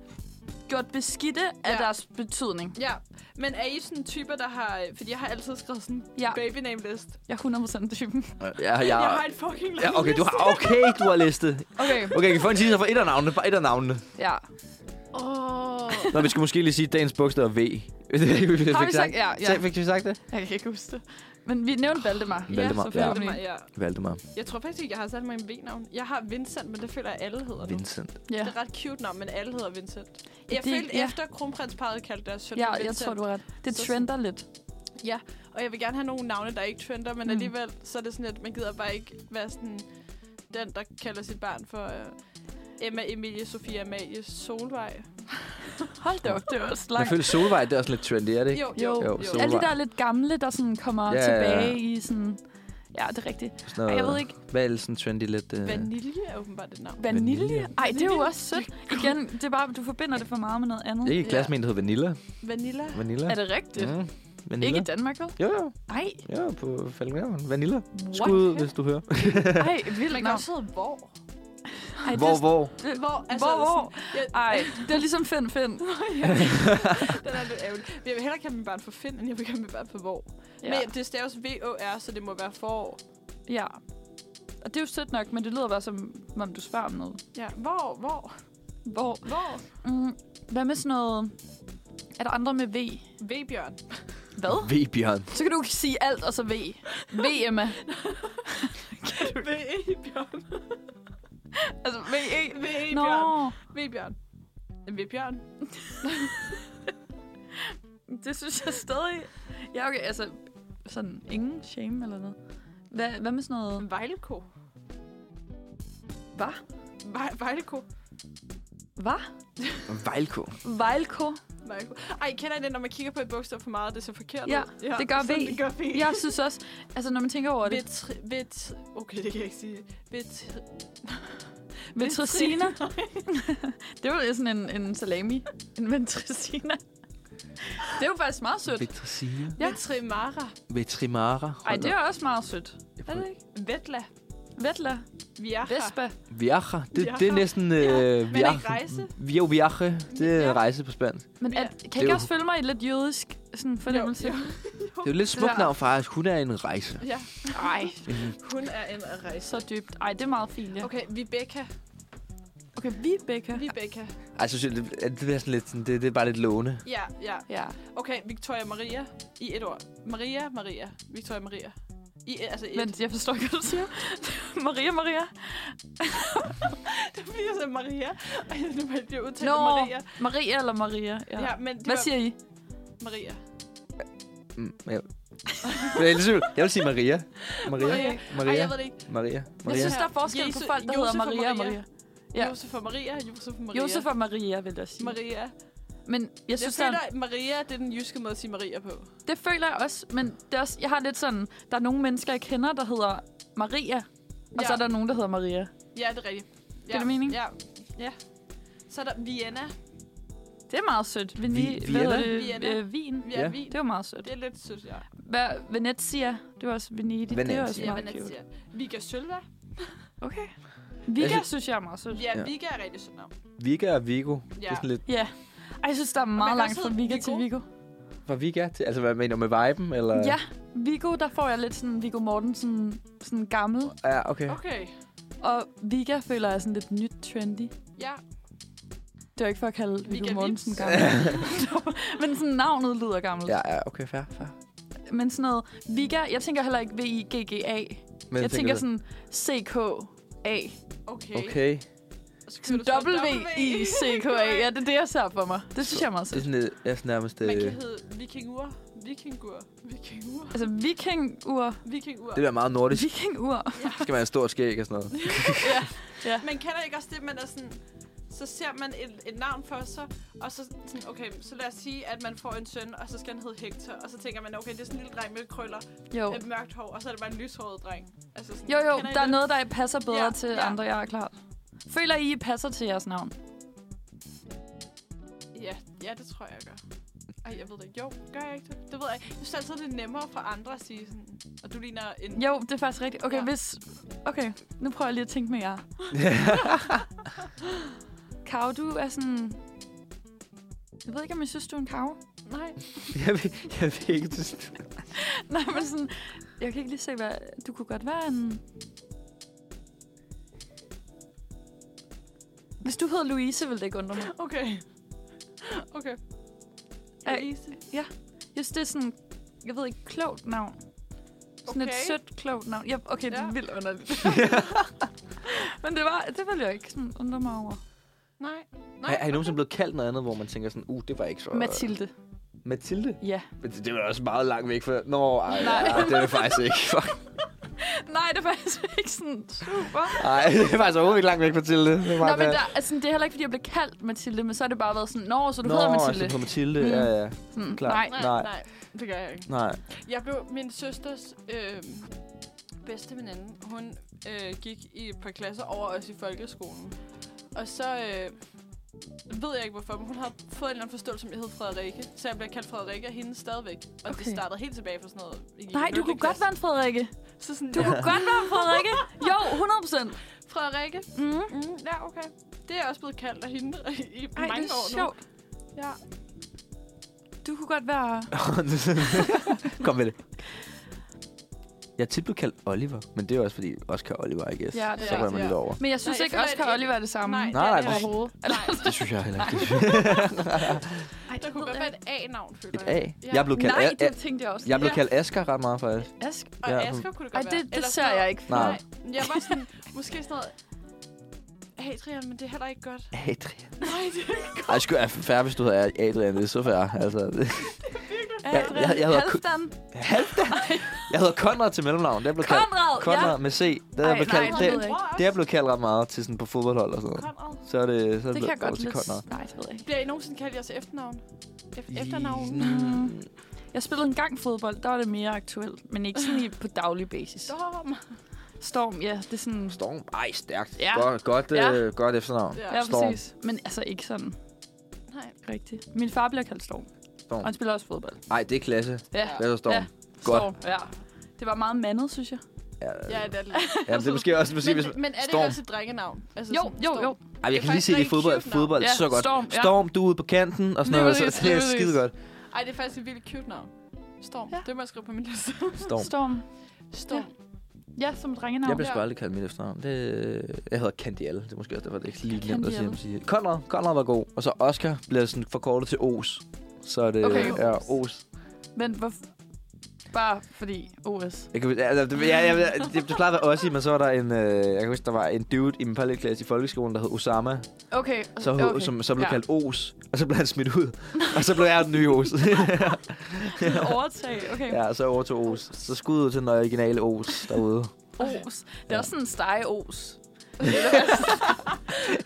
S3: gjort beskidte ja. af
S1: Ja.
S3: deres betydning.
S1: Ja, men er I sådan typer, der har... Fordi jeg har altid skrevet sådan en
S3: Ja.
S1: ja. baby name list.
S3: Jeg er 100% typen.
S2: Ah, ja,
S1: Ja. Jeg har
S2: ja.
S1: en fucking lang
S2: Ja, okay, du
S1: liste.
S2: har, okay, du har listet.
S3: Okay,
S2: Okay, kan I få en teaser for et af navnene? Bare et af navnene.
S3: ja.
S1: Åh,
S2: Nå, vi skulle måske lige sige, at dagens bogstav er V. har
S3: sagt- ja, ja.
S2: Fik vi sagt det?
S3: Jeg kan ikke huske det. Men vi nævnte Valdemar.
S2: Valdemar,
S3: ja.
S1: ja.
S3: selvfølgelig.
S1: Ja.
S2: Valdemar.
S1: Jeg tror faktisk ikke, jeg har sat mig en V-navn. Jeg har Vincent, men det føler jeg, alle hedder nu.
S2: Vincent.
S3: Ja.
S1: Det er et ret cute navn, men alle hedder Vincent. Jeg det,
S3: det-
S1: følte
S3: ja.
S1: ja. efter kronprinsparet kaldte deres søn
S3: Ja,
S1: for Vincent.
S3: jeg tror, du har ret. Det
S1: Så
S3: trender lidt.
S1: Ja, og jeg vil gerne have nogle navne, der ikke trender, men
S3: Mm.
S1: mm. alligevel, så er det sådan, at man gider bare ikke være sådan den, der kalder sit barn for øh, Emma, Emilie, Sofia, Amalie, Solvej.
S3: Hold da op, det er også
S2: Jeg
S3: langt.
S2: føler Solvej, det er også lidt trendy, er det ikke?
S1: Jo, jo,
S3: Jo,
S1: jo. Altså,
S2: jo, Solvej.
S3: Alle de der lidt gamle, der sådan kommer
S2: Ja, ja, Øh,
S3: ja,
S2: ja.
S3: tilbage ja. i sådan... Ja, det er rigtigt.
S2: Sådan
S3: Ej, jeg ved ikke.
S2: Hvad er det sådan trendy lidt? Øh...
S1: Vanilje er åbenbart et navn.
S3: Vanilje?
S2: Vanilje.
S3: Ej, det er jo også sødt. Igen, det er bare, du forbinder det for meget med noget andet.
S2: Jeg gik i klasse med en, der hed Vanilla.
S1: Vanilla.
S2: Vanilla.
S3: Er det rigtigt?
S2: Mm.
S3: Mm, ikke
S2: Vanilla.
S3: i Danmark, vel?
S2: Jo, jo.
S3: Ej,
S2: Jo, på Falkenhavn. Vanilla.
S3: what?
S2: Skud, hvis du hører.
S3: Ej, vildt
S1: Man kan
S3: navn.
S1: også hedde Hvor.
S3: Ej, det
S2: Hvor,
S3: er-
S2: hvor?
S3: det-
S1: Hvor, altså,
S3: hvor, hvor?
S1: Jeg,
S3: Ej, det er ligesom Find
S1: den
S3: Find.
S1: er lidt ærgerlig. Men jeg vil hellere kalde mit barn for Finn, end jeg vil kalde mit barn for Hvor. Ja.
S3: Ja.
S1: Men det staves V-O-R, så det må være forår.
S3: ja. Og det er jo sødt nok, men det lyder bare som, som om du spørger om noget.
S1: Ja, hvor, hvor,
S3: Hvor?
S1: hvor?
S3: Mm, hvad med sådan noget... Er der andre med V?
S1: V-bjørn.
S3: Hvad?
S2: V-Bjørn.
S3: Så kan du sige alt, og så V. V, Emma.
S1: V-bjørn.
S3: Altså, V, E. Nå.
S1: V-bjørn. V-bjørn. V-bjørn.
S3: Det synes jeg stadig... Ja, okay, altså... Sådan ingen shame eller noget. Hvad, hvad med sådan noget...
S1: Vejleko.
S3: Hvad?
S1: Vej, Vejleko.
S3: Hvad?
S2: Vejlko.
S3: Vejlko?
S1: Vejleko. Ej, kender I det, når man kigger på et bogstav for meget, det ser forkert
S3: Ja,
S1: ud?
S3: det gør
S1: sådan
S3: V.
S1: Det gør V.
S3: Jeg synes også... Altså, når man tænker over det...
S1: Vet, vet, okay, det kan jeg ikke sige. Vet,
S3: Ventricina. det var jo sådan en, en salami. En ventricina. Det er jo faktisk meget sødt.
S2: Vetrisina.
S3: Ja.
S1: ja. Vetrimara.
S2: Vetrimara.
S3: Ej, det er også meget sødt. Er det ikke?
S1: Vetla.
S3: Vetla.
S1: Viaja.
S3: Vespa.
S2: Viaja. Det,
S1: Viaja.
S2: det er næsten... Øh,
S1: men
S2: viaja.
S1: ikke rejse.
S2: Via viaje. Det er
S1: Ja.
S2: rejse på spansk.
S3: Men
S1: Ja.
S3: er, kan I
S2: er
S3: ikke
S2: jo-
S3: også følge mig i lidt jødisk sådan fornemmelse?
S1: Jo,
S2: Det er jo lidt smukt
S3: Ja.
S2: navn, faktisk. Hun er en rejse.
S1: Ja,
S3: Ej,
S1: hun er en at rejse.
S3: så dybt. Ej, det er meget fint, ja.
S1: Okay, Vibeka.
S3: Okay, Vibeke.
S1: Vibeka.
S2: Ej, så synes jeg, det, det er sådan lidt sådan, det, det er bare lidt låne.
S1: Ja, ja.
S3: Ja.
S1: Okay, Victoria Maria. I et ord. Maria, Maria. Victoria Maria. I, et- altså et. Men...
S3: Vent, jeg forstår ikke, hvad du siger. Maria, Maria.
S1: Det bliver så Maria. Ej, det bliver udtalt
S3: Nå,
S1: Maria.
S3: Maria eller Maria. Ja.
S1: Ja, men det
S3: Hvad
S1: var
S3: siger I?
S1: Maria.
S2: Mm, jeg, Men jeg, er lidt i tvivl. jeg vil sige Maria. Maria.
S1: Maria. Ej,
S2: Maria.
S1: jeg ved det ikke.
S2: Maria.
S3: Jeg
S2: Maria.
S3: synes, der er forskel på
S1: Jesu-
S3: folk, der hedder
S1: Josef og
S3: Maria og Maria.
S1: Maria.
S3: Ja.
S1: Ja. Josef og Maria. Josef og Maria.
S3: Josef og Maria, vil jeg sige.
S1: Maria.
S3: Men jeg
S1: Jeg, jeg
S3: synes, der,
S1: føler, at Maria det er den jyske måde at sige Maria på.
S3: det føler jeg også, men det er også, jeg har lidt sådan, der er nogle mennesker, jeg kender, der hedder Maria, og
S1: Ja.
S3: så er der nogen, der hedder Maria.
S1: Ja, det er rigtigt. Ja.
S3: det mening?
S1: Ja. ja. Så er der Vienna.
S3: Det er meget sødt. Vin,
S2: Vi-
S3: hvad hedder
S1: Vienna?
S3: det? Øh, vin.
S1: Ja,
S2: Ja.
S1: ja. Vi,
S3: Det er jo meget sødt.
S1: det er lidt sødt, ja.
S3: Hvad, Venezia, det var også Venedig. Det er også
S2: Venezia.
S1: Ja,
S3: meget
S1: men
S3: cute.
S1: altså, Vika Sølva.
S3: Okay. Vika
S2: Jeg
S3: synes jeg er meget sødt.
S1: Ja,
S2: Ja.
S1: Vika er rigtig sødt navn.
S2: Vika og Vigo. Det
S1: Ja.
S2: er sådan lidt
S3: Ja. Ej, jeg synes, der er
S1: man
S3: meget
S1: kan
S3: langt
S1: også
S3: fra
S1: hedde
S3: Vika
S1: Viggo.
S3: til Vigo.
S2: fra Vika til, altså hvad mener du med viben? Eller?
S3: Ja, Vigo, der får jeg lidt sådan Vigo Mortensen, sådan gammel.
S2: Ja, okay.
S1: Okay.
S3: Og Vika føler jeg sådan lidt nyt trendy.
S1: Ja.
S3: Det var ikke for at kalde Viggo
S1: Vigga
S3: Mortensen
S1: Vips.
S3: gammel. men sådan navnet lyder gammelt.
S2: Ja, ja, okay, fair, fair.
S3: Men sådan noget, Vigga, jeg tænker heller ikke V-I-G-G-A.
S2: Men
S3: Jeg tænker
S2: du-
S3: sådan C-K-A.
S1: Okay.
S2: Okay.
S1: Så kører
S3: Sådan
S1: du så
S3: W-I-C-K-A. Ja, det er det, jeg ser for mig. Det synes jeg er meget
S2: Det er
S3: sødt.
S2: sådan lidt, jeg er sådan nærmest... Øh,
S1: Man kan
S2: det
S1: hedde vikingur. Vikingur. Vikingur.
S3: Altså, vikingur.
S1: Vikingur.
S2: bliver meget nordisk.
S3: Vikingur.
S2: Så skal man have stort skæg og sådan noget.
S1: Man kender ikke også det, man er sådan... Så ser man et, et navn for sig, og så sådan, okay, så lad os sige, at man får en søn, og så skal han hedde Hector, og så tænker man, okay, det er sådan en lille dreng med krøller,
S3: Jo.
S1: et mørkt hår, og så er det bare en lyshåret dreng. Altså sådan,
S3: Jo, jo,
S1: kender I
S3: der er
S1: det?
S3: noget, der passer bedre
S1: Ja,
S3: til
S1: ja.
S3: andre, jeg er klart. Føler I, I passer til jeres navn?
S1: Ja, ja, det tror jeg, jeg gør. Ej, jeg ved det ikke. Jo, gør jeg ikke det? Det ved jeg ikke. Jeg synes altid, det er nemmere for andre at sige sådan, og du ligner en...
S3: Jo, det er faktisk rigtigt. Okay,
S1: Ja.
S3: ja. hvis... Okay, nu prøver jeg lige at tænke med jer. Kav, du er sådan... Jeg ved ikke, om jeg synes, du er en kav. Nej.
S2: Jeg vil, jeg vil ikke til slut.
S3: Nej, men sådan... Jeg kan ikke lige se, hvad... Du kunne godt være en... Hvis du hed Louise, ville det ikke undre mig.
S1: Okay. Okay.
S3: Ej,
S1: Elise.
S3: Jeg synes, det er sådan... Jeg ved ikke, klogt navn. Sådan okay. et
S1: Okay.
S3: sødt, klogt navn. Ja, okay, det
S1: Ja.
S3: er vildt underligt. men det var... Det ville jeg ikke sådan undre mig over.
S1: Nej. Nej.
S2: Har, har I nogensinde blevet kaldt noget andet, hvor man tænker sådan, uh, det var ikke så...
S3: Mathilde.
S2: Mathilde?
S3: Ja.
S2: Men det, det var også meget langt væk fra... Nå, ej,
S3: Nej.
S2: ej, det er det faktisk ikke. Fuck.
S3: Nej, det var faktisk ikke sådan super.
S2: Ej, det er faktisk overhovedet ikke langt væk fra Mathilde. Det er
S3: Nå,
S2: bare
S3: men
S2: der-
S3: der, altså, det er heller ikke, fordi jeg blev kaldt Mathilde, men så har det bare været sådan, Nå, så du
S2: Nå,
S3: hedder
S2: altså,
S3: Mathilde.
S2: på Mathilde,
S3: Mm.
S2: ja, ja.
S3: sådan,
S2: klart.
S3: Nej.
S1: Nej, nej,
S2: Nej.
S1: nej, det gør jeg ikke.
S2: Nej.
S1: Jeg blev min søsters øh, bedste veninde. Hun øh, gik i et par klasser over os i folkeskolen. Og så øh, ved jeg ikke hvorfor, men hun har fået en eller anden forståelse, som jeg hed Frederikke. Så jeg blev kaldt Frederikke af hende stadigvæk. Og okay.
S3: Okay.
S1: det startede helt tilbage fra sådan noget. I
S3: Nej, du kunne godt være en Frederikke.
S1: Så sådan, du
S3: Du
S1: ja.
S3: kunne godt være en Frederikke. Jo, 100 procent.
S1: Frederikke.
S3: Mm.
S1: Mm, ja, okay. Det er jeg også blevet kaldt af hende i
S3: Ej,
S1: mange
S3: det er
S1: år nu.
S3: sjovt.
S1: Ja.
S3: Du kunne godt være...
S2: Kom med det. Jeg er tit blevet kaldt Oliver, men det er også fordi Oscar Oliver, I guess.
S3: Ja, det er
S2: så rører man
S1: rigtigt,
S2: lidt
S1: ja.
S2: over.
S3: Men jeg synes
S1: Nej, jeg
S3: ikke,
S1: føler,
S3: Oscar
S1: at-
S3: og Oliver er det samme.
S1: Nej,
S2: Nej, nej,
S1: det er det
S3: Overhovedet.
S1: Nej,
S2: Det synes jeg heller ikke.
S3: Ej,
S1: der kunne godt være et A-navn, føler
S2: Et A.
S1: jeg.
S2: Jeg blev kaldt,
S3: Nej,
S2: A-
S3: det
S2: A-
S3: tænkte jeg også.
S2: jeg blev
S1: Ja.
S2: kaldt Asger ret meget, faktisk.
S3: Ask.
S1: Og
S2: Ja,
S1: ja,
S2: sådan-
S1: Asger kunne det
S3: Ej,
S1: godt være.
S3: det, det
S1: Eller
S3: ser
S1: sådan noget-
S3: jeg ikke.
S2: Nej.
S1: Nej. Jeg var sådan, måske sådan noget... Hey, Trian, men det er heller ikke godt.
S2: Adrian.
S1: Nej, det er ikke
S2: Ej, det skulle være færre, hvis du hedder Adrian. Det er så færre. Altså, det- jeg- jeg- jeg hedder Ku-
S3: Halvdan.
S2: Halvdan. Jeg hedder Konrad til mellemnavn. Det er blevet kaldt
S3: Konrad.
S2: Konrad med C. Det er
S3: Ej,
S2: jeg blevet
S3: nej,
S2: kaldt.
S3: det
S2: Det,
S3: ved jeg ikke.
S2: det er jeg blevet kaldt ret meget til sådan på fodboldhold og sådan noget.
S1: Konrad.
S2: Så er det, så er det,
S3: Det kan jeg
S2: blevet
S3: godt
S2: til Konrad.
S3: lidt. Nej, det ved jeg ikke.
S1: Bliver I nogensinde kaldt jeres efternavn? Ef- efternavn?
S2: Mm.
S3: Jeg spillede engang fodbold, der var det mere aktuelt, men ikke sådan i- på daglig basis.
S1: Storm.
S3: Storm, ja, det er sådan...
S2: Storm. Ej, stærkt.
S3: Mm. Ja.
S2: Godt, godt,
S3: Ja.
S2: øh, godt efternavn.
S1: Ja.
S3: Ja,
S2: Storm.
S3: præcis. Men altså ikke sådan
S1: Nej.
S3: rigtigt. Min far bliver kaldt Storm,
S2: Storm.
S3: og han spiller også fodbold.
S2: Ej, det er klasse.
S3: Ja,
S2: Det er så Storm.
S3: Ja.
S2: Ja.
S3: Storm, ja. Det var meget mandet, synes jeg.
S1: Ja, det er det. lidt.
S2: Ja, men det er måske også... Måske,
S1: Men,
S2: hvis,
S1: men er det
S2: Storm.
S1: ikke også et drengenavn? Altså,
S3: Jo,
S1: sådan
S3: jo,
S1: Storm.
S3: jo.
S2: ej, jeg
S1: er
S2: kan lige
S1: faktisk
S2: se det i
S1: rigtig
S2: fodbold.
S1: cute navn.
S2: Fodbold,
S3: Ja,
S2: så godt.
S3: Storm, ja.
S2: Storm, du er ude på kanten og sådan
S3: Lige
S2: noget. Så,
S3: præcis,
S2: det er
S3: lige præcis.
S2: skide godt.
S1: Ej, det er faktisk et vildt cute navn. Storm.
S3: Ja.
S1: Det må jeg skrive på min liste.
S2: Storm.
S3: Storm.
S1: Storm.
S3: Ja, som drengenavn.
S2: Jeg bliver
S1: Ja.
S2: sgu aldrig kaldt mit efternavn. Det, jeg hedder Candial. Det er måske også derfor, det er ikke lige nemt
S3: Candial.
S2: at sige- at sige. Conrad. Conrad var god. Og så Oscar bliver sådan forkortet til Os. Så er det
S3: Okay.
S2: okay. er Os.
S3: Men hvorfor? Bare fordi OS.
S2: Jeg, kan, altså, det, jeg, jeg, jeg, det, det plejede at være Ossi, men så var der en, øh, jeg kan huske, der var en dude i min parallelklasse i folkeskolen, der hed Osama,
S3: Okay.
S2: så, hed,
S3: okay.
S2: okay. som så blev
S3: ja.
S2: ja. kaldt Os, og så blev han smidt ud, og så blev jeg den nye Os.
S3: Sådan overtag, okay.
S2: ja, så overtog Os. Så skud ud til den originale Os derude.
S3: Os. Det er også sådan en stege-os.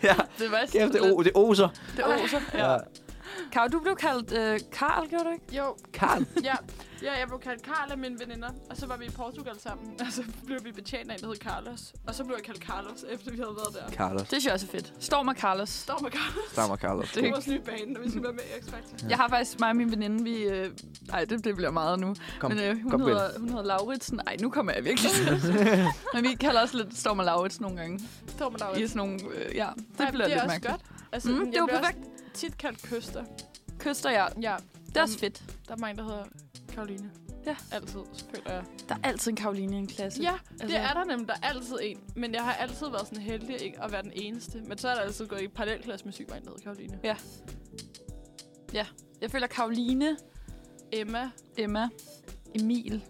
S2: ja,
S3: Det var sådan
S2: kæft, det,
S3: lidt-
S2: er o, det er Oser.
S3: Det er oser.
S2: Ja.
S3: Kav, du blev kaldt øh, Karl, gjorde du ikke?
S1: Jo,
S2: Karl.
S1: ja. ja, jeg blev kaldt Karl af mine veninder, og så var vi i Portugal sammen, og så blev vi betjent af en, der hed Carlos. Og så blev jeg kaldt Carlos, efter vi havde været der.
S2: Carlos.
S3: Det synes jeg også er fedt. Storm og Carlos.
S1: Storm og Carlos.
S2: Stammer Carlos.
S1: Det er vores nye bane, når vi skal være med i X-Factor.
S3: Jeg har faktisk mig og min veninde, vi... Øh, ej, det, det bliver meget nu.
S2: Kom,
S3: Men øh, hun,
S2: kom, Bente.
S3: hedder, hun hedder Lauritsen. Ej, nu kommer jeg virkelig til. Men vi kalder også lidt Storm og Lauritsen nogle gange.
S1: Storm og Laura.
S3: I sådan nogle... Øh, ja, det
S1: Nej,
S3: bliver
S1: det er
S3: lidt
S1: også
S3: mærkeligt.
S1: godt. Altså,
S3: Mm,
S1: jeg
S3: det var
S1: bliver
S3: perfekt.
S1: Også tit kaldt kyster.
S3: Kyster, ja.
S1: Ja,
S3: Det er også fedt.
S1: der er mange, der hedder Karoline.
S3: Ja.
S1: Altid, føler jeg.
S3: Der er altid en Karoline i en klasse.
S1: Ja, det
S3: altså-
S1: er der nemlig. Der er altid en. Men jeg har altid været sådan heldig ikke at være den eneste. Men så er der altid gået i parallelklasse med syg, der hedder Karoline.
S3: Jeg føler Karoline,
S1: Emma.
S3: Emma, Emil.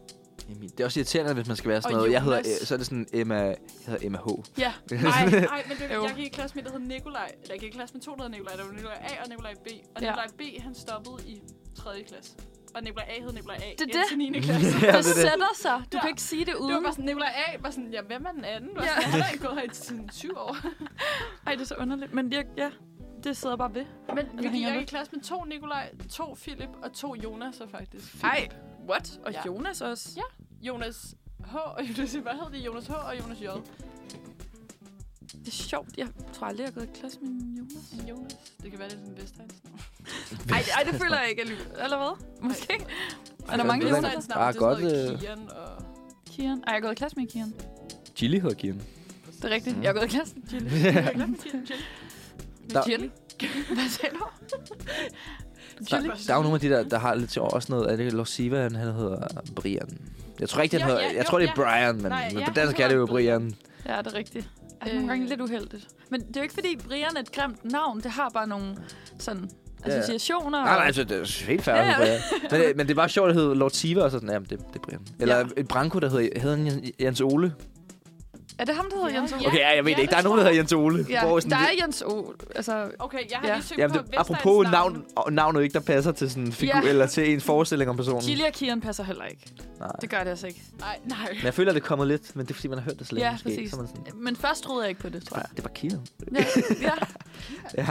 S2: Emil. Det er også irriterende, hvis man skal være sådan
S1: Og
S2: noget. Jeg hedder,
S1: Jonas.
S2: øh, så er det sådan Emma, jeg hedder Emma H.
S3: Ja,
S1: Nej, nej, men det,
S3: Jo.
S1: jeg gik i klasse med, der hed Nikolaj. Eller jeg gik i klasse med to, der hed Nikolaj. Der var Nikolaj A og Nikolaj B. Og
S3: Ja.
S1: Nikolaj B, han stoppede i 3. klasse. Og Nikolaj A hed Nikolaj A
S3: er det.
S1: indtil 9. klasse.
S2: Ja,
S3: det
S2: det er det.
S3: sætter sig. Du
S1: Ja.
S3: kan ikke sige det
S1: Det var
S3: uden.
S1: bare sådan, Nikolaj A var sådan, ja, hvem er den anden? Du har
S3: Ja.
S1: sådan, "Han har ikke gået her i siden syv år.
S3: Ej, det er så underligt. Men jeg, ja, det sidder bare ved.
S1: Men vi
S3: hænger
S1: gik jeg
S3: du?
S1: i klasse med to Nikolaj, to Philip og to Jonas så faktisk.
S3: Ej, what? Og
S1: Ja.
S3: Jonas også?
S1: Ja. Jonas H og Jonas, hvad hed det? Jonas H og Jonas J.
S6: Det er sjovt. Jeg tror aldrig, jeg har gået i klasse med en Jonas.
S1: Jonas. Det kan være, det er den Vestegns navn.
S6: Ej, det- ej, det føler jeg ikke alligevel. Eller hvad? Måske. Er der mange
S2: ved man-
S6: Jonas?
S1: Vestegns navn?
S2: Ah,
S1: det er sådan
S2: godt,
S1: noget
S2: øh.
S1: Kian og...
S3: Kian. Ej, jeg er gået i klasse med Kian.
S2: Chili hedder Kian.
S3: Det er rigtigt. Jeg er gået i klasse med Jill.
S2: Der-
S3: Jill? Hvad sagde du?
S2: Der, der er jo nogle af de der, der har lidt til også noget. Er det Losiva, han hedder Brian? Jeg tror ikke, den
S1: Ja,
S2: hedder...
S1: ja,
S2: jeg
S1: jo,
S2: tror, det er
S1: ja.
S2: Brian, men,
S1: Nej,
S2: men
S1: ja,
S2: på
S1: han
S2: dansk er
S1: hedder
S2: det jo Brian.
S3: Ja, det er rigtigt.
S6: Ej, det er nogle gange lidt
S3: uheldigt. Men det er jo ikke, fordi Brian er et grimt navn. Det har bare nogle sådan associationer.
S1: Ah.
S2: Nej, nej, altså, det er helt
S3: Ja,
S2: færdigt, ja,
S3: ja.
S2: ja. men, det- men det er bare sjovt, at hedde Lord Siva og så sådan. Jamen, det, det er Brian. Eller
S3: Ja.
S2: et Branko, der hedder... Hedder han Jens- Jens Ole?
S3: Er det ham, der hedder
S1: Ja,
S3: Jens O?
S1: ja.
S2: Okay, ja, jeg ved
S1: ja,
S2: det ikke. Der
S1: det
S2: er nogen, der
S1: tror
S2: hedder Jens Ole.
S3: Ja,
S2: Hvor sådan
S3: der er
S2: lidt-
S3: Jens O. Altså,
S1: Okay, jeg har
S3: Ja.
S1: lige søgt
S2: Jamen,
S1: på
S2: det,
S1: Vestegns
S2: apropos navn, og navnet ikke, der passer til sådan en figur,
S3: Ja.
S2: eller til en forestilling om personen.
S3: Chili og Kian passer heller ikke.
S2: Nej.
S3: Det gør det altså ikke.
S1: Nej, nej.
S2: Men jeg føler, at det kommer lidt, men det er, fordi man har hørt det så længe.
S3: Ja,
S2: måske.
S3: præcis.
S2: Så er man sådan,
S3: Men først troede jeg ikke på det, tror jeg.
S2: det var Kian.
S3: Ja, ja.
S2: Ja.
S3: Jeg kan
S1: Jeg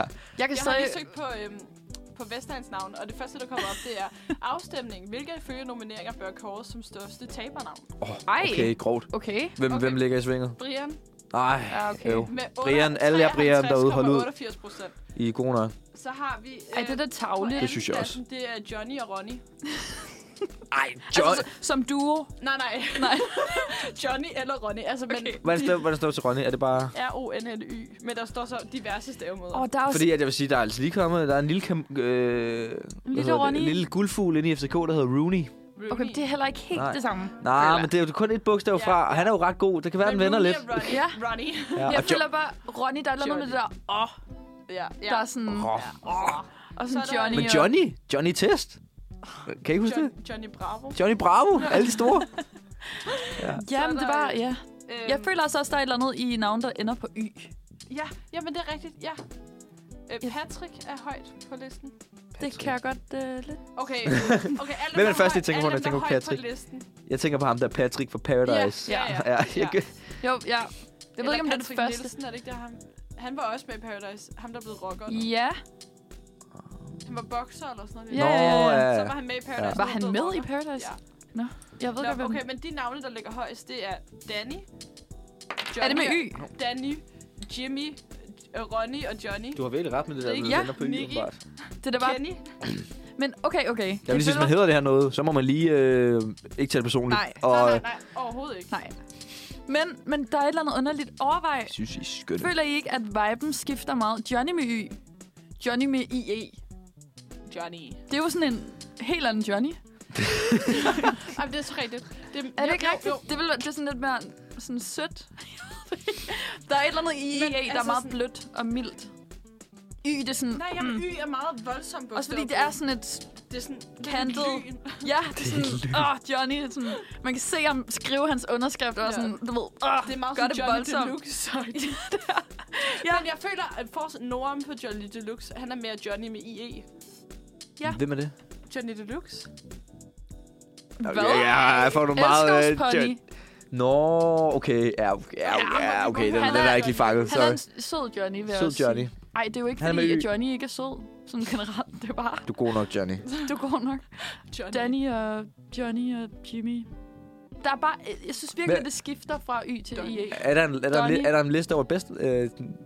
S1: har
S3: stadig...
S1: lige søgt på, øhm, på Vestegns navn, og det første, der kommer op, det er afstemning. Hvilke af følge nomineringer bør kåres som største tabernavn?
S2: Oh,
S3: Ej.
S2: okay, grovt.
S3: Okay.
S2: Hvem,
S1: Okay.
S2: hvem ligger i svinget?
S1: Brian
S2: Nej,
S3: Ja, okay.
S2: øv.
S1: med
S2: Brian, alle jer Brian derude, hold ud.
S1: 88 procent.
S2: I er gode nok.
S1: Så har vi... Øh,
S3: Ej, det er da tavligt.
S2: Det synes jeg
S1: andenpladsen, Det er Johnny og Ronny.
S2: Ej, John.
S3: Altså, som duo.
S1: Nej, nej.
S3: Nej.
S1: Johnny eller Ronny. Altså, men
S3: Okay.
S2: Hvordan står, hvordan står det til Ronny? Er det bare...
S1: R-O-N-N-Y. Men der står så diverse stavemåder.
S3: Åh, oh, der er også
S2: Fordi at jeg vil sige, der er altså lige kommet, der er en lille, kam- øh, hvad hedder
S3: Ronny.
S2: Det, en lille guldfugl inde i FCK, der hedder Rooney.
S1: Rooney.
S3: Okay, det er heller ikke helt
S2: Nej.
S3: Nej. det samme.
S2: Nej,
S3: Eller-
S2: men det er jo kun et bogstav
S1: Ja.
S2: fra, og han er jo ret god. Det kan være,
S1: Men
S2: han vender
S1: Rooney
S2: lidt.
S1: og Ronny.
S3: Ja.
S1: Ronny.
S2: Ja,
S3: Jeg
S2: og jo-
S3: føler bare, Ronny, der er noget med det der, åh, oh,
S1: Ja, ja.
S3: der er sådan,
S2: Åh,
S3: og sådan
S1: Så er der-
S3: Johnny.
S2: Men
S3: og-
S2: Johnny? Johnny Test? Kan I ikke huske
S1: John,
S2: det?
S1: Johnny Bravo.
S2: Johnny Bravo, alle de store.
S3: Ja, men
S1: Så er
S3: det
S1: der-
S3: var, ja.
S1: Øhm,
S3: Jeg føler også, der er et eller andet i navn, der ender på Y.
S1: Ja, jamen det er rigtigt, ja. Øh, Patrick er højt på listen.
S3: Det kan jeg godt øh, lidt.
S1: Okay, okay. Alle
S2: Hvem er
S1: dem,
S2: det første,
S1: der
S2: I
S1: høj-
S2: tænker på, når
S1: alle
S2: I
S1: dem,
S2: tænker
S1: der
S2: på
S1: er højt
S2: Patrick?
S1: På listen.
S2: Jeg tænker på ham der, Patrick fra Paradise.
S1: Ja, ja,
S2: ja. jeg
S1: ja.
S2: kan-
S3: Jo, ja. Jeg ved
S1: Eller
S3: ikke, om det er det
S1: Patrick
S3: første.
S1: Nielsen, er det ikke det ham? Han var også med i Paradise. Ham, der blev rocker.
S3: Ja.
S1: Han var bokser eller sådan noget.
S3: Ja,
S2: Nå,
S3: ja, ja.
S2: ja.
S1: Så var han med i Paradise.
S2: Ja.
S1: nu
S3: Var
S1: er
S3: han
S1: blevet
S3: med i
S1: rocker.
S3: Paradise?
S1: Ja.
S3: Nå, jeg ved godt,
S1: Nå,
S3: hvem.
S1: okay, men de navne, der ligger højest, det er Danny. Johnny,
S3: Er det med Y?
S1: Danny, Jimmy, øh, Ronny og Johnny.
S2: Du har virkelig ret med det der,
S1: Nicky.
S2: med vender på Y,
S1: Nicky.
S2: åbenbart.
S3: Det er da bare...
S1: Kenny.
S3: Men okay, okay.
S2: Jeg vil lige sige, hvis man
S3: føler-
S2: hedder det her noget, så må man lige øh, ikke tage det personligt.
S3: Nej.
S2: og
S1: Nej, nej, nej. Overhovedet ikke.
S3: Nej. Men, men der er et eller andet underligt overvej.
S2: Jeg øh, synes, I er skønne.
S3: Føler I ikke, at viben skifter meget? Johnny med Y. Johnny med IE.
S1: Johnny.
S3: Det er jo sådan en helt anden Johnny.
S1: Jamen, det er så rigtigt. Det,
S3: Er det ikke
S1: jo,
S3: rigtigt?
S1: Jo, jo.
S3: Det, vil, det er sådan lidt mere sådan sødt. der er et eller andet i
S1: Men
S3: EA, der
S1: altså
S3: er meget
S1: sådan-
S3: blødt og mildt. Y, det er sådan... mm.
S1: Nej, jamen, Y er meget voldsomt bogstav.
S3: Også fordi det er sådan et...
S1: Det er sådan lidt
S3: kantet.
S1: lyn.
S3: Ja, det er sådan... Åh, oh, Johnny. det er Sådan, man kan se ham skrive hans underskrift, og
S1: Ja.
S3: ja. sådan, du ved... Oh,
S1: Det er meget
S3: gør
S1: sådan
S3: det
S1: Johnny
S3: voldsomt.
S1: Deluxe. ja. Men jeg føler, at for Norm på Johnny Deluxe, han er mere Johnny med E. IE.
S3: Ja.
S2: Hvem er det?
S1: Johnny Deluxe.
S3: Hvad?
S2: Ja, ja, jeg får du meget...
S3: Elskers
S2: øh,
S3: Pony.
S2: John- Nå, okay. Ja, okay, ja, ja, okay. Den,
S3: Han
S2: den er
S3: er-
S2: jeg ikke lige fanget.
S3: Han er
S2: Sorry.
S3: en s- sød Johnny, vil jeg
S2: Sød
S3: også
S2: Johnny.
S3: Sige. Ej, det er jo ikke,
S2: Han er med
S3: fordi
S2: Y.
S3: at Johnny ikke er sød. Sådan generelt. Det er bare...
S2: Du er god nok, Johnny.
S3: Du går nok.
S1: Johnny.
S3: Danny og Johnny og Jimmy. Der er bare, jeg synes virkelig,
S2: Hvad?
S3: det skifter fra Y til E
S1: Donny.
S3: IE.
S2: Er der en, er der en, li-
S3: Johnny.
S2: er der en liste over bedst... Øh, den-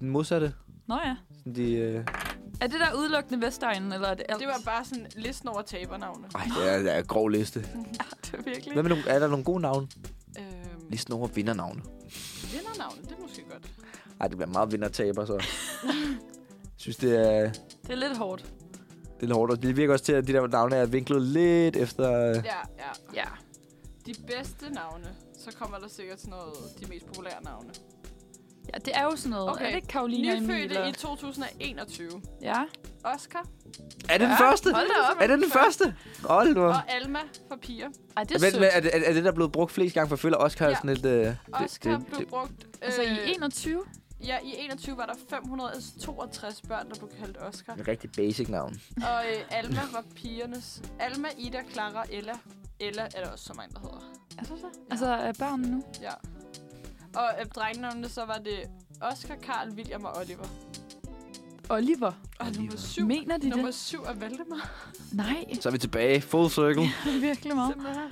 S2: den modsatte?
S3: Nå ja.
S2: Sådan de... Øh...
S3: Er det der udelukkende Vestegnen, eller er det alt?
S1: Det var bare sådan listen over tabernavne.
S2: Ej, det er, det er en grov liste.
S3: det var virkelig.
S2: Hvad med nogle, er der nogle gode navne?
S1: Øhm,
S2: Listen over vindernavne.
S1: vindernavne, det er måske godt.
S2: Ej, det bliver meget vindertaber, så. Jeg synes, det er,
S3: Det er lidt hårdt.
S2: det er lidt hårdt. Og det virker også til, at de der navne er vinklet lidt efter... øh,
S1: Ja, ja.
S3: Ja.
S1: De bedste navne, så kommer der sikkert sådan noget, de mest populære navne.
S3: Ja, det er jo sådan noget.
S1: Okay.
S3: Er det ikke Karolina
S1: Nyfødte
S3: Emil?
S1: i 2021.
S3: Ja.
S1: Oscar
S2: Er det den første?
S3: Hold da op.
S2: Er det den første? Hold nu. op.
S1: og Alma fra Piger.
S3: Ej, det er
S2: Vent,
S3: sødt.
S2: men er, det, er, er det, der er blevet brugt flest gange for følger? Oscar
S1: Ja.
S2: ja. sådan lidt... Øh, det,
S1: Oscar
S2: det,
S1: blev
S2: det,
S1: brugt... Øh,
S3: Altså i 21?
S1: Ja, i 21 var der 562 børn, der blev kaldt Oscar.
S2: en rigtig basic navn.
S1: Og øh, Alma var pigernes. Alma, Ida, Clara, Ella. Ella er der også så mange, der hedder.
S3: Er det så? Altså er børn nu?
S1: Ja. Og øh, drengenavnene, så var det Oscar, Karl, William og Oliver.
S3: Oliver.
S1: Og nummer syv.
S3: Mener de
S1: nummer
S3: det?
S1: syv er Valdemar.
S3: Nej,
S2: Så er vi tilbage. Full circle.
S3: virkelig meget.
S1: Simpelthen.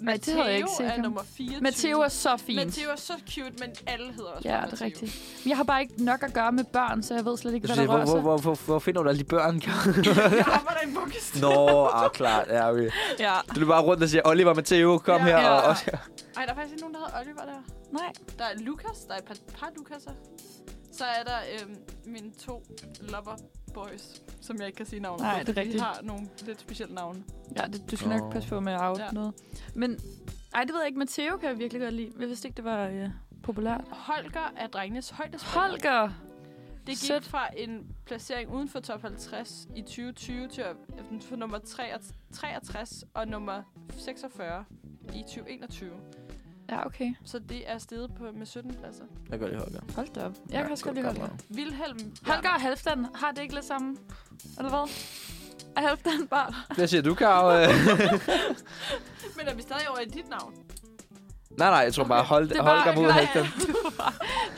S3: Nej, det havde jeg ikke set.
S1: Matteo er
S3: ham.
S1: nummer 24.
S3: Matteo er så fint.
S1: Matteo er så cute, men alle hedder også
S3: Ja,
S1: bare
S3: det er
S1: Matteo.
S3: rigtigt. Men jeg har bare ikke nok at gøre med børn, så jeg ved slet ikke,
S2: Jeg
S3: hvad
S2: synes,
S3: der
S2: hvor,
S3: rører
S2: hvor,
S3: sig.
S2: hvor, hvor, hvor finder du alle de børn?
S1: Jeg arbejder i en vuggestue.
S2: Nå, ah, klart. Ja, okay.
S3: Ja.
S2: Du løber bare rundt og siger, Oliver Matteo, kom
S1: Ja.
S2: her. Og,
S3: Ja.
S2: og,
S1: Ej, der er faktisk ikke nogen, der hedder Oliver der.
S3: Nej.
S1: Der er Lukas. Der er et par, par Lukasser. Så er der øhm, mine to lover boys, som jeg ikke kan sige navnet
S3: Nej,
S1: på,
S3: det er
S1: fordi
S3: rigtigt.
S1: De har nogle lidt specielle navne.
S3: Ja, det, du skal
S2: Nå.
S3: nok passe på med at out
S1: Ja.
S3: ja. noget. Men, ej, det ved jeg ikke. Matteo kan jeg virkelig godt lide. Jeg vidste ikke, det var øh, populært.
S1: Holger er drengenes højdespiller.
S3: Holger!
S1: Det gik
S3: Sødt.
S1: fra en placering uden for top 50 i 2020 til at- øhm, for nummer 63 og nummer 46 i 2021.
S3: Ja, okay.
S1: Så det er steget på med 17 pladser.
S2: Jeg gør lige Holger.
S3: Hold da op. Jeg ja, kan også godt lide Holger.
S1: Vilhelm
S3: Holger og Halfdan, har det ikke lidt sammen? Eller hvad? Er Halfdan bare...
S2: Hvad siger du, Karo? Øh,
S1: Men er vi stadig over i dit navn?
S2: nej, nej, jeg tror bare, hold,
S3: Det er
S2: Holger mod
S3: nej,
S2: Halvdan.
S3: det var bare-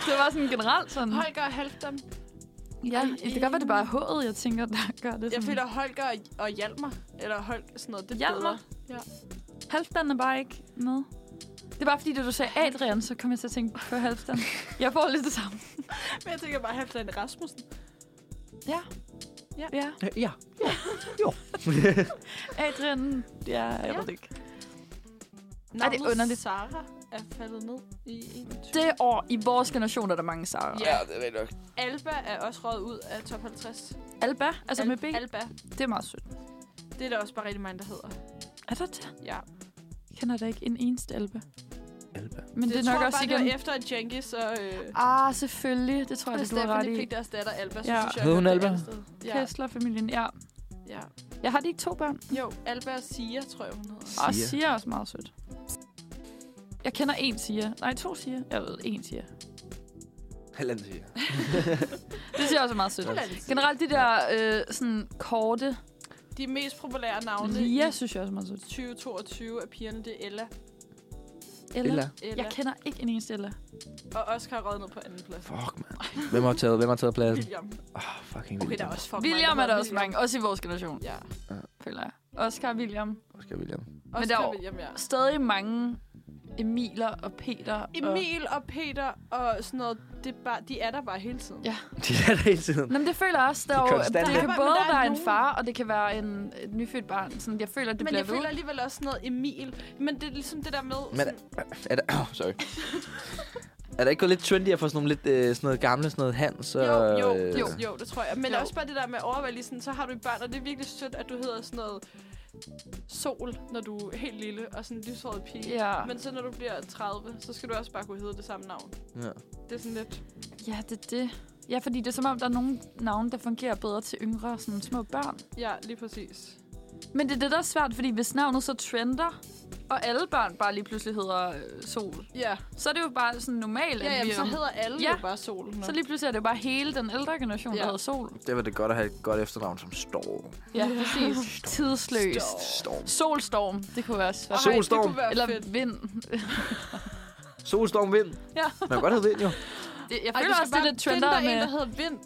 S3: det var sådan generelt sådan...
S1: Holger og Halfdan.
S3: Ja, det kan godt være, det bare er håret, jeg tænker, der gør det sådan.
S1: Jeg føler Holger og- og Hjalmar. Eller Holger, sådan noget. Det er
S3: Hjalmar?
S1: bedre.
S3: Halvdan er bare ikke med. Det er bare fordi, da du sagde Adrian, så kom jeg til at tænke på Halvdan. Jeg får lidt det samme.
S1: Men jeg tænker bare Halfdan Rasmussen.
S3: Ja,
S2: Ja.
S3: Adrian. Ja, jeg
S1: Ja.
S3: ved det ikke.
S1: Nej,
S3: det er underligt.
S1: Sara er faldet ned i 21.
S3: Det år, i vores generation, er der mange Sarah.
S1: Ja,
S2: det er rigtig nok.
S1: Alba er også røget ud af top 50.
S3: Alba, altså med B.
S1: Alba.
S3: Det er meget sødt.
S1: Det er der også bare rigtig mange, der hedder.
S3: Er der det?
S1: Ja.
S3: Jeg kender da ikke en eneste Alba.
S2: Alba.
S3: Men det, det er nok
S1: tror
S3: også
S1: bare,
S3: igen...
S1: Det var efter at Jenkins og... Øh,
S3: Ah, selvfølgelig. Det tror jeg, det, du har ret
S1: Stephanie
S3: i.
S1: fik deres datter Alba, så
S3: Ja.
S1: synes jeg...
S2: Hed hun
S1: at det er
S2: Alba?
S1: et sted. Ja,
S3: Kessler-familien, ja.
S1: ja.
S3: Jeg har de ikke to børn.
S1: Jo, Alba og Sia, tror jeg, hun hedder.
S3: Og
S2: Sia.
S3: Sia er også meget sødt. Jeg kender en Sia. Nej, to Sia. Jeg ved, en Sia.
S2: Halvdan siger. jeg.
S3: Det siger også er meget sødt. Generelt de der øh, sådan korte
S1: De mest populære navne
S3: Lia,
S1: i
S3: synes jeg også er meget sødt.
S1: 2022 af pigerne, det er Ella,
S2: Ella.
S1: Ella
S3: Jeg kender ikke en eneste Ella.
S1: og Oscar er røget ned på anden plads.
S2: Fuck, mand. Hvem har taget, hvem har taget pladsen?
S1: William.
S2: Ah, fucking
S1: Okay, der
S2: William.
S1: er også fucking
S3: William
S1: mange,
S3: er der
S1: hedder
S3: også mange. Også i vores generation,
S1: Ja,
S3: føler jeg. Oscar William.
S2: Oscar William.
S1: Oscar
S3: der er jo-
S1: William, ja.
S3: Stadig mange Emiler og Peter.
S1: Emil og Peter og sådan noget, det er bare, de er der bare hele tiden.
S3: Ja.
S2: De er der hele tiden.
S3: Og... Nå, men det føler jeg også. Der
S2: De
S3: er
S2: er
S3: jo,
S2: konstante.
S3: det
S1: Der er
S3: kan
S1: bare-
S3: både
S1: men der er
S3: være en
S1: nogen.
S3: far, og det kan være en, et nyfødt barn. Sådan, jeg føler, det
S1: Men
S3: bliver
S1: jeg
S3: ved.
S1: føler alligevel også sådan noget Emil. Men det er ligesom det der med...
S2: Men
S1: sådan,
S3: altså-
S2: er der... Oh, sorry. Er der ikke gået lidt trendy at få sådan nogle lidt øh, sådan noget gamle, sådan noget Hans? Og,
S1: Jo, jo,
S2: øh,
S1: jo, jo, det tror jeg. Men
S3: Jo.
S1: jo. også bare det der med at overveje, lige sådan, så har du et barn, og det er virkelig sødt, at du hedder sådan noget sol, når du er helt lille, og sådan en lyshåret pige.
S3: Ja.
S1: Men så når du bliver 30, så skal du også bare kunne hedde det samme navn.
S2: Ja.
S1: Det er sådan lidt...
S3: Ja, det er det. Ja, fordi det er som om, der er nogle navne, der fungerer bedre til yngre, sådan små børn.
S1: Ja, lige præcis.
S3: Men det er det, der er svært, fordi hvis navnet så trender, og alle børn bare lige pludselig hedder øh, Sol,
S1: Ja,
S3: så er det jo bare sådan normalt,
S1: ja
S3: at vi
S1: jamen, så hedder alle
S3: Ja.
S1: ja. jo bare sol. Nu.
S3: så lige pludselig er det jo bare hele den ældre generation, der
S1: Ja.
S3: hedder Sol.
S2: Det var det godt at have et godt efternavn som Storm.
S3: Ja, præcis. Tidsløst.
S2: Storm.
S3: Solstorm, det kunne også være
S1: Ej, det
S2: Solstorm.
S1: kunne være
S3: Eller
S1: Eller... fedt.
S3: vind.
S2: Solstorm Vind.
S3: Ja.
S2: Man kan godt have Vind, jo.
S3: Det, jeg
S1: Ej,
S3: føler
S1: du skal
S3: også, det er
S1: bare
S3: lidt
S1: finde
S3: trender
S1: dig en, der
S3: med
S1: hedder Vind.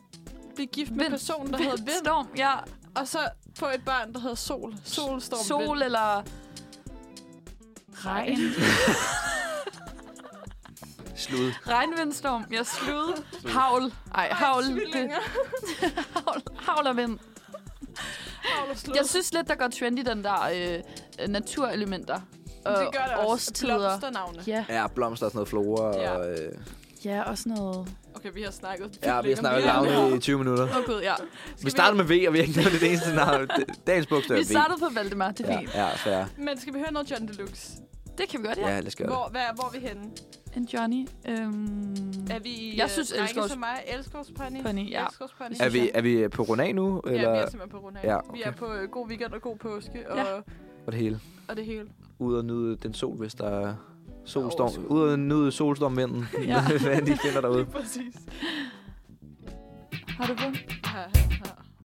S1: Blive gift med
S3: Vind.
S1: en person, der hedder Vind.
S3: Storm, ja.
S1: Og så få et barn, der hedder Sol. Sol, storm,
S3: Sol
S1: Vind.
S3: eller regn.
S2: Slud.
S3: Regnvindstorm. Jeg slud. Havl. Ej, havl. det-
S1: Tvillinger.
S3: Havl, havl og vind.
S1: Havl og slud.
S3: Jeg synes lidt, der går trendy den der øh, naturelementer. Og
S1: det gør det også.
S3: årstider.
S1: Blomsternavne.
S3: Ja.
S2: Ja, blomster og sådan noget flora.
S1: Ja.
S2: Og, øh,
S3: ja, og sådan noget.
S1: Okay, vi har snakket.
S2: ja, vi har
S1: længere
S2: snakket
S1: mere end det
S2: navne
S1: her.
S2: i 20 minutter.
S3: Åh oh, gud, ja.
S2: Vi startede med V, og vi har ikke nævnt det eneste navn. Dagens bogstav er
S3: Vi
S2: V.
S3: startede på Valdemar, det er
S2: Ja,
S3: fint.
S2: ja, fair.
S1: Men skal vi høre noget John Deluxe?
S3: Det kan vi godt, ja.
S2: Ja, lad os gøre det.
S1: Hvor, hvad, hvor er vi henne?
S3: En Johnny. Øhm,
S1: Er vi i
S3: Jeg
S1: øh,
S3: synes,
S1: Drenge
S3: Elskovs-
S1: som mig? Elskovspony?
S3: Pony, ja.
S1: Elskovspony?
S2: Er vi, er vi på rund af nu,
S1: Ja,
S2: eller
S1: vi er altså- simpelthen på rundt af.
S2: Ja,
S1: Ja, okay. Vi er på øh, god weekend og god påske og,
S3: Ja.
S1: ja.
S2: og det hele?
S1: og det hele.
S2: Ud og nyde den sol, hvis der er solstorm.
S1: Overskud.
S2: Ud og nyde solstormvinden,
S3: Ja.
S2: hvad de finder derude.
S1: Præcis.
S3: Har du på?
S1: Ja.